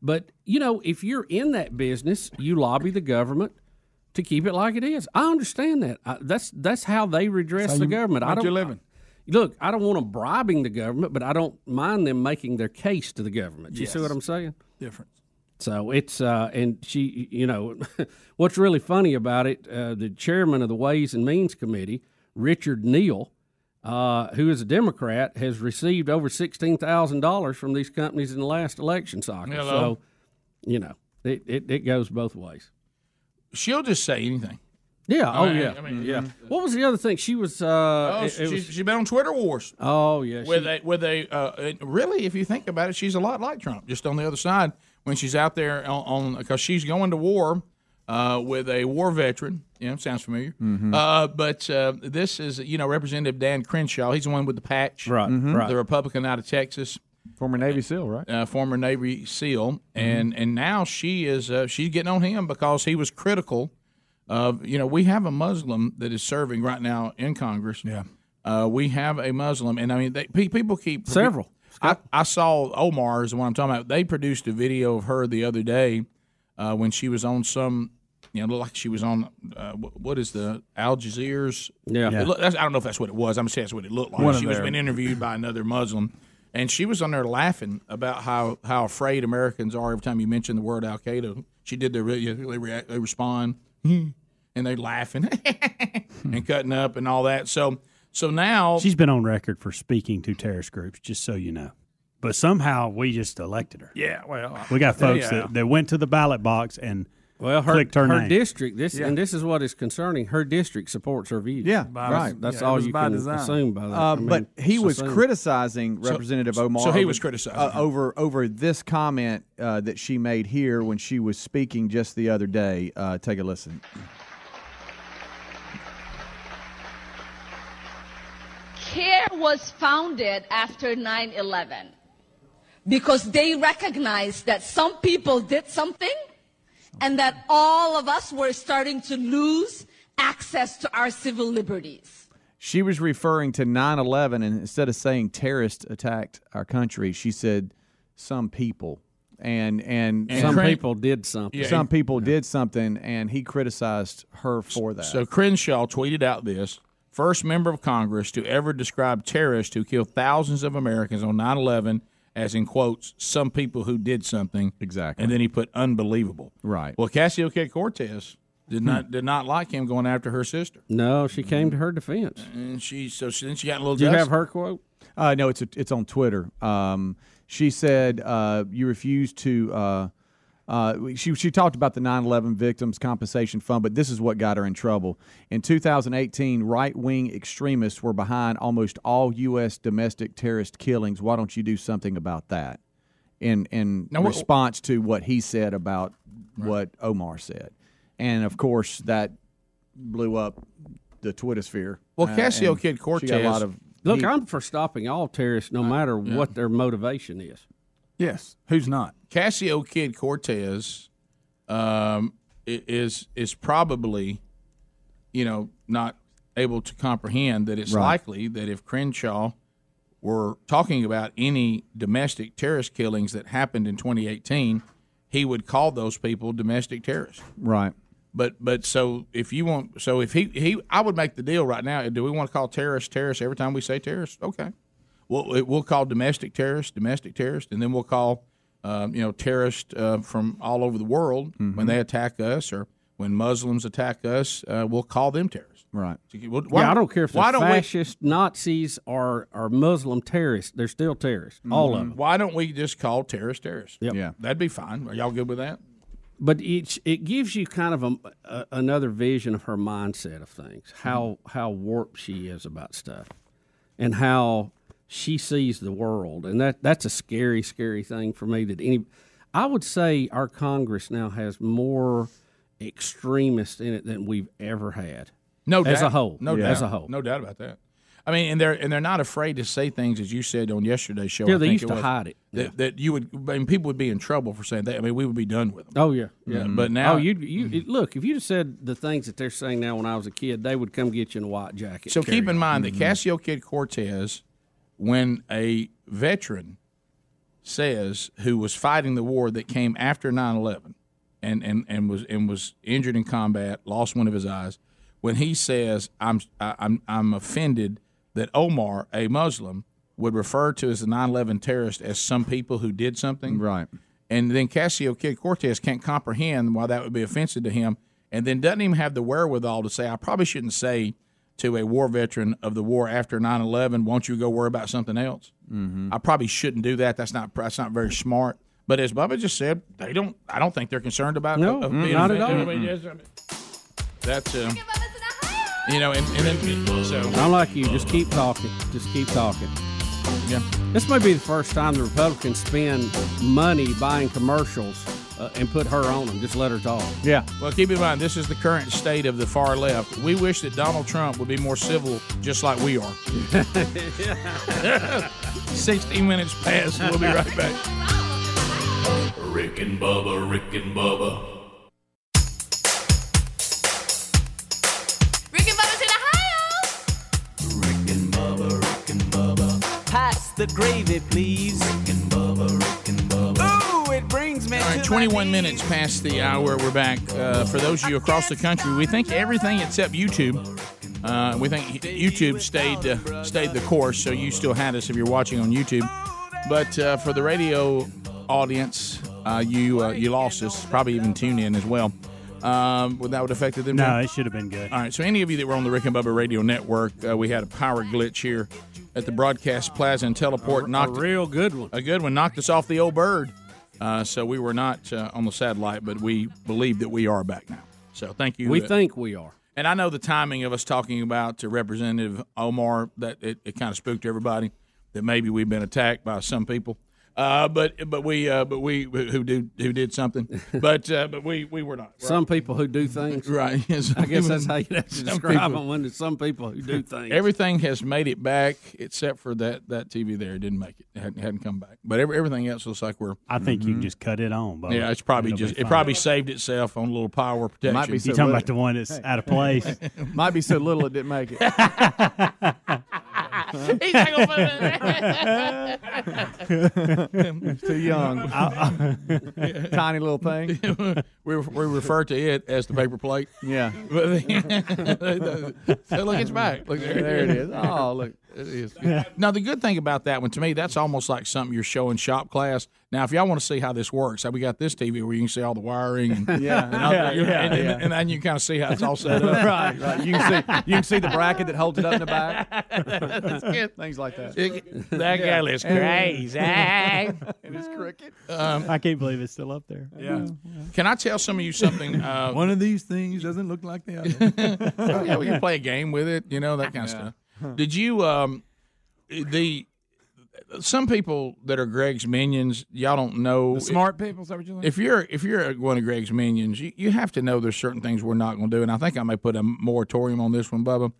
S3: But, you know, if you're in that business, you lobby the government to keep it like it is. I understand that. I, that's that's how they redress
S6: So
S3: the
S6: you
S3: government. I
S6: make
S3: don't,
S6: your living.
S3: Look, I don't want them bribing the government, but I don't mind them making their case to the government. You see
S6: Yes.
S3: what I'm saying?
S6: Difference.
S3: So it's uh, and she, you know, what's really funny about it, uh, the chairman of the Ways and Means Committee, Richard Neal, uh, who is a Democrat, has received over sixteen thousand dollars from these companies in the last election cycle.
S2: Hello.
S3: So, you know, it, it, it goes both ways.
S2: She'll just say anything.
S3: Yeah.
S2: I
S3: Oh
S2: mean,
S3: yeah.
S2: I mean,
S6: Mm-hmm.
S3: yeah. What was the other thing? She was. Uh,
S2: Oh,
S3: it- it
S2: she's,
S3: was-
S2: she's been on Twitter wars.
S3: oh yeah.
S2: with a with a uh, and really, if you think about it, she's a lot like Trump, just on the other side when she's out there on because she's going to war uh, with a war veteran. Yeah, sounds familiar.
S7: Mm-hmm.
S2: Uh, but uh, this is you know Representative Dan Crenshaw. He's the one with the patch,
S7: Right, Mhm. right.
S2: The Republican out of Texas,
S7: Former Navy SEAL, right? Mm-hmm.
S2: uh, former Navy SEAL, and and now she is uh, she's getting on him because he was critical of you know we have a Muslim that is serving right now in Congress. Yeah, uh, we have a Muslim, and I mean they, pe- people keep
S3: Several.
S2: I, I saw Omar is the one I'm talking about. They produced a video of her the other day uh, when she was on some. You know, looked like she was on uh, wh- what is the Al Jazeera's?
S3: Yeah. Yeah.
S2: It look- that's- I don't know if that's what it was. I'm saying that's what it looked like.
S3: One of
S2: she was
S3: their-
S2: being interviewed by another Muslim, and she was on there laughing about how, how afraid Americans are every time you mention the word Al Qaeda. She did the re- they react, they respond, and they laughing and cutting up and all that. So so now
S5: She's been on record for speaking to terrorist groups, just so you know. But somehow we just elected her.
S2: yeah, well,
S5: We got folks
S3: Yeah.
S5: that, that went to the ballot box and
S3: Well, her,
S5: clicked her,
S3: her
S5: name.
S3: district. This
S5: Yeah.
S3: and this is what is concerning. Her district supports her views.
S7: Yeah, By right.
S3: That's
S7: yeah, it
S3: all
S7: was
S3: you
S7: by
S3: can
S7: design.
S3: assume by that.
S7: Uh,
S3: I mean,
S7: but he was
S3: assume.
S7: criticizing
S3: So-
S7: Representative
S3: so
S7: Omar.
S2: he
S7: over-
S2: was criticizing
S7: uh,
S2: him.
S7: over over this comment uh, that she made here when she was speaking just the other day. Uh, take a listen.
S4: CARE was founded after 9 11 because they recognized that some people did something and that all of us were starting to lose access to our civil liberties.
S7: She was referring to 9/11, and instead of saying terrorists attacked our country, she said some people. And and
S3: And Some Cran- people did something.
S7: some people did something, and he criticized her for that.
S2: So Crenshaw tweeted out this first member of Congress to ever describe terrorists who killed thousands of Americans on 9 11 as, in quotes, some people who did something.
S7: Exactly.
S2: And then he put unbelievable.
S7: Right. Hmm.
S2: Well, Cassio K. Cortez did not did not like him going after her sister.
S3: No, she came to her defense.
S2: And she, so she, then she got in a little
S7: Do you
S2: dust.
S7: have
S3: her quote?
S7: Uh, no, it's a, it's on Twitter. Um, she said uh, you refuse to. Uh, uh, she she talked about the 9/11 victims compensation fund, but this is what got her in trouble. In 2018, right wing extremists were behind almost all U.S. domestic terrorist killings. Why don't you do something about that? in in
S6: Now, what-
S7: response to what he said about what Omar said, and of course that blew up the Twitter sphere.
S3: Well,
S12: Cassio
S3: Kid
S7: Uh, She got a lot of
S3: Look,
S7: heat.
S3: I'm for stopping all terrorists, no matter what their motivation is.
S6: Yes. Who's not?
S2: Cassio Kid Cortez um, i- is is probably, you know, not able to comprehend that it's
S6: Right.
S2: likely that if Crenshaw were talking about any domestic terrorist killings that happened in 2018, he would call those people domestic terrorists.
S7: right.
S2: But but so if you want so if he he I would make the deal right now. Do we want to call terrorists terrorists every time we say terrorists? Okay, we'll we'll call domestic terrorists domestic terrorists, and then we'll call um, you know terrorists uh, from all over the world
S3: Mm-hmm.
S2: when they attack us or when Muslims attack us. Uh, we'll call them terrorists.
S7: Right.
S2: Why,
S3: yeah, I don't care if
S2: why
S3: they're
S2: don't we
S3: fascist, Nazis, or or Muslim terrorists. They're still terrorists,
S7: Mm-hmm.
S3: all of them.
S2: Mm-hmm. Why don't we just call terrorists terrorists?
S3: Yep. Yeah.
S2: that'd be fine. Are y'all good with that?
S3: But it it gives you kind of a, a another vision of her mindset of things, how how warped she is about stuff, and how she sees the world, and that that's a scary, scary thing for me. That any, I would say our Congress now has more extremists in it than we've ever had.
S2: No,
S3: as
S2: doubt.
S3: a whole,
S2: No, doubt.
S3: as a whole.
S2: no doubt about that. I mean, and they're and they're not afraid to say things as you said on yesterday's show.
S3: Yeah,
S2: I
S3: they
S2: think
S3: used to
S2: was,
S3: hide it.
S2: That,
S3: Yeah.
S2: that you would, I mean, people would be in trouble for saying that. I mean, we would be done with them.
S3: Oh yeah, yeah.
S2: Mhm. But now-
S3: oh, you you it- look. If you'd have said the things that they're saying now, when I was a kid, they would come get you in a white jacket.
S2: So
S3: and carry Mm-hmm.
S2: keep in
S3: you.
S2: mind that Cassio Kid Cortez, when a veteran says who was fighting the war that came after 9-11 and, and, and was and was injured in combat, lost one of his eyes, when he says I'm I, I'm I'm offended that Omar, a Muslim, would refer to as the 9-11 terrorist as some people who did something.
S7: Right.
S2: And then Cassio Kid Cortez can't comprehend why that would be offensive to him, and then doesn't even have the wherewithal to say, I probably shouldn't say to a war veteran of the war after 9-11 won't you go worry about something else
S7: Hmm. Mm-hmm.
S2: i probably shouldn't do that that's not that's not very smart but as bubba just said they don't i don't think they're concerned about
S3: No,
S2: of
S3: mm,
S2: being
S3: not at
S2: offended.
S3: all.
S2: I mean, yes, I mean, that's um, you know and, and then so
S3: I'm like you. Just keep talking. Just keep talking.
S2: Yeah.
S3: This may be the first time the Republicans spend money buying commercials uh, and put her on them. Just let her talk.
S7: Yeah.
S2: Well, keep in mind, this is the current state of the far left. We wish that Donald Trump would be more civil, just like we are. 16 minutes past. We'll be right back.
S10: Rick and Bubba, Rick and Bubba.
S11: Rick and Bubba's in Ohio.
S8: Pass the gravy, please. Rick and Bubba, Rick and Bubba. Ooh, it brings me
S2: All right, 21 minutes past the hour. We're back. Uh, for those of you across the country, we think everything except YouTube. Uh, we think YouTube stayed uh, stayed the course, so you still had us if you're watching on YouTube. But uh, for the radio audience, uh, you uh, you lost us. Probably even tune in as well. Um, would that would affected them?
S5: No,
S2: too?
S5: it should have been good.
S2: All right. So any of you that were on the Rick and Bubba Radio Network, uh, we had a power glitch here at the broadcast plaza and teleport. knocked a
S3: real good one.
S2: A good one knocked us off the old bird. Uh, so we were not uh, on the satellite, but we believe that we are back now. So thank you.
S3: We
S2: Uh,
S3: think we are.
S2: And I know the timing of us talking about to Representative Omar that it, it kind of spooked everybody that maybe we've been attacked by some people. Uh, but but we uh, but we who do who did something. But uh, but we we were not.
S3: Some people who do things.
S2: Right. Yes.
S3: I guess that's how you have to
S2: Some
S3: describe
S2: people.
S3: them. When there's some people who do things.
S2: uh, Everything has made it back except for that that TV there. It didn't make it. It hadn't, hadn't come back. But every, everything else looks like we're.
S5: I think
S2: Mm-hmm.
S5: you can just cut it on. Bubba.
S2: Yeah, it's probably
S5: It'll be
S2: just it
S5: fine.
S2: probably saved itself on a little power protection.
S5: Might be You so talking little- about the one that's out of place?
S7: Might be so little it didn't make it.
S5: He's
S7: not
S5: gonna
S7: put it in there. It's too young. Tiny little thing.
S2: we, we refer to it as the paper plate.
S7: Yeah.
S2: But so look, it's back. Look, there,
S7: There it is. Oh, look.
S2: It is. Now, the good thing about that one, to me, that's almost like something you're showing shop class. Now, if y'all want to see how this works, we got this TV where you can see all the wiring. And,
S7: Yeah.
S2: And, all the-
S7: Yeah, yeah,
S2: and, and-
S7: yeah.
S2: and then you kind of see how it's all set up.
S7: right, right. You can see you can see the bracket that holds it up in the back. Things like that.
S2: It- that girl is crazy.
S7: it is cricket.
S2: Um,
S5: I can't believe it's still up there.
S2: Yeah. Can I tell some of you something? Uh,
S6: One of these things doesn't look like the other.
S2: oh, yeah, we can play a game with it, you know, that kind of stuff. Did you um the some people that are Greg's minions, y'all don't know.
S6: The smart people, is that what you think?
S2: If you're if you're one of Greg's minions, you, you have to know there's certain things we're not going to do, and I think I may put a moratorium on this one, Bubba.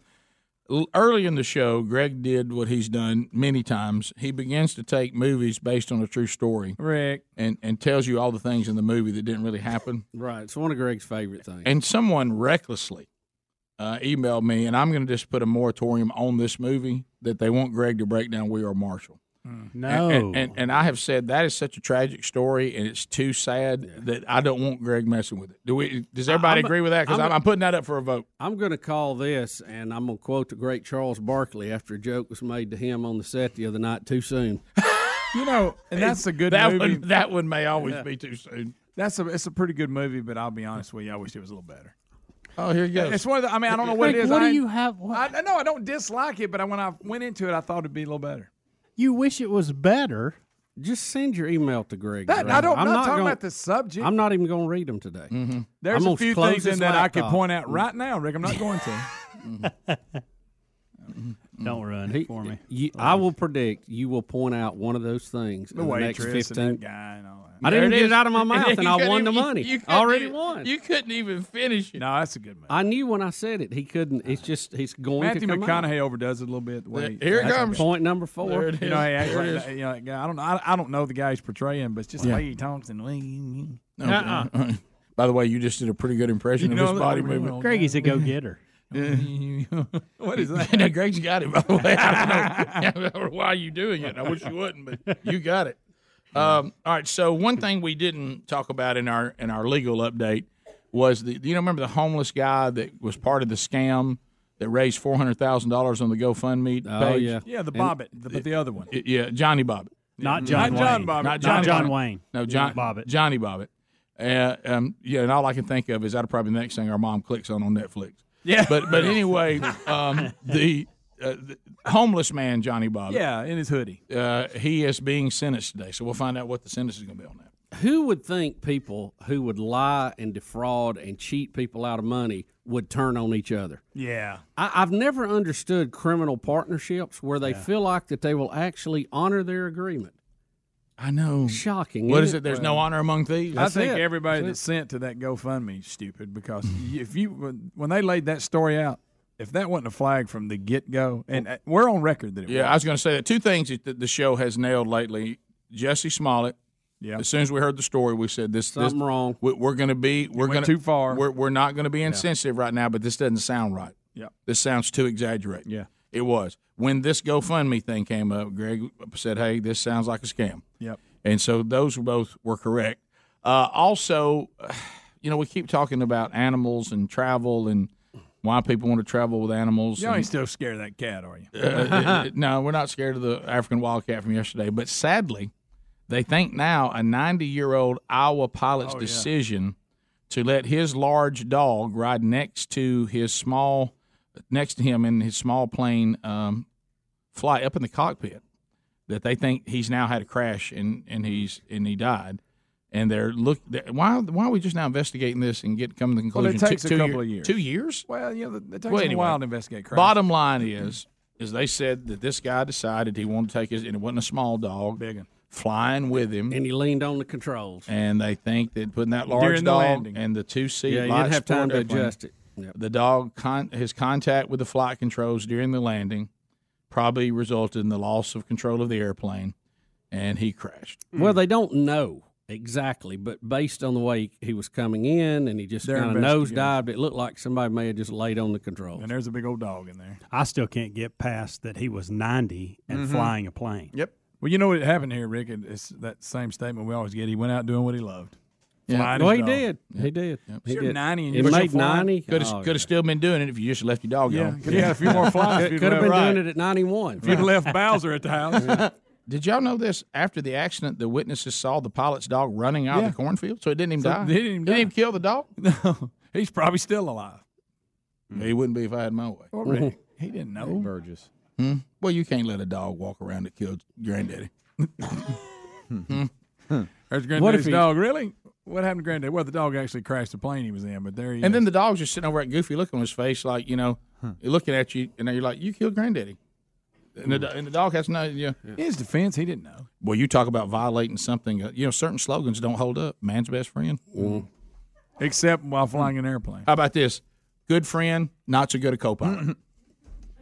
S2: L- Early in the show, Greg did what he's done many times. He begins to take movies based on a true story,
S6: Rick,
S2: and and tells you all the things in the movie that didn't really happen.
S3: Right. It's one of Greg's favorite things.
S2: And someone recklessly uh, emailed me, and I'm going to just put a moratorium on this movie that they want Greg to break down We Are Marshall.
S5: No.
S2: And, and, and I have said that is such a tragic story, and it's too sad that I don't want Greg messing with it. Do we? Does everybody
S3: I'm-
S2: agree with that? Because
S3: I'm-
S2: I'm, I'm, putting that up for a vote.
S3: I'm going to call this, and I'm going to quote the great Charles Barkley after a joke was made to him on the set the other night too soon.
S6: You know, and that's a good
S2: that
S6: movie.
S2: One, that one may always be too soon.
S6: That's a it's a pretty good movie, but I'll be honest with you, I wish it was a little better.
S2: Oh, here you go.
S6: It's one of the. I mean, I don't know what it
S9: Rick,
S6: is.
S9: what do
S6: I-
S9: you have- what-
S6: I, no, I don't dislike it, but I, when I went into it, I thought it'd be a little better.
S9: You wish it was better.
S3: Just send your email to Greg.
S6: That-
S3: Graham.
S6: I don't-
S3: I'm
S6: not talking
S3: gonna-
S6: about the subject.
S3: I'm not even going to read them today.
S6: There's
S3: I'm
S6: a
S3: gonna
S6: few
S3: close
S6: things in
S3: this
S6: that I could
S3: laptop. Mm.
S6: point out right now, Rick. I'm not going to.
S9: Don't run
S3: Mm. He-
S9: for me.
S3: you- I will predict you will point out one of those things.
S6: The
S3: in the next
S6: waitress and that
S3: 15.
S6: guy and all
S3: I didn't
S2: There
S3: get
S2: is.
S3: it out of my
S2: And
S3: mouth,
S2: you
S3: and I
S2: couldn't
S3: won the
S2: even-
S3: money.
S2: You couldn't
S3: already
S2: even-
S3: won.
S2: You couldn't even finish it.
S6: No, that's a good movie.
S3: I knew when I said it, he couldn't. It's just he's going
S6: Matthew
S3: to come out.
S6: McConaughey overdoes it a little bit. the way he-
S3: Here it
S6: that's a
S3: comes.
S6: good-
S3: Point number four. There it
S6: You know,
S3: is.
S6: he acts
S3: There it
S6: like
S3: is.
S6: that, you know, that guy. I don't know. I, I don't know the guy he's portraying, but it's just the
S2: Yeah.
S6: way he talks and the way. He,
S2: Okay. Uh-uh. By the way, you just did a pretty good impression
S6: Uh-uh. You
S2: of
S6: know
S2: his
S6: that-
S2: body movement.
S9: Greggy's a go-getter.
S6: what is that?
S2: now, Greg's got it, by the way. I don't know, I don't know why you're doing it. I wish you wouldn't, but you got it. Um, all right. So one thing we didn't talk about in our in our legal update was the you know remember the homeless guy that was part of the scam that raised four hundred thousand dollars on the GoFundMe page.
S6: Oh, yeah. Yeah, the
S2: And-
S6: Bobbitt, the- but the other one.
S2: Y- yeah, Johnny Bobbitt.
S6: Not John Not John Wayne. Bobbitt.
S2: Not
S6: Not
S2: John,
S6: John
S2: Bobbitt.
S6: Wayne.
S2: No, John Bobbitt. Johnny Bobbitt. Uh, um, yeah, and all I can think of is that'll probably be the next thing our mom clicks on on Netflix.
S6: Yeah.
S2: But but anyway, um, the, uh, the homeless man Johnny Bobbitt.
S6: Yeah, in his hoodie.
S2: Uh, he is being sentenced today, so we'll find out what the sentence is going to be on that.
S3: Who would think people who would lie and defraud and cheat people out of money would turn on each other?
S6: Yeah.
S3: I, I've never understood criminal partnerships where they feel like that they will actually honor their agreement.
S2: I know.
S3: Shocking.
S2: What
S3: isn't
S2: is it? There's no honor among thieves.
S6: I think everybody
S3: That's
S6: that's sent to that GoFundMe is stupid because y- if you when- when they laid that story out, if that wasn't a flag from the get go, and uh, we're on record that it
S2: Yeah, I was going to say that two things that the- the show has nailed lately: Jesse Smollett.
S6: Yeah.
S2: As soon as we heard the story, we said this
S6: Something
S2: this,
S3: wrong.
S2: We, we're going to be we're going
S6: went too far.
S2: We're, we're not going to be insensitive right now, but this doesn't sound right.
S6: Yeah.
S2: This sounds too exaggerated.
S6: Yeah.
S2: It was when this GoFundMe thing came up. Greg said, "Hey, this sounds like a scam."
S6: Yep.
S2: And so those both were correct. Uh, also, you know, we keep talking about animals and travel and why people want to travel with animals.
S6: You ain't
S2: and-
S6: still scared of that cat, are you?
S2: uh, no, we're not scared of the African wildcat from yesterday. But sadly, they think now a 90 year old Iowa pilot's
S6: Oh, yeah.
S2: decision to let his large dog ride next to his small, next to him in his small plane um, fly up in the cockpit, that they think he's now had a crash and, and he's and he died. And they're look. they're- Why? Why are we just now investigating this and get come to the
S6: well,
S2: conclusion?
S6: it takes
S2: two,
S6: a
S2: two
S6: couple
S2: year-
S6: of years.
S2: Two years.
S6: Well, you know, it takes
S2: Well,
S6: them
S2: anyway,
S6: a while to investigate. Crashes.
S2: Bottom line is, is they said that this guy decided he wanted to take his, and it wasn't a small dog, big flying with him,
S3: and he leaned on the controls.
S2: And they think that putting that large
S3: During the
S2: dog
S3: landing.
S2: and the two seat,
S3: Yeah, you didn't have time to adjust it.
S2: The dog, con- his contact with the flight controls during the landing, probably resulted in the loss of control of the airplane, and he crashed.
S3: Hmm. Well, they don't know exactly, but based on the way he was coming in and he just
S2: They're
S3: kind of
S2: investigating.
S3: nosedived, it looked like somebody may have just laid on the controls.
S6: And there's a big old dog in there.
S9: I still can't get past that he was 90 and
S6: Mhm.
S9: flying a plane.
S6: Yep. Well, you know what happened here, Rick? It- It's that same statement we always get. He went out doing what he loved. Flying his
S3: Well, he
S6: dog.
S3: did. He did. He
S6: Sure,
S3: did.
S6: 90 and
S3: It
S6: you're still
S3: made
S6: flying?
S3: 90.
S2: Could have
S3: Oh,
S2: could have still been doing it if you just left your dog.
S6: Yeah,
S2: on.
S6: could have had a few more flies if
S3: Could
S6: you'd
S3: have
S2: went
S3: been
S2: right.
S3: doing it at 91.
S2: If you'd left
S6: Bowser at the house.
S2: Did y'all know this? After the accident, the witnesses saw the pilot's dog running out
S6: Yeah.
S2: of the cornfield, so it didn't even
S6: So
S2: die.
S6: they didn't even die.
S2: kill the dog. Mm-hmm.
S6: No, he's probably still alive.
S2: He wouldn't be if I had my way.
S6: Well, Rick,
S3: Mm-hmm.
S6: he didn't know.
S7: Burgess.
S2: Hmm? Well, you can't let a dog walk around that killed granddaddy. Hmm?
S6: There's
S2: What if
S6: granddaddy's
S2: he-
S6: dog. Really? What happened to granddad? Well, the dog actually crashed the plane he was in, but there he
S2: And
S6: is.
S2: then the dog's just sitting over that goofy look on his face, like you know, looking at you, and then you're like, "You killed granddaddy." In
S6: Hmm.
S2: the, in the doghouse, no, yeah.
S6: In his defense, he didn't know.
S2: Well, you talk about violating something. uh, You know, certain slogans don't hold up. Man's best friend.
S6: Except while flying an airplane.
S2: How about this? Good friend, not so good a co-pilot.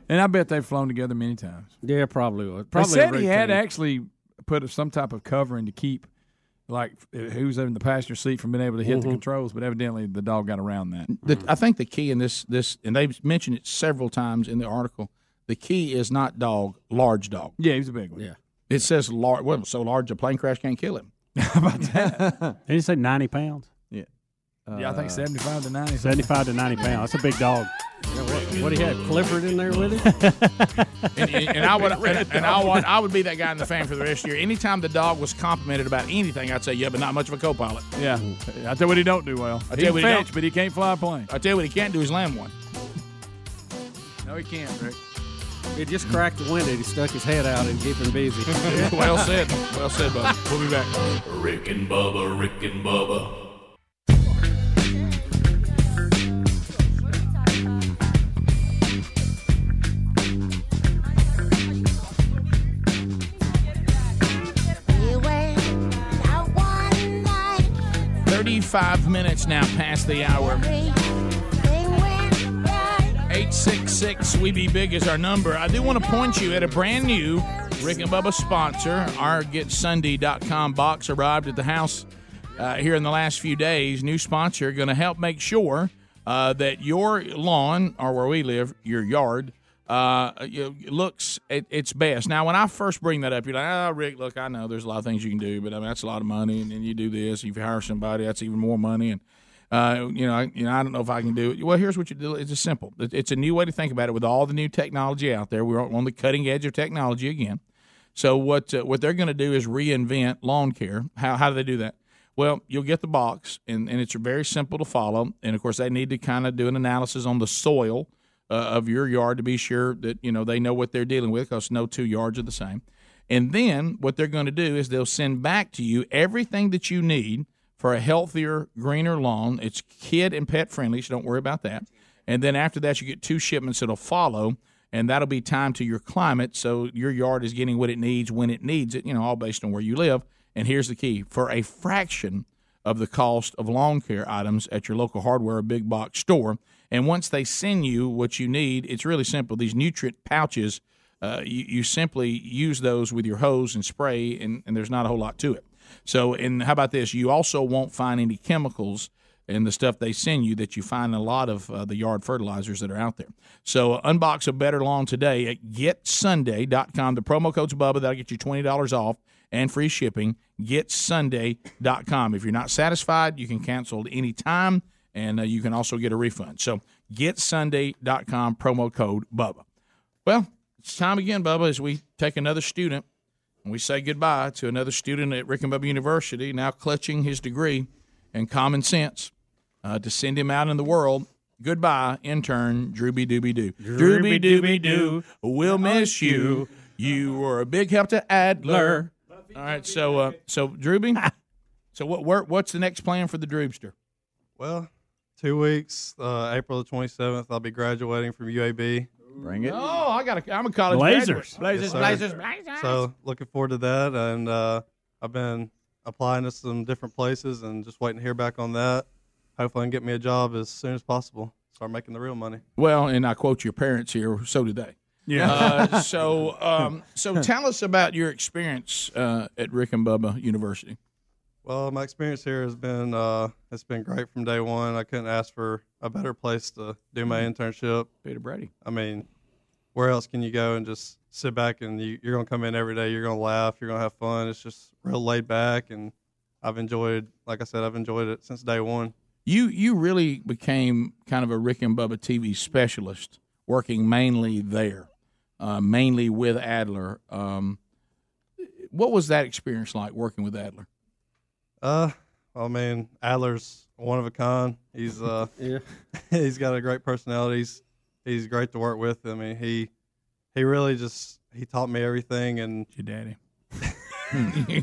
S6: And I bet they've flown together many times.
S3: Yeah, probably was.
S6: They
S3: Probably
S6: said
S3: a
S6: he had
S3: routine.
S6: actually put some type of covering to keep, like, who's in the passenger seat from being able to hit the
S2: Mhm.
S6: controls, but evidently the dog got around that.
S2: The- I think the key in this this and they've mentioned it several times in the article. The key is not dog, large dog.
S6: Yeah, he was a big one.
S3: Yeah.
S2: It says large. Well, so large a plane crash can't kill him.
S9: Did he say 90 pounds?
S7: Yeah.
S6: yeah, I
S5: Uh,
S6: think 75 to 90.
S9: 75 to 90 pounds. That's a big dog.
S3: What do you have, Clifford in there with him?
S2: and, and I would and, and I would I would be that guy in the fan for the rest of the year. Anytime the dog was complimented about anything, I'd say, yeah, but not much of a co-pilot.
S6: Yeah. I tell you what he don't do well.
S2: I tell
S6: He
S2: you
S6: can
S2: what he
S6: fetch,
S2: don't-
S6: but he can't fly a plane.
S2: I tell you what he can't do is land one.
S6: No, he can't, Rick.
S3: He just cracked the window. He stuck his head out and keep him busy.
S2: well said. Well said, bud. We'll be back.
S23: Rick and Bubba, Rick and Bubba.
S2: Thirty-five minutes now past the hour. 866 We Be Big is our number. I do want to point you at a brand new Rick and Bubba sponsor. Our GetSunday.com box arrived at the house uh, here in the last few days. New sponsor going to help make sure uh, that your lawn, or where we live, your yard, uh, you know, looks at its best. Now, when I first bring that up, you're like, oh, Rick, look, I know there's a lot of things you can do, but I mean, that's a lot of money. And then you do this, you hire somebody, that's even more money. And uh, you know, I, you know, I don't know if I can do it. Well, here's what you do. It's just simple. It- It's a new way to think about it with all the new technology out there. We're on the cutting edge of technology again. So what uh, what they're going to do is reinvent lawn care. How how do they do that? Well, you'll get the box, and, and it's very simple to follow. And of course, they need to kind of do an analysis on the soil uh, of your yard to be sure that you know they know what they're dealing with because no two yards are the same. And then what they're going to do is they'll send back to you everything that you need for a healthier, greener lawn. It's kid and pet friendly, so don't worry about that. And then after that, you get two shipments that'll follow, and that'll be timed to your climate. So your yard is getting what it needs when it needs it, you know, all based on where you live. And here's the key for a fraction of the cost of lawn care items at your local hardware or big box store. And once they send you what you need, it's really simple. These nutrient pouches, uh, you, you simply use those with your hose and spray, and, and there's not a whole lot to it. So, and how about this? You also won't find any chemicals in the stuff they send you that you find in a lot of uh, the yard fertilizers that are out there. So, uh, unbox a better lawn today at getsunday.com. The promo code's Bubba, that'll get you $20 off and free shipping. Getsunday.com. If you're not satisfied, you can cancel at any time and uh, you can also get a refund. So, getsunday.com, promo code Bubba. Well, it's time again, Bubba, as we take another student and we say goodbye to another student at Rick and Bubba University, now clutching his degree and common sense uh, to send him out in the world. Goodbye, intern Drooby Dooby Doo. Drooby Dooby Doo, we'll miss you. You were a big help to Adler. All right, so uh, so Drooby, so what where, what's the next plan for the Droobster?
S24: Well, two weeks, uh, April the 27th, I'll be graduating from UAB. Bring
S2: Oh, I got a, I'm a college
S24: Blazers.
S2: graduate. Blazers,
S24: sir.
S2: Blazers, Blazers.
S24: So looking forward to that, and uh, I've been applying to some different places and just waiting to hear back on that. Hopefully, I can get me a job as soon as possible. Start making the real money.
S2: Well, and I quote your parents here. So did they.
S24: Yeah.
S2: Uh, so um, so tell us about your experience uh, at Rick and Bubba University.
S24: Well, my experience here has been uh, it's been great from day one. I couldn't ask for a better place to do my internship.
S2: Mm-hmm. Peter Brady.
S24: I mean, where else can you go and just sit back and you, you're gonna come in every day. You're gonna laugh. You're gonna have fun. It's just real laid back, and I've enjoyed. Like I said, I've enjoyed it since day one.
S2: You you really became kind of a Rick and Bubba TV specialist, working mainly there, uh, mainly with Adler. Um, what was that experience like working with Adler?
S24: Uh, I mean, Adler's one of a kind. He's uh, he's got a great personality. He's, he's great to work with. I mean, he he really just he taught me everything. And
S2: your daddy,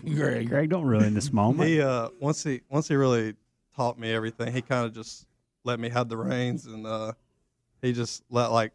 S9: Greg. Greg, don't ruin this moment.
S24: He uh, once he once he really taught me everything. He kind of just let me have the reins, and uh, he just let like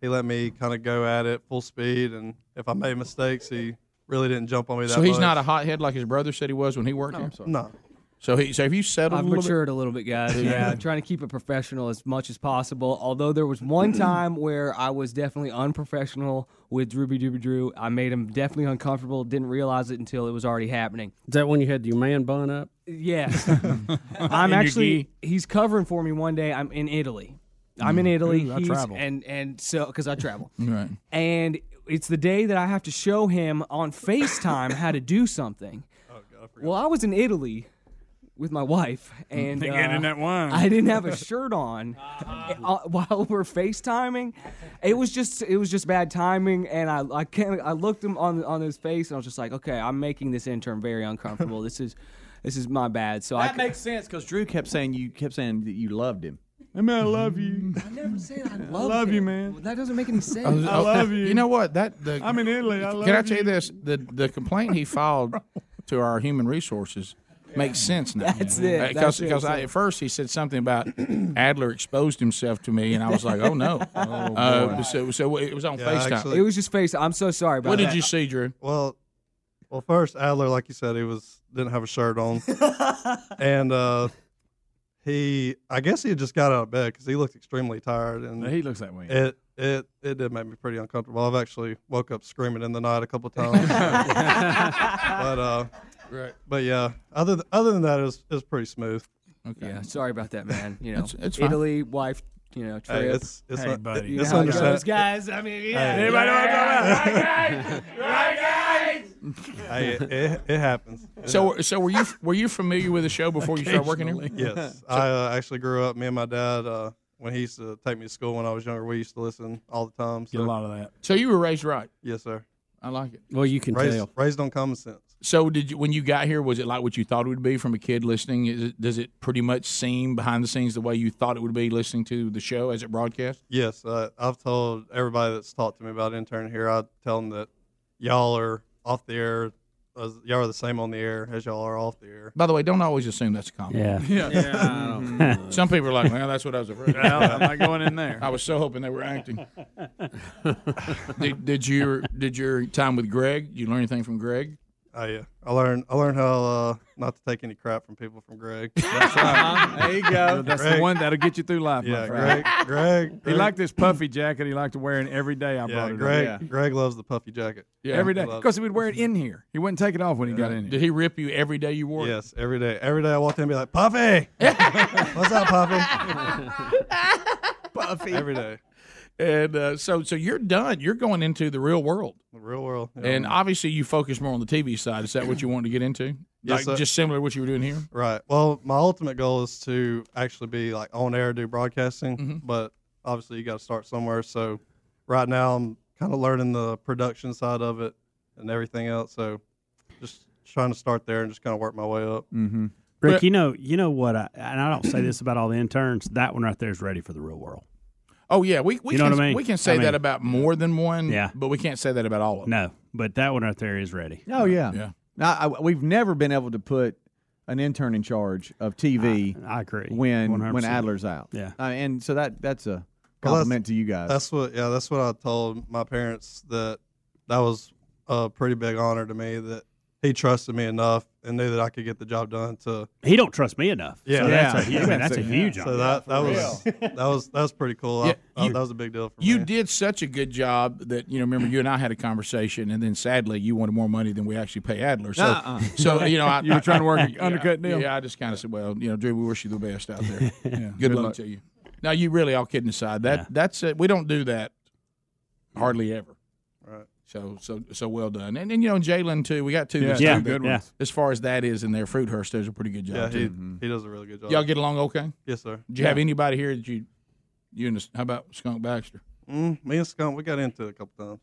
S24: he let me kind of go at it full speed, and if I made mistakes, he really didn't jump on me that
S2: So he's
S24: much.
S2: not a hothead like his brother said he was when he worked here.
S24: No.
S2: So he so have you settled?
S25: I've
S2: a little
S25: matured
S2: bit?
S25: a little bit, guys.
S2: Yeah.
S25: Yeah, trying to keep it professional as much as possible. Although there was one time where I was definitely unprofessional with Drooby Dooby Drew. I made him definitely uncomfortable. Didn't realize it until it was already happening.
S3: Is that when you had your man bun up?
S25: Yeah.
S3: In
S25: I'm
S3: your
S25: actually
S3: gi.
S25: he's covering for me one day. I'm in Italy. I'm in
S3: Mm.
S25: Italy.
S3: Ooh, I
S25: he's,
S3: travel.
S25: and and so because I travel.
S6: Right.
S25: And it's the day that I have to show him on FaceTime how to do something. well, I was in Italy with my wife, and
S6: They
S25: uh,
S6: get in that wine.
S25: I didn't have a shirt on uh, while we're FaceTiming. It was just it was just bad timing, and I I can't, I looked him on on his face, and I was just like, okay, I'm making this intern very uncomfortable. this is this is my bad. So I
S7: That makes sense because Drew kept saying you kept saying that you loved him. I mean, I love you.
S25: I never said I
S7: love love you, him.
S25: man. That doesn't make any sense.
S2: Oh, You know what? That the,
S25: I'm in Italy. I
S2: Can I
S25: love
S2: tell you
S25: you.
S2: this? The the complaint he filed to our human resources makes sense now.
S25: That's it.
S2: Uh,
S25: That's
S2: Because
S25: it.
S2: because I- at first he said something about Adler exposed himself to me, and I was like, oh no. uh, so so it was on FaceTime.
S25: it was just FaceTime. I'm so sorry about
S2: What did
S25: that.
S2: you see, Drew?
S24: Well, well, first Adler, like you said, he was didn't have a shirt on, and uh, he, I guess he had just got out of bed because he looked extremely tired, and
S6: He looks that way.
S24: It it it did make me pretty uncomfortable. I've actually woke up screaming in the night a couple times, but uh,
S2: Right.
S24: But yeah, other th- other than that, it was it was pretty smooth.
S2: Okay.
S25: Yeah, sorry about that, man. You know,
S24: It's- it's fine.
S25: Italy wife, you know, trip.
S24: Hey, it's it's un- it-
S25: You
S24: it's
S25: know how it
S24: understand-
S25: goes, guys. I mean, yeah.
S24: Hey.
S25: Anybody know what I'm talking
S24: Hey.
S25: about? Right,
S24: Hey, it, it, it happens. It
S2: So so were you were you familiar with the show before you started working here?
S24: Yes, I uh, actually grew up. Me and my dad, uh, when he used to take me to school when I was younger, we used to listen all the time. So.
S2: Get a lot of that. So you were raised right.
S24: Yes, sir.
S2: I like it.
S3: Well, you can
S24: raised,
S3: tell.
S24: Raised on common sense.
S2: So did you when you got here? Was it like what you thought it would be from a kid listening? Is it, does it pretty much seem behind the scenes the way you thought it would be listening to the show as it broadcast?
S24: Yes, uh, I've told everybody that's talked to me about intern here. I tell them that y'all are off the air. As, y'all are the same on the air as y'all are off the air.
S2: By the way, don't always assume that's a compliment.
S24: Yeah. Yeah. Yeah, I don't know.
S2: Some people are like, "Well, that's what I was afraid." of."
S24: Well, I'm not going in
S6: there.
S2: I was so hoping they were acting. did, did your did your time with Greg? Did you learn anything from Greg?
S24: Oh yeah, I learned I learned how uh, not to take any crap from people from Greg. That's
S6: Uh-huh. There you go. That's the one that'll get you through life, my
S24: Yeah,
S6: friend.
S24: Greg. Greg.
S6: He liked this puffy jacket. He liked to wear it every day. I
S24: Yeah,
S6: brought it.
S24: Greg.
S6: Up.
S24: Greg loves the puffy jacket.
S6: Every day
S24: Loves it.
S6: because he would wear it in here. He wouldn't take it off when he got in here.
S2: Did he rip you every day you wore?
S24: Yes, every day. Every day I walked in and be like, Puffy, what's up, Puffy?
S2: Puffy.
S24: every day.
S2: And uh, so so you're done. You're going into the real world.
S24: The real world. yeah.
S2: And obviously, you focus more on the TV side. Is that what you want to get into?
S24: Yes,
S2: like
S24: sir.
S2: just similar to what you were doing here.
S24: Right. Well, my ultimate goal is to actually be like on air, do broadcasting,
S2: Mm-hmm.
S24: but obviously you got to start somewhere. So right now I'm kind of learning the production side of it and everything else. So just trying to start there and just kind of work my way up.
S7: Mm-hmm.
S24: But-
S9: Rick, you know, you know what? I, and I don't say this about all the interns. That one right there is ready for the real world.
S2: Oh yeah, we, we
S9: You know
S2: can
S9: what I mean?
S2: we can say
S9: I mean-
S2: that about more than one.
S9: Yeah.
S2: but we can't say that about all of them.
S9: No, but that one right there is ready.
S7: Oh yeah.
S2: Yeah.
S7: Now I, we've never been able to put an intern in charge of TV.
S9: I, agree.
S7: When when
S24: 100%.
S7: Adler's out.
S9: Yeah.
S7: Uh, and so that that's a
S24: Well, that's-
S7: compliment to you guys.
S24: That's what, yeah, that's what I told my parents that that was a pretty big honor to me that he trusted me enough and knew that I could get the job done. To
S9: He don't trust me enough.
S24: yeah,
S9: So that's a huge- I mean, that's a huge
S24: So
S9: honor.
S24: that that
S9: Yeah,
S24: was that was that was pretty cool. I-
S2: Yeah,
S24: I-
S2: you-
S24: that was a big deal for me.
S2: You did such a good job that you know. Remember, you and I had a conversation, and then sadly, you wanted more money than we actually pay Adler. So,
S6: Nuh-uh.
S2: so you know, I,
S6: You were trying to work an
S2: yeah,
S6: undercut deal?
S2: Yeah, I just kind of said, "Well, you know, Drew, we wish you the best out there. good,
S6: Good
S2: luck,
S6: luck.
S2: to you." Now, you really, all kidding aside, that that's it. We don't do that hardly ever.
S24: Right.
S2: So so so well done, and then you know Jalen too. We got two.
S6: Yeah,
S2: this
S6: yeah,
S2: year that-
S6: good ones. Mm-hmm.
S2: As far as that is in there, Fruithurst does a pretty good job.
S24: Yeah, he,
S2: too.
S24: he does a really good job.
S2: Y'all get along okay?
S24: Yes, sir.
S2: Do you have anybody here that you you and the, how about Skunk Baxter?
S24: Mm, me and Skunk, we got into it a couple times.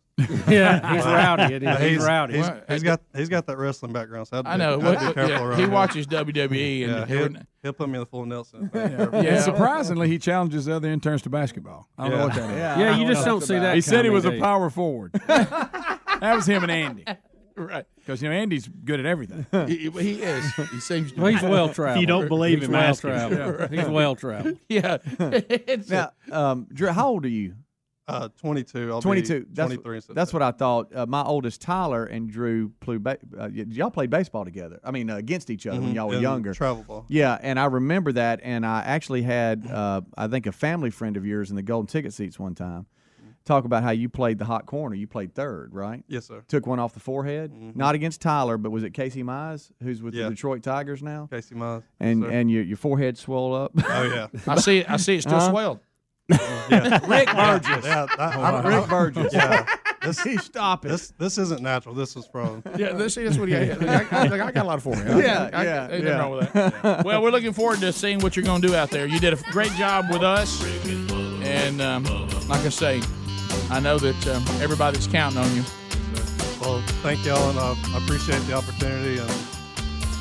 S2: Yeah, he's
S24: But-
S2: rowdy, isn't he?
S24: but
S2: He's rowdy.
S24: He's,
S2: What?
S24: he's got he's got that wrestling background, so I'd be,
S2: I know.
S24: I'd
S2: What-
S24: be
S2: what-
S24: careful
S2: yeah,
S24: around
S2: he
S24: here.
S2: watches WWE and-
S24: yeah, he'll, he'll put me in the full Nelson.
S6: And surprisingly, he challenges the other interns to basketball. I don't know
S24: Yeah.
S6: what that is.
S24: Yeah, Yeah, you just don't see that
S6: He said he
S24: coming,
S6: was
S24: do
S6: a
S24: you?
S6: power forward. that was him and Andy.
S2: Right.
S6: Because, you know, Andy's good at everything.
S2: he, he is. He seems to
S3: Well,
S2: be.
S3: he's well traveled.
S7: If you don't believe him,
S3: well
S7: ask him.
S3: traveled.
S7: Yeah.
S3: He's well traveled.
S2: Yeah. It's
S7: now, um, Drew, how old are you?
S24: Uh, 22. I'll be
S7: 22. That's,
S24: 23 in September.
S7: that's what I thought. Uh, my oldest Tyler and Drew played. Ba- uh, y- y'all played baseball together. I mean, uh, against each other when
S24: Mhm,
S7: y'all were
S24: and
S7: younger.
S24: travel ball.
S7: Yeah, and I remember that. And I actually had, uh, I think, a family friend of yours in the golden ticket seats one time talk about how you played the hot corner. You played third, right?
S24: Yes, sir. Mm-hmm.
S7: Took one off the forehead, not against Tyler, but was it Casey Mize, who's with
S24: Yeah.
S7: the Detroit Tigers now?
S24: Casey Mize.
S7: And
S24: Yes, sir.
S7: and your your forehead swelled up. Oh
S24: yeah.
S6: I see- I see it's still
S7: Huh?
S6: swelled.
S7: Rick
S24: Yeah,
S7: Burgess.
S24: Yeah, that-
S7: Oh,
S24: I-
S7: wow.
S24: Rick
S7: Rick Burgess.
S24: Burgess. Yeah. This,
S7: Stop it.
S24: This, this isn't natural. This was from.
S2: Yeah, this- see, that's what he- I- I- I- I got a lot for him.
S24: Yeah,
S2: I- I-
S24: yeah,
S2: ain't nothing
S24: yeah.
S2: wrong with that. well, we're looking forward to seeing what you're going to do out there. You did a great job with us, and um, like I say, I know that um, everybody's counting on you.
S24: Well, thank y'all, and uh, I appreciate the opportunity. And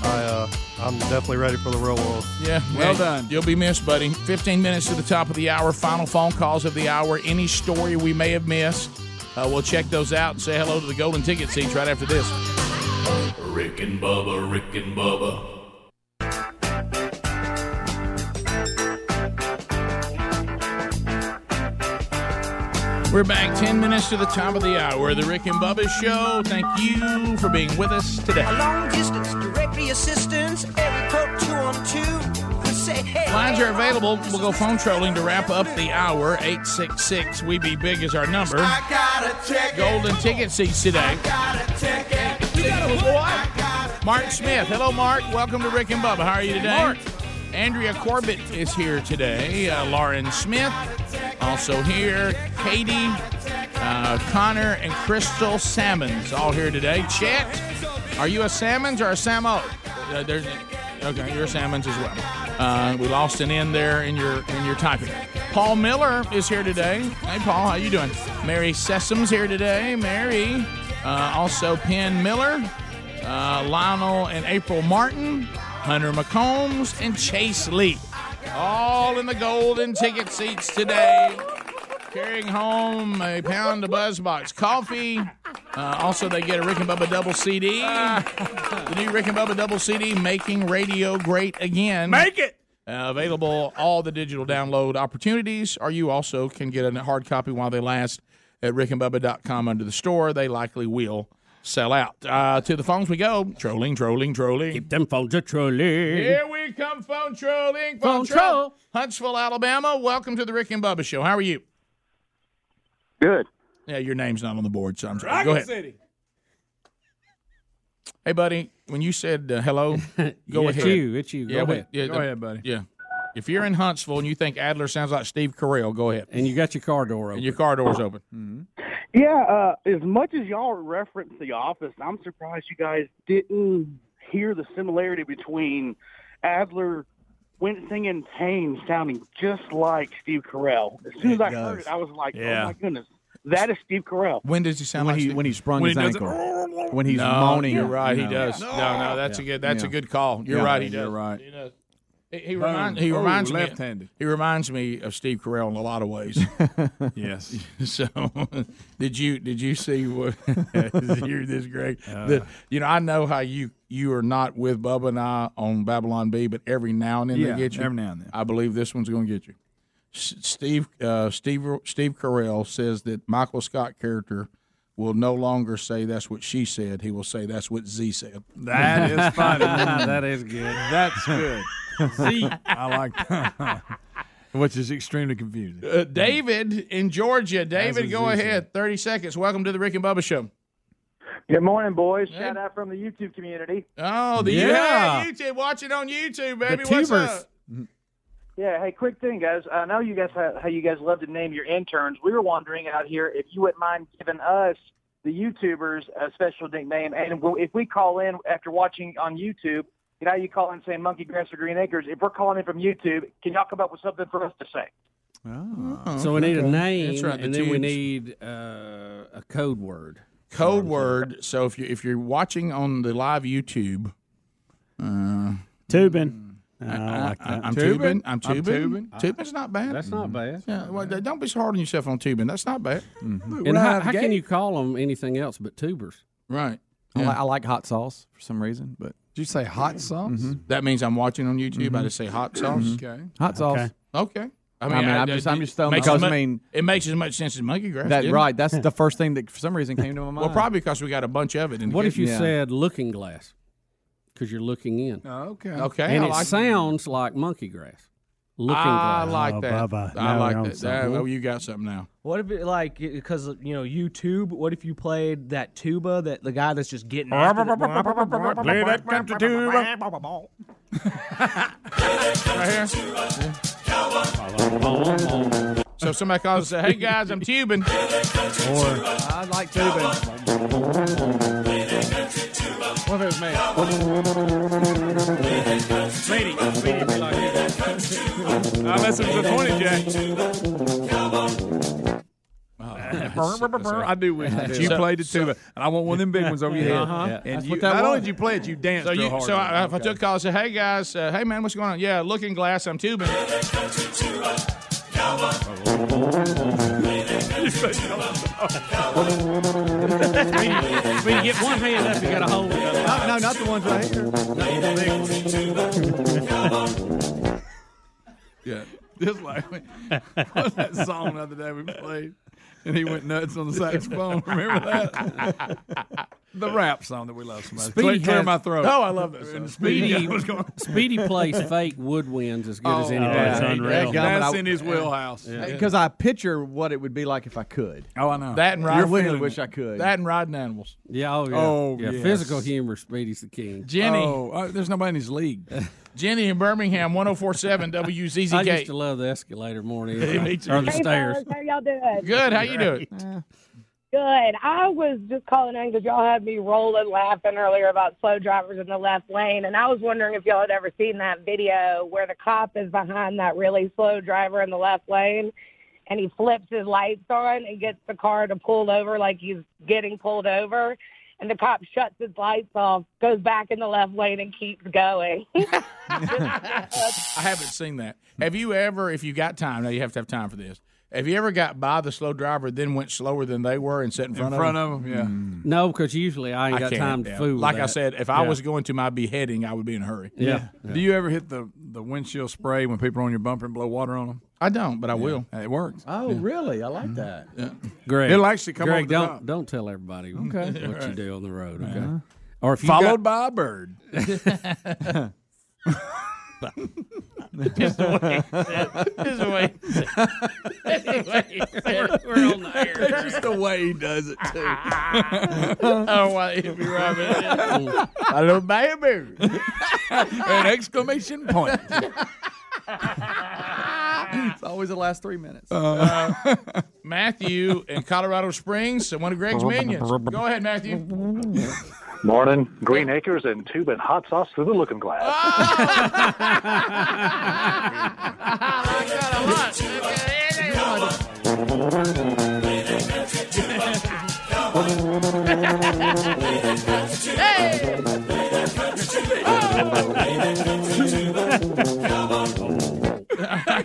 S24: I, uh, I'm definitely ready for the real world.
S2: Yeah, well done. You'll be missed, buddy. 15 minutes to the top of the hour, final phone calls of the hour, any story we may have missed. Uh, we'll check those out and say hello to the golden ticket seats right after this.
S23: Rick and Bubba, Rick and Bubba.
S2: We're back 10 minutes to the top of the hour. The Rick and Bubba Show. Thank you for being with us today.
S8: A long distance directory assistance, every code two on two. Who say, hey,
S2: Lines are available. We'll go phone trolling to wrap up the hour. 866 We Be Big is our number. Golden ticket seats today. You got a what? Mark Smith. Hello, Mark. Welcome to Rick and Bubba. How are you today? Mark. Andrea Corbett is here today. Uh, Lauren Smith also here. Katie, uh, Connor, and Crystal Salmons all here today. Chet, are you a Salmons or a Samo? Uh, there's, okay, you're a Salmons as well. Uh, we lost an N there in your in your typing. Paul Miller is here today. Hey, Paul, how you doing? Mary Sessoms here today. Mary, uh, also Penn Miller uh, Lionel and April Martin, Hunter McCombs, and Chase Lee. All in the golden ticket seats today, carrying home a pound of Buzzbox coffee. Uh, also, they get a Rick and Bubba double CD. The new Rick and Bubba double CD, Making Radio Great Again. Make it! Uh, available all the digital download opportunities, or you also can get a hard copy while they last at rickandbubba.com under the store. They likely will sell out. Uh, to the phones we go. Trolling, trolling, trolling. Keep
S3: them phones a trolling.
S2: Here we come, phone trolling,
S3: Phone
S2: phone, troll. Huntsville, Alabama. Welcome to the Rick and Bubba Show. How are you?
S15: Good.
S2: Yeah, your name's not on the board, so I'm sorry. Go ahead. Hey, buddy, when you said uh, hello, go
S3: Yeah, it's
S2: ahead.
S3: you, it's you. Go
S2: yeah, we-
S3: ahead.
S2: yeah,
S3: Go
S2: the-
S3: ahead, buddy.
S2: Yeah. If you're in Huntsville and you think Adler sounds like Steve Carell, go ahead.
S3: And you got your car door open. Mm.
S2: And your car door's open.
S15: Yeah, uh, as much as y'all reference The Office, I'm surprised you guys didn't hear the similarity between Adler wincing and Payne sounding just like Steve Carell. As soon as I heard
S7: does.
S15: it, I was like,
S7: Yeah.
S15: oh my goodness, that is Steve Carell.
S2: When does he sound
S7: when
S2: like
S7: he
S2: Steve-
S7: when he sprung
S2: when
S7: his
S2: he does it,
S7: ankle? when he's
S2: no,
S7: moaning,
S2: You're right.
S7: you
S2: He
S7: know.
S2: does. No, no, that's a good. That's a
S7: Yeah.
S2: good call. You're
S7: Yeah.
S2: right. He does.
S7: You're
S2: right. He, does. he, he
S7: Boom.
S2: reminds. He
S7: Ooh,
S2: reminds
S6: Oh,
S2: me.
S7: left-handed.
S2: He reminds me of Steve Carell in a lot of ways. yes. So, did you did you see what? you're this great.
S6: Uh.
S2: The- you know, I know how you you are not with Bubba and I on Babylon B, but every now and then
S6: Yeah,
S2: they get you.
S6: every now and then.
S2: I believe this one's going to get you. S- Steve uh, Steve Steve Carell says that Michael Scott character will no longer say that's what she said. He will say that's what Z said.
S6: That is funny.
S3: that is good.
S6: That's good.
S3: See?
S6: I like that. Which is extremely confusing.
S2: Uh, David in Georgia. David,
S6: what
S2: go
S6: Z said.
S2: ahead. Thirty seconds. Welcome to the Rick and Bubba Show.
S15: Good morning, boys. Shout out from the YouTube community.
S2: Oh, the yeah.
S15: Yeah.
S2: YouTube. Watch it on YouTube, baby.
S15: The
S2: What's
S15: tubers.
S2: up?
S15: Yeah, hey, quick thing, guys. I know you guys how, how you guys love to name your interns. We were wondering out here if you wouldn't mind giving us the YouTubers a special nickname, and we'll, if we call in after watching on YouTube, you know, how you call in saying "Monkey Grass" or "Green Acres." If we're calling in from YouTube, can y'all come up with something for us to say? Oh,
S3: so we need a
S2: Okay.
S3: name,
S2: That's right, the
S3: and then we
S2: tubes.
S3: need uh, a code word.
S2: Code word. So if you if you're watching on the live YouTube, uh,
S9: Tubin.
S2: I,
S9: I like that.
S2: am
S9: Tubin?
S2: tubing. I'm
S9: I'm
S2: tubing.
S9: tubing.
S2: Tubing's not bad. Hmm.
S3: That's not bad. Hmm.
S2: Yeah, well, don't be so hard on yourself on tubing. That's not bad.
S3: And how, how can you call them anything else but tubers?
S2: Right.
S7: I, like, I like hot sauce for some reason, but
S6: Did you say hot sauce?
S2: That means I'm watching on YouTube. I
S7: Mhm.
S2: just say hot sauce.
S7: Mhm. Hot sauce.
S2: Okay.
S7: I mean, I, am just I'm just throwing
S2: makes
S7: because
S2: as
S7: I
S2: mu-
S7: mean
S2: it makes as much sense as monkey grass.
S7: that
S2: didn't it?
S7: right. That's the first thing that for some reason came to my mind.
S2: Well, probably because we got a bunch of it. In the
S3: What if
S2: kitchen.
S3: you said looking glass? Because you're looking in.
S2: okay. Okay,
S3: And
S2: I
S3: it
S2: like-
S3: sounds like monkey grass. Looking
S2: I
S3: glass.
S2: like that. I like that. That- Oh, you got something now.
S25: What if it like because you know YouTube? What if you played that tuba that the guy that's just getting after the-
S12: Play that country tuba.
S2: Mm-hmm. Right here. So if somebody calls and says, "Hey guys, I'm tubing," or I
S7: like tubing.
S2: What if it was me?
S12: Lady, lady, be like it. I messed with the 20 jack.
S6: I do wish that you
S2: So-
S6: played it too, and I want one of them big ones over your head.
S2: Uh-huh. Yeah.
S6: And
S2: That's
S6: you,
S2: what that
S6: not only
S2: was.
S6: did you play it, you danced
S2: So,
S6: real
S2: you,
S6: hard.
S2: so I, if I took a call and said, "Hey guys, uh, hey man, what's going on?" Yeah, looking glass, I'm tubing.
S3: When you get one hand up, you got to hold it.
S7: No, no, not the ones right here.
S6: Yeah. Just like what was that song the other day we played, and he went nuts on the saxophone. Remember that? the rap song that we love so much. clear, clear
S3: has-
S6: my throat.
S3: Oh,
S6: And
S3: Speedy,
S6: was going-
S3: Speedy plays fake woodwinds as good as
S6: Oh,
S3: anybody.
S6: that's unreal. That's in his wheelhouse.
S7: Because I picture what it would be like if I could.
S6: Oh, I know.
S2: That and riding.
S7: You're really wish I could.
S2: That and riding animals.
S3: Yeah, oh yeah.
S2: Oh,
S3: yeah.
S2: yes.
S3: Physical humor, Speedy's the king.
S2: Jenny.
S3: Oh,
S6: uh, there's nobody in his league.
S2: Jenny in Birmingham, 1047
S3: I
S2: WZZK.
S3: used to love the escalator morning
S2: Me too.
S3: or the
S26: Hey,
S3: stairs.
S26: fellas, how y'all doing?
S2: Good. How you doing?
S26: Good. I was just calling in because y'all had me rolling laughing earlier about slow drivers in the left lane, and I was wondering if y'all had ever seen that video where the cop is behind that really slow driver in the left lane, and he flips his lights on and gets the car to pull over like he's getting pulled over, and the cop shuts his lights off, goes back in the left lane, and keeps going.
S2: I haven't seen that. Have you ever, if you got time, now you have to have time for this. Have you ever got by the slow driver, then went slower than they were and sat in front,
S6: front
S2: of them? Mm.
S6: of 'em, yeah.
S3: No, because Oh, usually I ain't got
S2: can't,
S3: time
S2: yeah.
S3: to fool. with
S2: Like I
S3: that.
S2: said, if I
S3: Yeah.
S2: was going to my beheading, I would be in a hurry.
S3: Yeah.
S6: Do you ever hit the, the windshield spray when people are on your bumper and blow water on them?
S2: I don't, but I will.
S6: It works.
S7: Oh, really? I like that.
S3: Greg,
S6: It'll actually come
S3: Greg,
S6: over the
S3: don't
S6: top.
S3: don't tell everybody
S6: Okay.
S3: what you
S6: Alright.
S3: do on the road. Okay.
S6: Uh-huh.
S3: Or if you
S6: Followed
S3: got-
S6: by a bird.
S2: Just the way he said it. Just the way he said it. That's the way he said it. We're on the air.
S6: That's just the way he does it, too.
S2: I don't want to be robbing it.
S6: I don't buy a bird. An exclamation point.
S7: it's always the last three minutes.
S2: Uh, Matthew in Colorado Springs, one of Greg's minions. Go ahead, Matthew.
S15: Morning, Green Acres and tube and hot sauce through the looking glass.
S12: Ah!
S2: I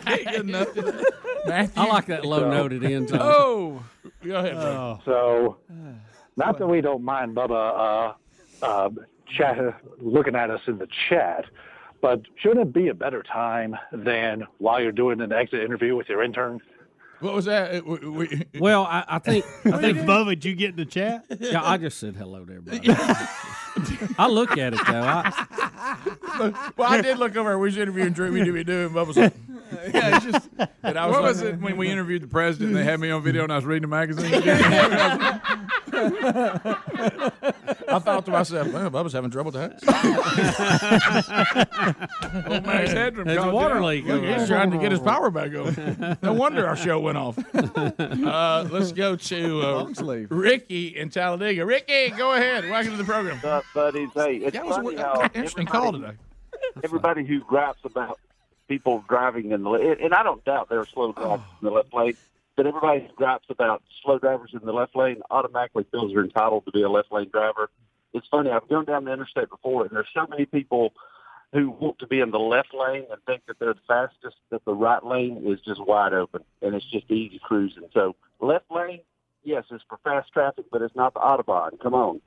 S2: can't get enough of that. Matthew.
S3: I like that low noted end. Tone.
S2: Oh, go ahead. Greg.
S15: So, not that we don't mind Bubba uh, uh, chat, looking at us in the chat, but shouldn't it be a better time than while you're doing an exit interview with your intern?
S2: What was that? It- we- we-
S3: Well, I, I think I think
S27: Bubba, did you get in the chat?
S3: Yeah, I just said hello to everybody. I look at it though. I,
S2: well, I did look over and we was interviewing Drew. We did we do, and Bubba was like,
S6: yeah, it's just.
S2: And I was
S6: what
S2: like-
S6: was it when we interviewed the president? and They had me on video and I was reading a magazine.
S2: I thought to myself, well, Bubba's having trouble with Oh, that. Old man's headroom
S6: Oh, There's a
S2: gone
S6: water
S2: down.
S6: leak
S2: Look,
S6: over there.
S2: He's trying to get his power back on. No wonder our show went off. Uh, let's go to
S7: Long
S2: uh,
S7: sleeve.
S2: Ricky in Talladega. Ricky, go ahead. Welcome to the program. What's
S15: up, buddies? Hey, it's
S2: that was
S15: funny
S2: a,
S15: how
S2: interesting call today.
S15: everybody who gripes about people driving in the le- and I don't doubt there are slow drivers in the left lane, but everybody who gripes about slow drivers in the left lane automatically feels they're entitled to be a left lane driver. It's funny. I've gone down the interstate before, and there's so many people who want to be in the left lane and think that they're the fastest that the right lane is just wide open and it's just easy cruising. So left lane, yes, it's for fast traffic, but it's not the autobahn. Come on.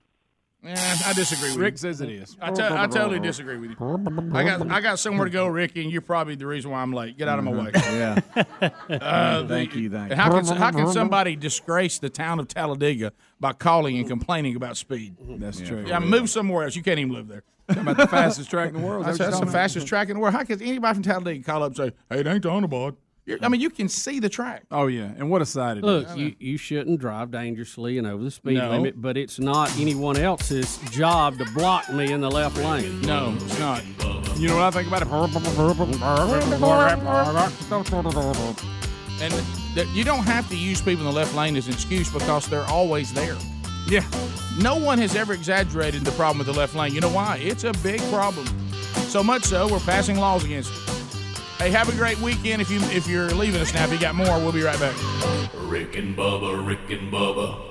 S2: Yeah, I disagree with you.
S6: Rick says it is.
S2: I, to- I totally disagree with you. I got I got somewhere to go, Ricky, and you're probably the reason why I'm late. Get out of my way.
S28: Mm-hmm. Yeah.
S2: Uh,
S28: Thank
S2: the-
S28: you, thank you.
S2: How can how can somebody disgrace the town of Talladega by calling and complaining about speed?
S28: Mm-hmm.
S2: That's
S6: true.
S2: Yeah, move somewhere else. You can't even live there.
S6: about the fastest track in the world.
S2: That's,
S6: Is that what
S2: that's
S6: you're
S2: the
S6: talking
S2: fastest track in the world. How can anybody from Talladega call up and say, "Hey, it ain't the Honda I mean, you can see the track.
S6: Oh yeah, and what a sight it is.
S3: Look, you, you shouldn't drive dangerously and over the speed
S2: No.
S3: limit, but it's not anyone else's job to block me in the left lane.
S2: No, it's not.
S6: You know what I think about
S3: it?
S2: And th- you don't have to use people in the left lane as an excuse because they're always there.
S6: Yeah.
S2: No one has ever exaggerated the problem with the left lane. You know why? It's a big problem. So much so, we're passing laws against it. Hey, have a great weekend. If you if you're leaving us now, if you got more, we'll be right back.
S10: Rick and Bubba, Rick and Bubba.